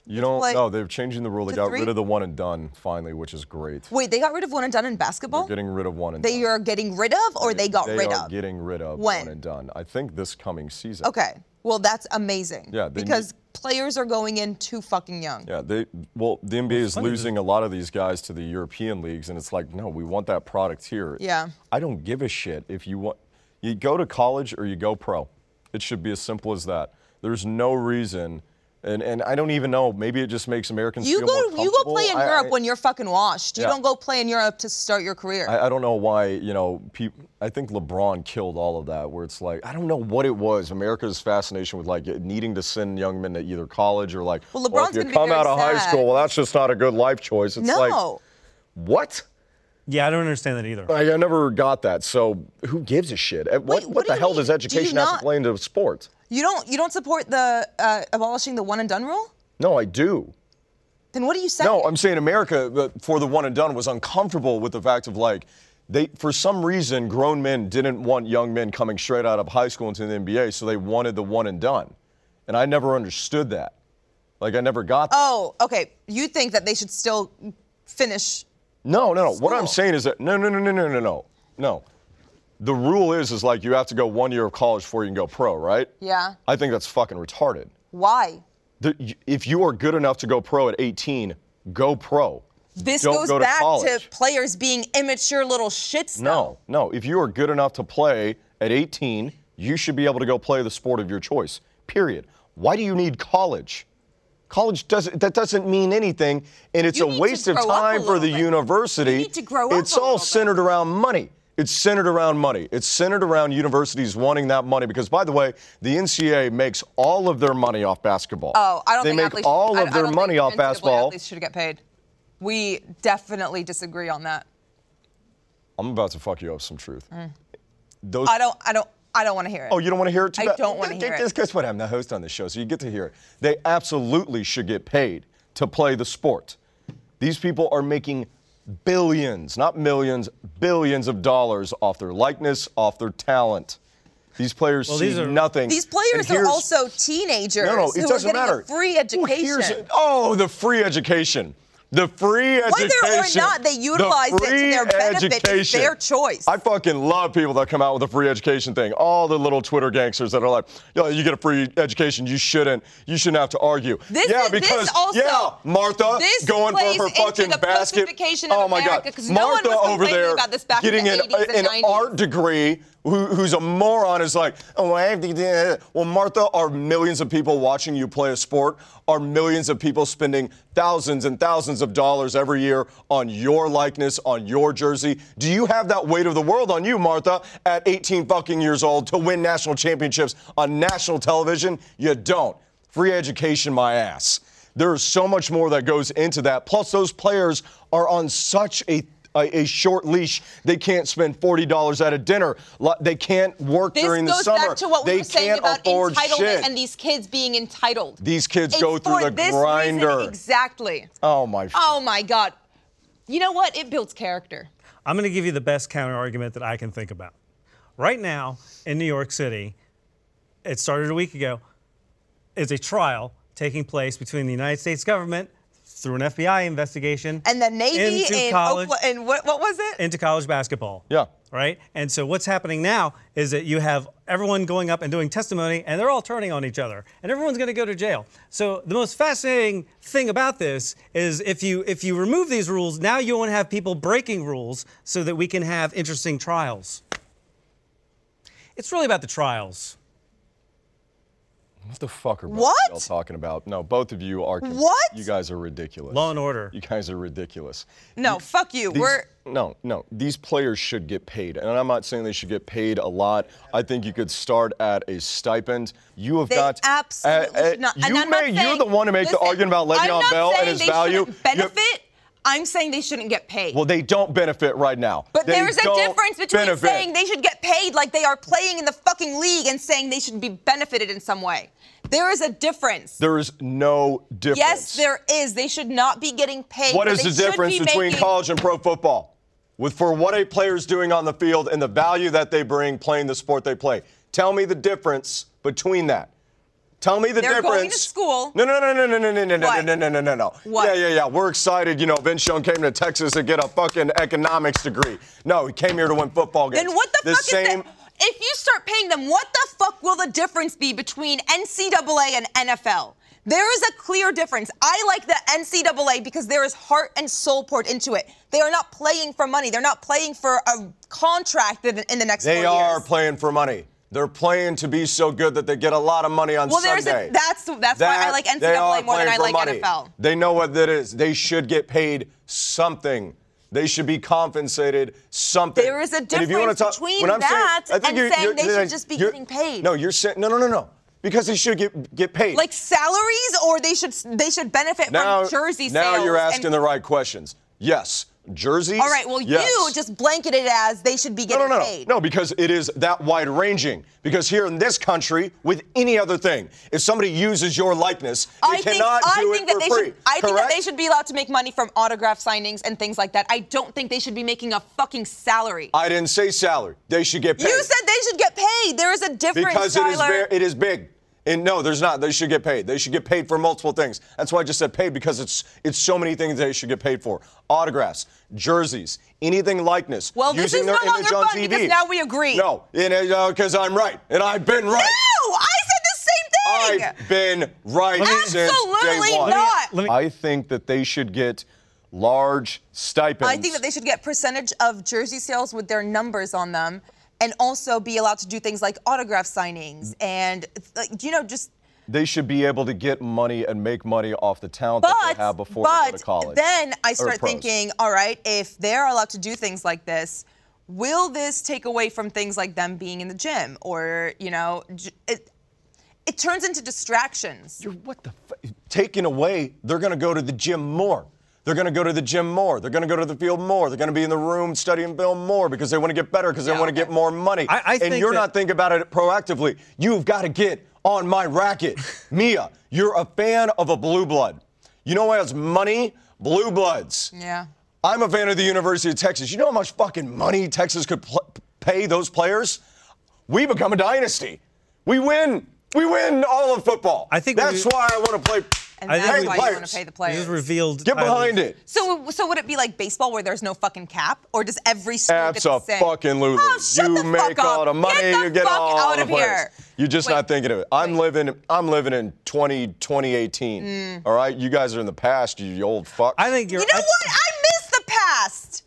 Speaker 2: You don't
Speaker 3: play
Speaker 2: know. They're changing the rule. They
Speaker 3: to
Speaker 2: got
Speaker 3: three?
Speaker 2: rid of the one and done finally, which is great.
Speaker 3: Wait, they got rid of one and done in
Speaker 2: They're
Speaker 3: basketball.
Speaker 2: getting rid of one and
Speaker 3: They
Speaker 2: done.
Speaker 3: are getting rid of, or they got
Speaker 2: They
Speaker 3: rid
Speaker 2: are
Speaker 3: of.
Speaker 2: getting rid of
Speaker 3: When?
Speaker 2: one and done. I think this coming season.
Speaker 3: okay, well that's amazing.
Speaker 2: Yeah, they
Speaker 3: because players are going in too fucking young.
Speaker 2: Yeah, they well, the NBA is losing a lot of these guys to the European leagues, and it's like, no, we want that product here.
Speaker 3: Yeah.
Speaker 2: I don't give a shit if you want. You go to college or you go pro. It should be as simple as that. There's no reason, and and I don't even know. Maybe it just makes Americans
Speaker 3: You
Speaker 2: feel
Speaker 3: go,
Speaker 2: more
Speaker 3: you go
Speaker 2: comfortable.
Speaker 3: play in
Speaker 2: I-
Speaker 3: Europe
Speaker 2: I-
Speaker 3: when you're fucking washed. You
Speaker 2: Yeah.
Speaker 3: don't go play in Europe to start your career.
Speaker 2: I, I don't know why, you know, peop I think LeBron killed all of that, where it's like, I don't know what it was. America's fascination with like needing to send young men to either college or like,
Speaker 3: Well,
Speaker 2: if
Speaker 3: LeBron's
Speaker 2: you
Speaker 3: gonna be
Speaker 2: come
Speaker 3: very
Speaker 2: out of high
Speaker 3: sad.
Speaker 2: school, well, that's just not a good life choice. It's like,
Speaker 3: no,
Speaker 2: what?
Speaker 4: Yeah, I don't understand that either.
Speaker 2: I, I never got that. So who gives a shit? Eh, What,
Speaker 3: Wait,
Speaker 2: what,
Speaker 3: what
Speaker 2: the
Speaker 3: do you
Speaker 2: hell
Speaker 3: mean?
Speaker 2: does
Speaker 3: Do you
Speaker 2: education have
Speaker 3: not-
Speaker 2: to play into sports?
Speaker 3: you don't. You don't support the uh, abolishing the one and done rule.
Speaker 2: No, I do.
Speaker 3: Then what do you say?
Speaker 2: No, I'm saying America the- for the one and done was uncomfortable with the fact of like they for some reason grown men didn't want young men coming straight out of high school into the NBA, so they wanted the one and done. And I never understood that. Like I never got that.
Speaker 3: Oh, okay. You think that they should still finish?
Speaker 2: No, no, no. What I'm
Speaker 3: School.
Speaker 2: saying is that no, no, no, no, no, no, no, no. The rule is is like you have to go one year of college before you can go pro, right?
Speaker 3: Yeah.
Speaker 2: I think that's fucking retarded.
Speaker 3: Why?
Speaker 2: The, if you are good enough to go pro at 18, go pro.
Speaker 3: This
Speaker 2: Don't
Speaker 3: goes
Speaker 2: go to
Speaker 3: back
Speaker 2: college.
Speaker 3: to players being immature little shits.
Speaker 2: No, no. If you are good enough to play at 18, you should be able to go play the sport of your choice. Period. Why do you need college? College doesn't that doesn't mean anything, and it's
Speaker 3: You
Speaker 2: a
Speaker 3: need to
Speaker 2: waste of
Speaker 3: grow up a
Speaker 2: time for the
Speaker 3: little bit.
Speaker 2: university.
Speaker 3: You need to grow up
Speaker 2: It's
Speaker 3: a
Speaker 2: all
Speaker 3: little bit.
Speaker 2: centered around money. It's centered around money. It's centered around universities wanting that money because, by the way, the NCAA makes all of their money off basketball.
Speaker 3: Oh, I don't
Speaker 2: they
Speaker 3: think
Speaker 2: make
Speaker 3: athletes,
Speaker 2: all
Speaker 3: I-
Speaker 2: of
Speaker 3: I
Speaker 2: their
Speaker 3: don't
Speaker 2: money
Speaker 3: think
Speaker 2: off
Speaker 3: NCAA
Speaker 2: basketball.
Speaker 3: Athletes should get paid. We definitely disagree on that.
Speaker 2: I'm about to fuck you up with some truth.
Speaker 3: Mm.
Speaker 2: Those
Speaker 3: I don't. I don't. I don't want to hear it.
Speaker 2: Oh, you don't want to hear it? Too
Speaker 3: I
Speaker 2: bad.
Speaker 3: don't wanna
Speaker 2: Guess-
Speaker 3: hear it.
Speaker 2: Guess, guess what? I'm the host on the show, so you get to hear it. They absolutely should get paid to play the sport. These people are making billions, not millions, billions of dollars off their likeness, off their talent. These players
Speaker 4: Well,
Speaker 2: see
Speaker 4: these are-
Speaker 2: nothing.
Speaker 3: These
Speaker 2: And
Speaker 3: players are
Speaker 2: here's-
Speaker 3: also teenagers
Speaker 2: no, no, it
Speaker 3: who
Speaker 2: doesn't
Speaker 3: are getting
Speaker 2: matter.
Speaker 3: a free
Speaker 2: Well, here's-
Speaker 3: education.
Speaker 2: oh, the free education. The free
Speaker 3: Whether
Speaker 2: education.
Speaker 3: or not they
Speaker 2: The
Speaker 3: utilize it to their
Speaker 2: free
Speaker 3: benefit, it's
Speaker 2: education.
Speaker 3: their choice.
Speaker 2: I fucking love people that come out with a free education thing. All the little Twitter gangsters that are like, "Yo, you get a free education. You shouldn't. You shouldn't have to argue."
Speaker 3: This
Speaker 2: yeah,
Speaker 3: is- this
Speaker 2: because
Speaker 3: also-
Speaker 2: yeah, Martha
Speaker 3: this
Speaker 2: going
Speaker 3: plays
Speaker 2: for her
Speaker 3: into
Speaker 2: fucking
Speaker 3: the
Speaker 2: basket.
Speaker 3: pussification of
Speaker 2: oh my
Speaker 3: America, 'cause
Speaker 2: God,
Speaker 3: no one
Speaker 2: Martha
Speaker 3: was
Speaker 2: over
Speaker 3: complaining
Speaker 2: there
Speaker 3: about this back in
Speaker 2: getting
Speaker 3: the
Speaker 2: an,
Speaker 3: 80s and
Speaker 2: an
Speaker 3: 90s.
Speaker 2: art degree who, who's a moron is like, oh, I have to, do that." well, Martha, are millions of people watching you play a sport? Are millions of people spending thousands and thousands of dollars every year on your likeness, on your jersey? Do you have that weight of the world on you, Martha, at 18 fucking years old to win national championships on national television? You don't. Free education, my ass. There is so much more that goes into that. Plus, those players are on such a a, a short leash. They can't spend forty dollars at a dinner. Lo- They can't work
Speaker 3: This
Speaker 2: during the
Speaker 3: goes
Speaker 2: summer.
Speaker 3: back to what we
Speaker 2: they
Speaker 3: were saying
Speaker 2: can't
Speaker 3: about
Speaker 2: afford
Speaker 3: entitlement
Speaker 2: shit.
Speaker 3: and these kids being entitled.
Speaker 2: These kids go
Speaker 3: It's
Speaker 2: through
Speaker 3: for
Speaker 2: the
Speaker 3: this reason
Speaker 2: grinder.
Speaker 3: exactly.
Speaker 2: oh my! f-
Speaker 3: Oh my God. You know what? It builds character.
Speaker 4: I'm going to give you the best counter argument that I can think about. Right now in New York City, it started a week ago, is a trial taking place between the United States government through an FBI investigation
Speaker 3: And the Navy
Speaker 4: into
Speaker 3: in
Speaker 4: college
Speaker 3: Oklahoma, and what, what was it?
Speaker 4: into college basketball.
Speaker 2: Yeah.
Speaker 4: Right? And so what's happening now is that you have everyone going up and doing testimony and they're all turning on each other and everyone's going to go to jail. So the most fascinating thing about this is if you if you remove these rules, now you won't have people breaking rules so that we can have interesting trials. It's really about the trials.
Speaker 2: What the fuck are both of
Speaker 3: What?
Speaker 2: y'all talking about? No, both of you are. con-
Speaker 3: What?
Speaker 2: You guys are ridiculous.
Speaker 4: Law and order.
Speaker 2: You guys are ridiculous.
Speaker 3: no, fuck you.
Speaker 2: These-
Speaker 3: We're
Speaker 2: no, no. These players should get paid, and I'm not saying they should get paid a lot. I think you could start at a stipend. You have
Speaker 3: They
Speaker 2: got
Speaker 3: absolutely
Speaker 2: uh,
Speaker 3: should not.
Speaker 2: You
Speaker 3: And I'm not
Speaker 2: may. you're
Speaker 3: saying-
Speaker 2: the one to make the
Speaker 3: listen,
Speaker 2: argument about
Speaker 3: I'm
Speaker 2: Le'Veon
Speaker 3: not
Speaker 2: Bell and
Speaker 3: saying
Speaker 2: his
Speaker 3: they
Speaker 2: value.
Speaker 3: shouldn't
Speaker 2: You-
Speaker 3: Benefit. I'm saying they shouldn't get paid.
Speaker 2: Well, they don't benefit right now.
Speaker 3: but
Speaker 2: They
Speaker 3: there's a
Speaker 2: don't
Speaker 3: difference between
Speaker 2: benefit.
Speaker 3: saying they should get paid like they are playing in the fucking league and saying they should be benefited in some way. There is a difference.
Speaker 2: There is no difference.
Speaker 3: yes, there is. They should not be getting paid.
Speaker 2: What
Speaker 3: but
Speaker 2: is
Speaker 3: they
Speaker 2: the
Speaker 3: should
Speaker 2: difference
Speaker 3: be
Speaker 2: between
Speaker 3: making-
Speaker 2: college and pro football? With for what a player is doing on the field and the value that they bring playing the sport they play. Tell me the difference between that. Tell me the
Speaker 3: They're
Speaker 2: difference.
Speaker 3: going to school.
Speaker 2: No, no, no, no, no, no, no, no, no,
Speaker 3: What?
Speaker 2: no, no, no, no, no.
Speaker 3: What?
Speaker 2: Yeah, yeah, yeah. We're excited. You know, Vince Schoen came to Texas to get a fucking economics degree. No, he came here to win football games.
Speaker 3: Then what the, fuck
Speaker 2: same,
Speaker 3: is that? If you start paying them, what the fuck will the difference be between NCAA and NFL? There is a clear difference. I like the NCAA because there is heart and soul poured into it. They are not playing for money. They're not playing for a contract in in the next
Speaker 2: They
Speaker 3: four
Speaker 2: are
Speaker 3: years.
Speaker 2: playing for money. They're playing to be so good that they get a lot of money on
Speaker 3: Well, there's a-
Speaker 2: Sunday.
Speaker 3: that's- that's why I like
Speaker 2: they are
Speaker 3: NCAA more than
Speaker 2: playing
Speaker 3: I
Speaker 2: for
Speaker 3: like
Speaker 2: money.
Speaker 3: NFL.
Speaker 2: They know what that is. They should get paid something. They should be compensated something.
Speaker 3: There is a
Speaker 2: And if you wanna
Speaker 3: difference
Speaker 2: talk-
Speaker 3: between
Speaker 2: when I'm saying-
Speaker 3: that
Speaker 2: I think
Speaker 3: and
Speaker 2: you're-
Speaker 3: saying
Speaker 2: you're-
Speaker 3: they should
Speaker 2: you're-
Speaker 3: just be
Speaker 2: you're-
Speaker 3: getting paid.
Speaker 2: No, you're saying no, no, no, no, because they should get get paid.
Speaker 3: like salaries, or they should they should benefit
Speaker 2: now,
Speaker 3: from jersey
Speaker 2: now
Speaker 3: sales.
Speaker 2: you're
Speaker 3: and-
Speaker 2: asking the right questions. Yes, jerseys.
Speaker 3: All right. Well,
Speaker 2: yes.
Speaker 3: you just blanketed it as they should be
Speaker 2: No,
Speaker 3: getting
Speaker 2: no, no,
Speaker 3: paid.
Speaker 2: no, no, because it is that wide ranging. Because here in this country, with any other thing, if somebody uses your likeness, they
Speaker 3: I think,
Speaker 2: cannot
Speaker 3: I
Speaker 2: do
Speaker 3: think
Speaker 2: it
Speaker 3: that
Speaker 2: for
Speaker 3: they
Speaker 2: free.
Speaker 3: should. I think that
Speaker 2: correct?
Speaker 3: they should be allowed to make money from autograph signings and things like that. I don't think they should be making a fucking salary.
Speaker 2: I didn't say salary. They should get paid.
Speaker 3: you said they should get paid. There is a difference,
Speaker 2: because it
Speaker 3: Tyler.
Speaker 2: is ver- it is big. And no, there's not. They should get paid. They should get paid for multiple things. That's why I just said paid because it's it's so many things they should get paid for. Autographs, jerseys, anything likeness.
Speaker 3: Well, this
Speaker 2: using
Speaker 3: is
Speaker 2: their
Speaker 3: no
Speaker 2: image
Speaker 3: longer
Speaker 2: on
Speaker 3: fun
Speaker 2: TV.
Speaker 3: because now we agree.
Speaker 2: No, because I'm right and I've been right.
Speaker 3: no, I said the same thing.
Speaker 2: I've been right since day
Speaker 3: Absolutely
Speaker 2: one.
Speaker 3: not.
Speaker 4: Let me-
Speaker 2: I think that they should get large stipends.
Speaker 3: I think that they should get percentage of jersey sales with their numbers on them, and also be allowed to do things like autograph signings and, like, you know, just.
Speaker 2: They should be able to get money and make money off the talent that
Speaker 3: But,
Speaker 2: they have before they go to
Speaker 3: but
Speaker 2: college.
Speaker 3: then I
Speaker 2: Or
Speaker 3: start
Speaker 2: pros.
Speaker 3: thinking, all right, if they're allowed to do things like this, will this take away from things like them being in the gym or, you know, j- it, it turns into distractions.
Speaker 2: You're what the f- taken away, they're going to go to the gym more. They're going to go to the gym more. They're going to go to the field more. They're going to be in the room studying film more because they want to get better because they want to get more money.
Speaker 4: I- I
Speaker 2: and
Speaker 4: think
Speaker 2: you're
Speaker 4: that-
Speaker 2: not thinking about it proactively. You've got to get on my racket.
Speaker 4: *laughs*
Speaker 2: Mia, you're a fan of a blue blood. You know what has money? Blue bloods.
Speaker 3: Yeah.
Speaker 2: I'm a fan of the University of Texas. You know how much fucking money Texas could pl- pay those players? We become a dynasty. We win. We win all of football.
Speaker 4: I think
Speaker 2: that's
Speaker 4: we-
Speaker 2: why I want to play.
Speaker 3: And
Speaker 4: I
Speaker 3: that's
Speaker 4: think
Speaker 3: why
Speaker 4: we-
Speaker 3: you want
Speaker 2: players.
Speaker 3: to pay the
Speaker 4: This
Speaker 3: players.
Speaker 4: is revealed.
Speaker 2: Get behind it.
Speaker 3: so, so would it be like baseball where there's no fucking cap, or does every school get the same?
Speaker 2: Abso-fucking-lutely.
Speaker 3: Oh, shut
Speaker 2: you
Speaker 3: the fuck
Speaker 2: make
Speaker 3: up.
Speaker 2: all the money,
Speaker 3: Get the
Speaker 2: you get
Speaker 3: fuck
Speaker 2: all
Speaker 3: out
Speaker 2: the
Speaker 3: of
Speaker 2: players.
Speaker 3: here.
Speaker 2: You're just
Speaker 3: Wait.
Speaker 2: not thinking of it. I'm living. I'm living in 20, 2018.
Speaker 3: Mm.
Speaker 2: All right, you guys are in the past. You, you old fuck.
Speaker 4: I think you're.
Speaker 3: You know
Speaker 4: I-
Speaker 3: what? I miss the past.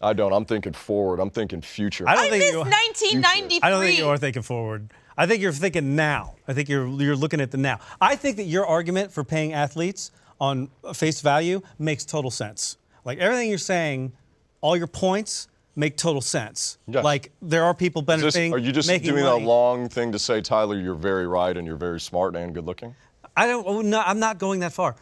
Speaker 2: I don't. I'm thinking forward. I'm thinking future.
Speaker 4: I
Speaker 3: I,
Speaker 4: don't think
Speaker 3: miss
Speaker 4: you.
Speaker 3: 1993.
Speaker 4: I don't think you are thinking forward. I think you're thinking now. I think you're you're looking at the now. I think that your argument for paying athletes on face value makes total sense. Like everything you're saying, all your points make total sense.
Speaker 2: Yes.
Speaker 4: Like there are people
Speaker 2: Is this-
Speaker 4: benefiting.
Speaker 2: are you just
Speaker 4: making
Speaker 2: doing
Speaker 4: money.
Speaker 2: a long thing to say, Tyler? You're very right, and you're very smart and good looking.
Speaker 4: I don't. oh, No, I'm not going that far.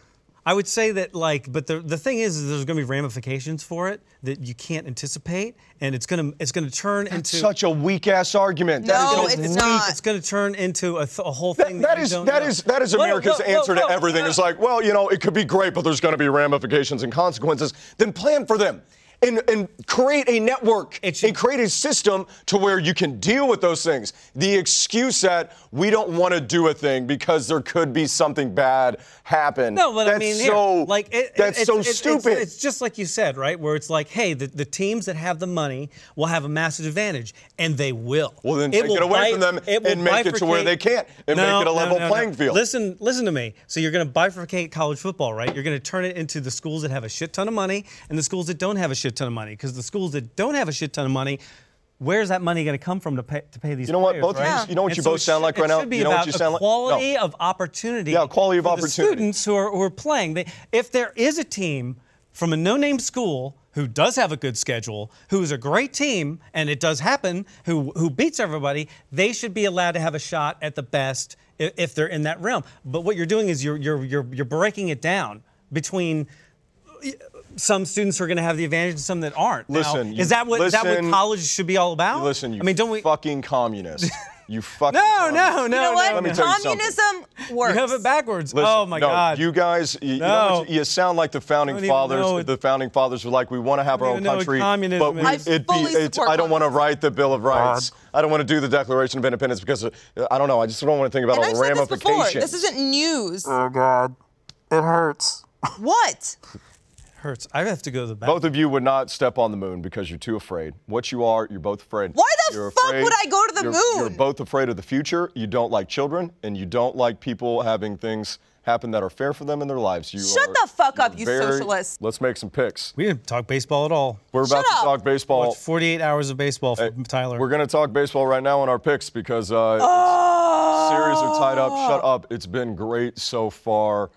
Speaker 4: I would say that, like, but the, the thing is, is there's going to be ramifications for it that you can't anticipate, and it's going to it's going to turn into
Speaker 2: Such a weak ass argument. That
Speaker 3: No,
Speaker 2: is a
Speaker 3: it's
Speaker 2: weak-
Speaker 3: not.
Speaker 4: It's going to turn into a, th- a whole
Speaker 2: That-
Speaker 4: thing.
Speaker 2: that
Speaker 4: you
Speaker 2: is
Speaker 4: don't
Speaker 2: that
Speaker 4: know.
Speaker 2: is that is
Speaker 4: Whoa,
Speaker 2: America's
Speaker 4: whoa,
Speaker 2: answer
Speaker 4: whoa,
Speaker 2: to
Speaker 4: whoa.
Speaker 2: everything. It's like, well, you know, it could be great, but there's going to be ramifications and consequences. Then plan for them. And, and create a network
Speaker 4: It should-
Speaker 2: and create a system to where you can deal with those things. The excuse that we don't want to do a thing because there could be something bad happen.
Speaker 4: No, but
Speaker 2: that's
Speaker 4: I mean, here,
Speaker 2: so
Speaker 4: like it, it-
Speaker 2: that's
Speaker 4: it's-
Speaker 2: so
Speaker 4: it's- it's-
Speaker 2: stupid.
Speaker 4: It's, just like you said, right? Where it's like, hey, the, the teams that have the money will have a massive advantage, and they will.
Speaker 2: Well, then take it away
Speaker 4: bi-
Speaker 2: from them
Speaker 4: will
Speaker 2: and make it to where
Speaker 4: bifurcate-
Speaker 2: they can't, and make it a level playing field.
Speaker 4: Listen, listen to me. So you're going to bifurcate college football, right? You're going to turn it into the schools that have a shit ton of money and the schools that don't have a shit ton of money. Because the schools that don't have a shit ton of money. Where's that money going to come from to pay, to pay these?
Speaker 2: You know what?
Speaker 4: players,
Speaker 2: Both of
Speaker 4: right?
Speaker 2: you- you know what
Speaker 4: And
Speaker 2: you
Speaker 4: so
Speaker 2: both
Speaker 4: it
Speaker 2: sound
Speaker 4: should-
Speaker 2: like right
Speaker 4: it
Speaker 2: now?
Speaker 4: should be
Speaker 2: You know what
Speaker 4: about
Speaker 2: you sound like? No.
Speaker 4: Quality of opportunity.
Speaker 2: Yeah, quality of
Speaker 4: for The
Speaker 2: opportunity.
Speaker 4: students who are, who are playing. They, if there is a team from a no-name school who does have a good schedule, who is a great team, and it does happen, who who beats everybody, they should be allowed to have a shot at the best if, if they're in that realm. But what you're doing is you're you're you're, you're breaking it down between. uh, Some students who are going to have the advantage, and some that aren't. Now,
Speaker 2: Listen, you-
Speaker 4: is that what is that what
Speaker 2: listen-
Speaker 4: college should be all about?
Speaker 2: Listen, you
Speaker 4: I mean, don't we?
Speaker 2: fucking communist. you fucking
Speaker 4: *laughs* no, no, no,
Speaker 2: communist.
Speaker 3: You know
Speaker 4: no,
Speaker 3: what?
Speaker 2: Let me
Speaker 4: no.
Speaker 2: tell you something.
Speaker 3: Communism works.
Speaker 4: You have it backwards.
Speaker 2: Listen,
Speaker 4: oh my
Speaker 2: no,
Speaker 4: God.
Speaker 2: You guys, you, you know
Speaker 4: No.
Speaker 2: what you, you sound like the founding
Speaker 4: don't even
Speaker 2: fathers.
Speaker 4: know it.
Speaker 2: The founding fathers were like, we want to have
Speaker 4: I
Speaker 2: our own
Speaker 4: don't even know what
Speaker 2: country,
Speaker 4: communism
Speaker 2: but
Speaker 4: is.
Speaker 2: we,
Speaker 4: I
Speaker 2: it'd be.
Speaker 3: fully
Speaker 2: It's,
Speaker 3: support
Speaker 2: I don't want to
Speaker 3: communism.
Speaker 2: write the Bill of Rights. I don't want to do the Declaration of Independence because uh, I don't know. I just don't want to think about
Speaker 3: and
Speaker 2: all
Speaker 3: I've
Speaker 2: the
Speaker 3: said this
Speaker 2: ramifications.
Speaker 3: before. This isn't news.
Speaker 5: Oh God, it hurts.
Speaker 3: What?
Speaker 4: hurts. I have to go to the bathroom.
Speaker 2: both of you would not step on the moon because you're too afraid. What you are, you're both afraid.
Speaker 3: Why the
Speaker 2: You're
Speaker 3: fuck would I go to the
Speaker 2: you're- You're
Speaker 3: moon?
Speaker 2: both afraid of the future. You don't like children, and you don't like people having things happen that are fair for them in their lives. You
Speaker 3: Shut
Speaker 2: are-
Speaker 3: the fuck up,
Speaker 2: you're
Speaker 3: you
Speaker 2: very-
Speaker 3: socialist.
Speaker 2: Let's make some picks.
Speaker 4: We didn't talk baseball at all.
Speaker 2: We're about
Speaker 3: Shut up.
Speaker 2: to talk baseball.
Speaker 4: Watched 48 hours of baseball from Tyler.
Speaker 2: Oh. We're going to talk baseball right now on our picks because uh, it's- series are tied up.
Speaker 3: Oh.
Speaker 2: Shut up. It's been great so far.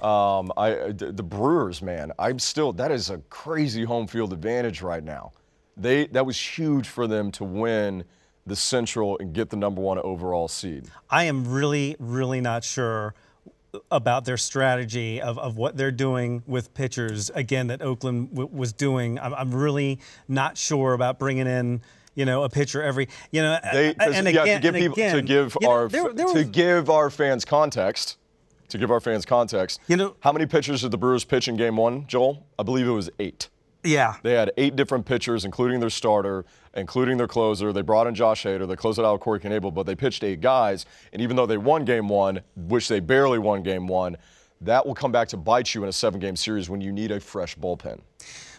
Speaker 2: Um, I uh, the the Brewers, man. I'm still that is a crazy home field advantage right now. They that was huge for them to win the Central and get the number one overall seed.
Speaker 4: I am really, really not sure about their strategy of, of what they're doing with pitchers, again, that Oakland w- was doing. I'm, I'm really not sure about bringing in. You know, a pitcher every, you know,
Speaker 2: They,
Speaker 4: a- and again,
Speaker 2: yeah, to give
Speaker 4: and
Speaker 2: people to
Speaker 4: again,
Speaker 2: give
Speaker 4: you know,
Speaker 2: our
Speaker 4: there- there
Speaker 2: to
Speaker 4: was-
Speaker 2: give our fans context. To give our fans context,
Speaker 4: You know-
Speaker 2: how many pitchers did the Brewers pitch in Game One, Joel? I believe it was eight.
Speaker 4: yeah,
Speaker 2: They had eight different pitchers, including their starter, including their closer. They brought in Josh Hader. They closed it out with Corey Knebel, but they pitched eight guys. And even though they won game one, which they barely won game one, that will come back to bite you in a seven game series when you need a fresh bullpen.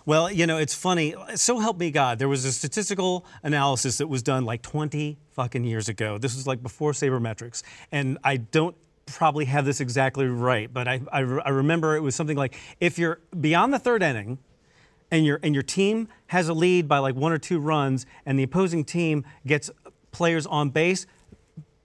Speaker 4: Well, you know, it's funny. So help me God, there was a statistical analysis that was done like 20 fucking years ago. This was like before sabermetrics, and I don't probably have this exactly right, but I, I, re- I remember it was something like if you're beyond the third inning, and your and your team has a lead by like one or two runs, and the opposing team gets players on base,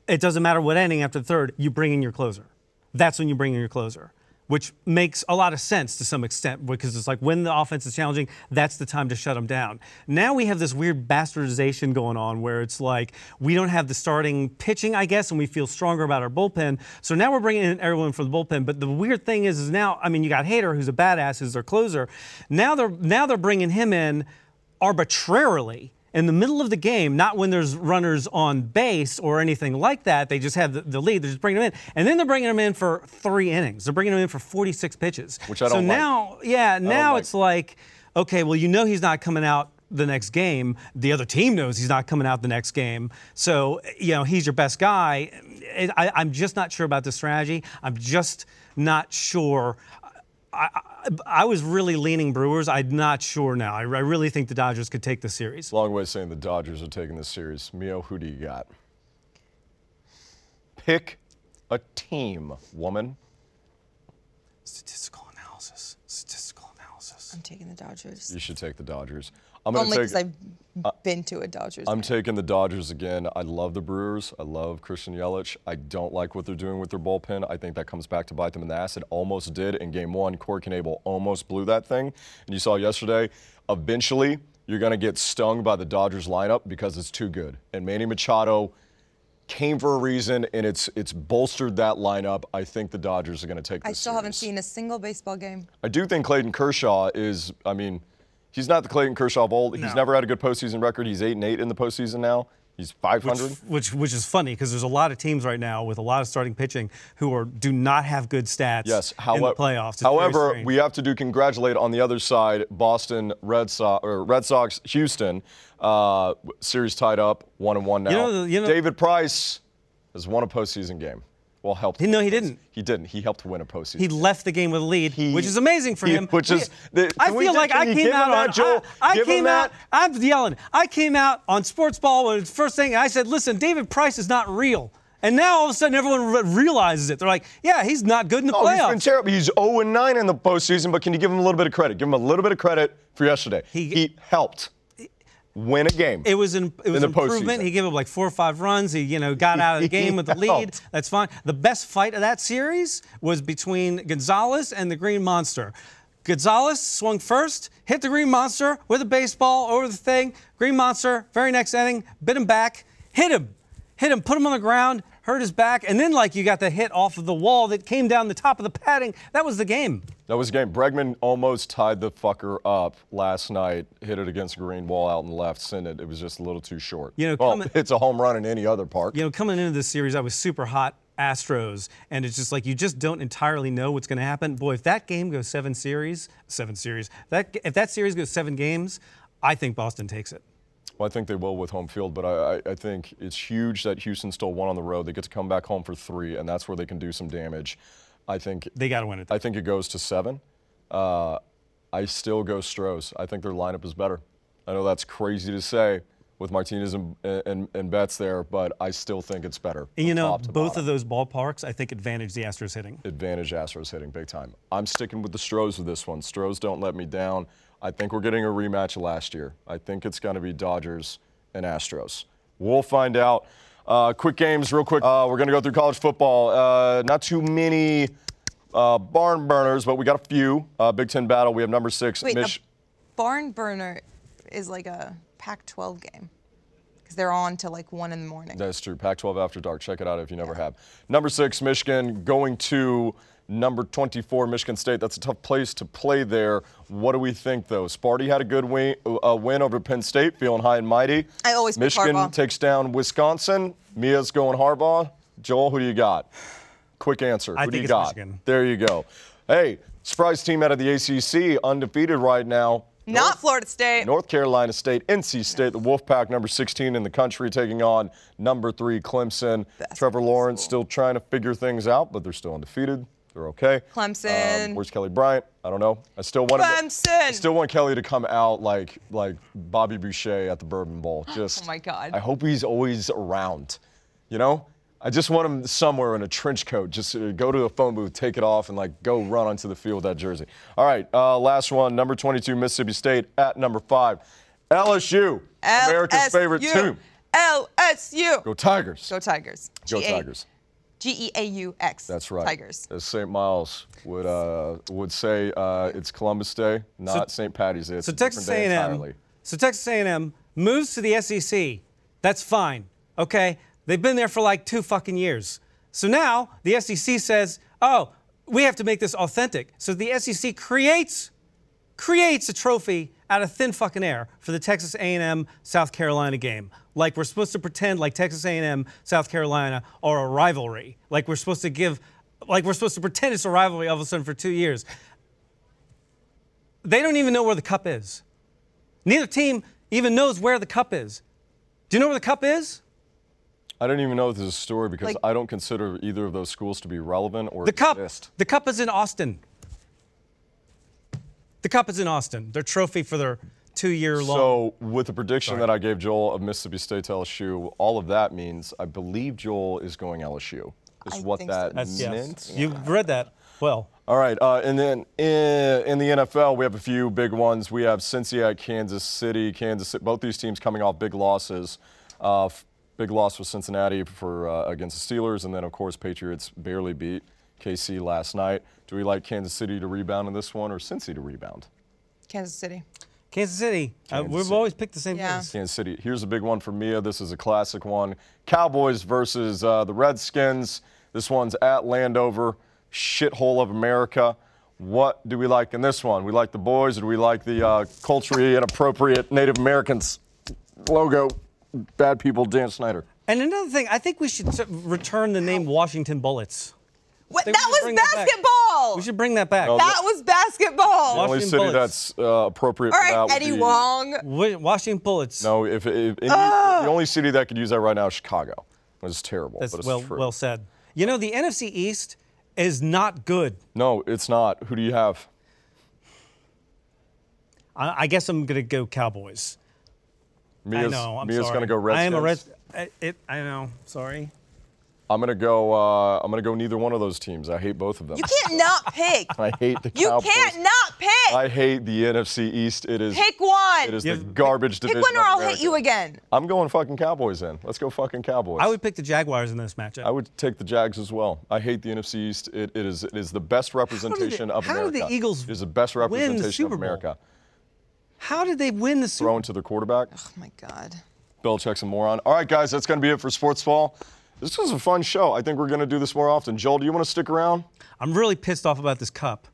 Speaker 4: it doesn't matter what inning after the third, you bring in your closer. That's when you bring in your closer, which makes a lot of sense to some extent because it's like when the offense is challenging, that's the time to shut them down. Now we have this weird bastardization going on where it's like we don't have the starting pitching, I guess, and we feel stronger about our bullpen. So now we're bringing in everyone for the bullpen. But the weird thing is, is now I mean, you got Hader, who's a badass, who's their closer. Now they're now they're bringing him in arbitrarily in the middle of the game, not when there's runners on base or anything like that. They just have the, the lead. They're just bringing them in, and then they're bringing them in for three innings. They're bringing them in for 46 pitches.
Speaker 2: Which I
Speaker 4: So
Speaker 2: don't like.
Speaker 4: now, yeah, now
Speaker 2: like.
Speaker 4: it's like. okay, well, you know he's not coming out the next game. The other team knows he's not coming out the next game. So, you know, he's your best guy. And I, I'm just not sure about the strategy. I'm just not sure. I, I, I was really leaning Brewers. I'm not sure now. I, I really think the Dodgers could take the series.
Speaker 2: Long way of saying the Dodgers are taking this series. Mio, who do you got? Pick a team, woman.
Speaker 4: Statistical analysis. Statistical analysis.
Speaker 3: I'm taking the Dodgers.
Speaker 2: You should take the Dodgers. I'm gonna
Speaker 3: Only
Speaker 2: take. uh,
Speaker 3: because I've been to a Dodgers.
Speaker 2: I'm taking the Dodgers again. I love the Brewers. I love Christian Yelich. I don't like what they're doing with their bullpen. I think that comes back to bite them in the ass. It almost did in game one. Corey Knable almost blew that thing. And you saw yesterday, eventually, you're going to get stung by the Dodgers lineup because it's too good. And Manny Machado came for a reason, and it's it's bolstered that lineup. I think the Dodgers are going to take this
Speaker 3: I still haven't
Speaker 2: series.
Speaker 3: seen a single baseball game.
Speaker 2: I do think Clayton Kershaw is. I mean, he's not the Clayton Kershaw of old. He's never had a good postseason record. He's eight and eight in the postseason now. He's 500.
Speaker 4: Which, which is funny because there's a lot of teams right now with a lot of starting pitching who are do not have good stats
Speaker 2: yes.
Speaker 4: in the
Speaker 2: However,
Speaker 4: playoffs. It's very
Speaker 2: however,
Speaker 4: strange.
Speaker 2: we have to do congratulate on the other side. Boston Red Sox or Red Sox Houston uh, series tied up one and one now.
Speaker 4: know, you know-
Speaker 2: David Price has won a postseason game. Well, helped.
Speaker 4: No,
Speaker 2: win
Speaker 4: he
Speaker 2: a
Speaker 4: didn't.
Speaker 2: postseason. He didn't. He helped win a postseason.
Speaker 4: he left the game with a lead,
Speaker 2: He-
Speaker 4: which is amazing for
Speaker 2: he-
Speaker 4: him.
Speaker 2: which is- the-
Speaker 4: I
Speaker 2: can we
Speaker 4: feel
Speaker 2: just-
Speaker 4: like
Speaker 2: can
Speaker 4: I
Speaker 2: you
Speaker 4: came
Speaker 2: give him
Speaker 4: out
Speaker 2: that,
Speaker 4: on
Speaker 2: Joel?
Speaker 4: I, I
Speaker 2: Give him
Speaker 4: came out.
Speaker 2: that.
Speaker 4: I'm yelling. I came out on Sports Ball when the first thing I said, "Listen, David Price is not real." And now all of a sudden everyone re- realizes it. They're like, "Yeah, he's not good in the
Speaker 2: Oh, he's
Speaker 4: playoffs."
Speaker 2: been terrible. He's 0 and 9 in the postseason, but can you give him a little bit of credit? Give him a little bit of credit for yesterday. He,
Speaker 4: He-
Speaker 2: helped win a game.
Speaker 4: It was in, it was
Speaker 2: the
Speaker 4: improvement.
Speaker 2: postseason.
Speaker 4: He gave up like four or five runs. He you know got out of the game
Speaker 2: *laughs*
Speaker 4: with the lead.
Speaker 2: helped.
Speaker 4: That's fine. The best fight of that series was between Gonzalez and the Green Monster. Gonzalez swung first, hit the Green Monster with a baseball over the thing. Green Monster, very next inning, bit him back, hit him, hit him, put him on the ground, hurt his back, and then like you got the hit off of the wall that came down the top of the padding. That was the game.
Speaker 2: that was a game. Bregman almost tied the fucker up last night, hit it against the green wall out and left, sent it. It was just a little too short.
Speaker 4: You know,
Speaker 2: well,
Speaker 4: coming-
Speaker 2: it's a home run in any other park.
Speaker 4: you know, coming into this series, I was super hot Astros, and it's just like you just don't entirely know what's going to happen. Boy, if that game goes seven series, seven series, that if that series goes seven games, I think Boston takes it.
Speaker 2: Well, I think they will with home field, but I, I, I think it's huge that Houston still won on the road. They get to come back home for three, and that's where they can do some damage. I think
Speaker 4: They got to win it.
Speaker 2: I think it goes to seven. Uh, I still go Stros. I think their lineup is better. I know that's crazy to say with Martinez and, and, and Betts there, but I still think it's better.
Speaker 4: and you
Speaker 2: from
Speaker 4: know,
Speaker 2: top to
Speaker 4: both
Speaker 2: bottom.
Speaker 4: of those ballparks, I think advantage the Astros hitting.
Speaker 2: advantage Astros hitting big time. I'm sticking with the Stros with this one. Stros don't let me down. I think we're getting a rematch of last year. I think it's going to be Dodgers and Astros. We'll find out. Uh, quick games, real quick. Uh, we're going to go through college football. Uh, not too many uh, barn burners, but we got a few. Uh, big Ten battle. We have number six.
Speaker 3: Wait,
Speaker 2: Mich-
Speaker 3: a barn burner is like a Pac-12 game because they're on till like one in the morning.
Speaker 2: That's true. Pac 12 after dark. Check it out if you never have. Number six, Michigan going to number 24, Michigan State. That's a tough place to play there. What do we think, though? Sparty had a good win, a win over Penn State, feeling high and mighty.
Speaker 3: I always pick
Speaker 2: Michigan
Speaker 3: Harbaugh.
Speaker 2: takes down Wisconsin. Mia's going Harbaugh. Joel, who do you got? Quick answer. Who
Speaker 4: I
Speaker 2: do
Speaker 4: think
Speaker 2: you
Speaker 4: it's
Speaker 2: got?
Speaker 4: Michigan.
Speaker 2: There you go. Hey, surprise team out of the ACC, undefeated right now.
Speaker 3: Not Florida State.
Speaker 2: North Carolina State, NC State, the Wolfpack, number 16 in the country, taking on number three Clemson. Trevor Lawrence still trying to figure things out, but they're still undefeated. They're okay. Um,
Speaker 3: Clemson.
Speaker 2: where's Kelly Bryant? I don't know. I still want I
Speaker 3: Clemson.
Speaker 2: still want Kelly to come out like like Bobby Boucher at the Bourbon Bowl. Just
Speaker 3: *gasps* Oh my God.
Speaker 2: I hope he's always around. You know. I just want him somewhere in a trench coat. Just uh, go to a phone booth, take it off, and like go run onto the field with that jersey. All right, uh, last one. Number 22, Mississippi State at number five, LSU, America's
Speaker 3: LSU.
Speaker 2: favorite team.
Speaker 3: LSU.
Speaker 2: Go Tigers.
Speaker 3: Go Tigers.
Speaker 2: Go
Speaker 3: G-A-
Speaker 2: Tigers.
Speaker 3: G E A U X.
Speaker 2: That's right.
Speaker 3: Tigers.
Speaker 2: As St. Miles would uh, would say, uh, it's Columbus Day, not St. Patty's Day. It's
Speaker 4: So
Speaker 2: a
Speaker 4: Texas
Speaker 2: different day
Speaker 4: A&M,
Speaker 2: entirely.
Speaker 4: so Texas A&M moves to the SEC. That's fine. Okay, they've been there for like two fucking years. So now the SEC says, "Oh, we have to make this authentic." So the SEC creates creates a trophy out of thin fucking air for the Texas A&M South Carolina game. Like we're supposed to pretend like Texas A&M South Carolina are a rivalry. Like we're supposed to give like we're supposed to pretend it's a rivalry all of a sudden for 2 years. they don't even know where the cup is. Neither team even knows where the cup is. Do you know where the cup is?
Speaker 2: I don't even know if this is a story because
Speaker 3: Like-
Speaker 2: I don't consider either of those schools to be relevant or
Speaker 4: The cup.
Speaker 2: exist.
Speaker 4: The cup is in Austin. The cup is in Austin. Their trophy for their two-year-long.
Speaker 2: So, with the prediction that I gave Joel of Mississippi State to LSU, all of that means I believe Joel is going LSU. Is
Speaker 3: I
Speaker 2: what
Speaker 3: think so.
Speaker 2: that
Speaker 4: That's- yes.
Speaker 2: meant.
Speaker 4: You've read that well.
Speaker 2: All right, uh, and then in, in the NFL, we have a few big ones. We have Cincinnati, Kansas City, Kansas. City. Both these teams coming off big losses. Uh, f- big loss for Cincinnati for uh, against the Steelers, and then of course Patriots barely beat KC last night. Do we like Kansas City to rebound in this one, or Cincy to rebound?
Speaker 3: Kansas City.
Speaker 4: Kansas City. Uh,
Speaker 2: Kansas
Speaker 4: we've
Speaker 2: City.
Speaker 4: always picked the same
Speaker 3: Yeah.
Speaker 4: teams.
Speaker 2: Kansas City. Here's a big one for Mia. This is a classic one. Cowboys versus uh, the Redskins. This one's at Landover, shithole of America. What do we like in this one? We like the boys, or do we like the uh, culturally inappropriate Native Americans logo? Bad people, Dan Snyder.
Speaker 4: And another thing, I think we should s- return the name Washington Bullets.
Speaker 3: What,
Speaker 4: I
Speaker 3: that
Speaker 4: think we should
Speaker 3: was
Speaker 4: bring that back.
Speaker 3: basketball.
Speaker 4: We should bring that back.
Speaker 3: that was basketball.
Speaker 4: Washington
Speaker 2: The only city
Speaker 4: Bullets.
Speaker 2: that's uh, appropriate
Speaker 3: All
Speaker 2: for that
Speaker 3: right,
Speaker 2: would
Speaker 3: Eddie
Speaker 2: be-
Speaker 3: Wong.
Speaker 4: Wa- Washington Bullets.
Speaker 2: No, if, if any, the only city that could use that right now is Chicago. It's terrible,
Speaker 4: That's
Speaker 2: but it's
Speaker 4: well,
Speaker 2: true.
Speaker 4: well said. You know, the NFC East is not good.
Speaker 2: no, it's not. Who do you have?
Speaker 4: I, I guess I'm going to go Cowboys.
Speaker 2: Mia's,
Speaker 4: I know. I'm
Speaker 2: Mia's
Speaker 4: sorry.
Speaker 2: gonna go Redskins.
Speaker 4: I am a red. I, it, I know. Sorry.
Speaker 2: I'm gonna go. Uh, I'm gonna go. Neither one of those teams. I hate both of them.
Speaker 3: You can't not pick.
Speaker 2: *laughs* I hate the
Speaker 3: You
Speaker 2: Cowboys.
Speaker 3: can't not pick.
Speaker 2: I hate the NFC East. It is.
Speaker 3: pick one.
Speaker 2: It is
Speaker 4: Yeah.
Speaker 2: the garbage
Speaker 3: pick
Speaker 2: division.
Speaker 3: one or
Speaker 2: of
Speaker 3: I'll
Speaker 2: America.
Speaker 3: hit you again.
Speaker 2: I'm going fucking Cowboys in. Let's go fucking Cowboys.
Speaker 4: I would pick the Jaguars in this matchup.
Speaker 2: I would take the Jags as well. I hate the NFC East. It, it is. It is the best representation of
Speaker 4: how did
Speaker 2: America.
Speaker 4: the Eagles
Speaker 2: It is the best
Speaker 4: win the
Speaker 2: representation
Speaker 4: Super
Speaker 2: of
Speaker 4: Bowl?
Speaker 2: America.
Speaker 4: How did they win the Super
Speaker 2: Thrown to the quarterback.
Speaker 3: Oh my God.
Speaker 4: I'm really pissed off about this cup.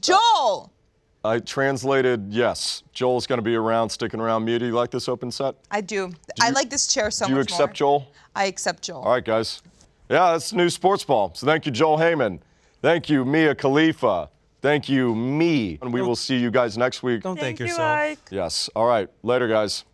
Speaker 3: Joel,
Speaker 2: I translated yes. Joel's going to be around, sticking around. Mia, do you like this open set?
Speaker 3: I do. I like this chair so
Speaker 2: Do you
Speaker 3: much
Speaker 2: accept
Speaker 3: more.
Speaker 2: Joel?
Speaker 3: I accept Joel.
Speaker 2: All right, guys. Yeah, that's the new sports ball. So thank you, Joel Heyman. Thank you, Mia Khalifa. Thank you, me. And we will see you guys next week.
Speaker 4: Don't thank,
Speaker 3: Thank you,
Speaker 4: yourself.
Speaker 3: Ike.
Speaker 2: Yes. All right. Later, guys.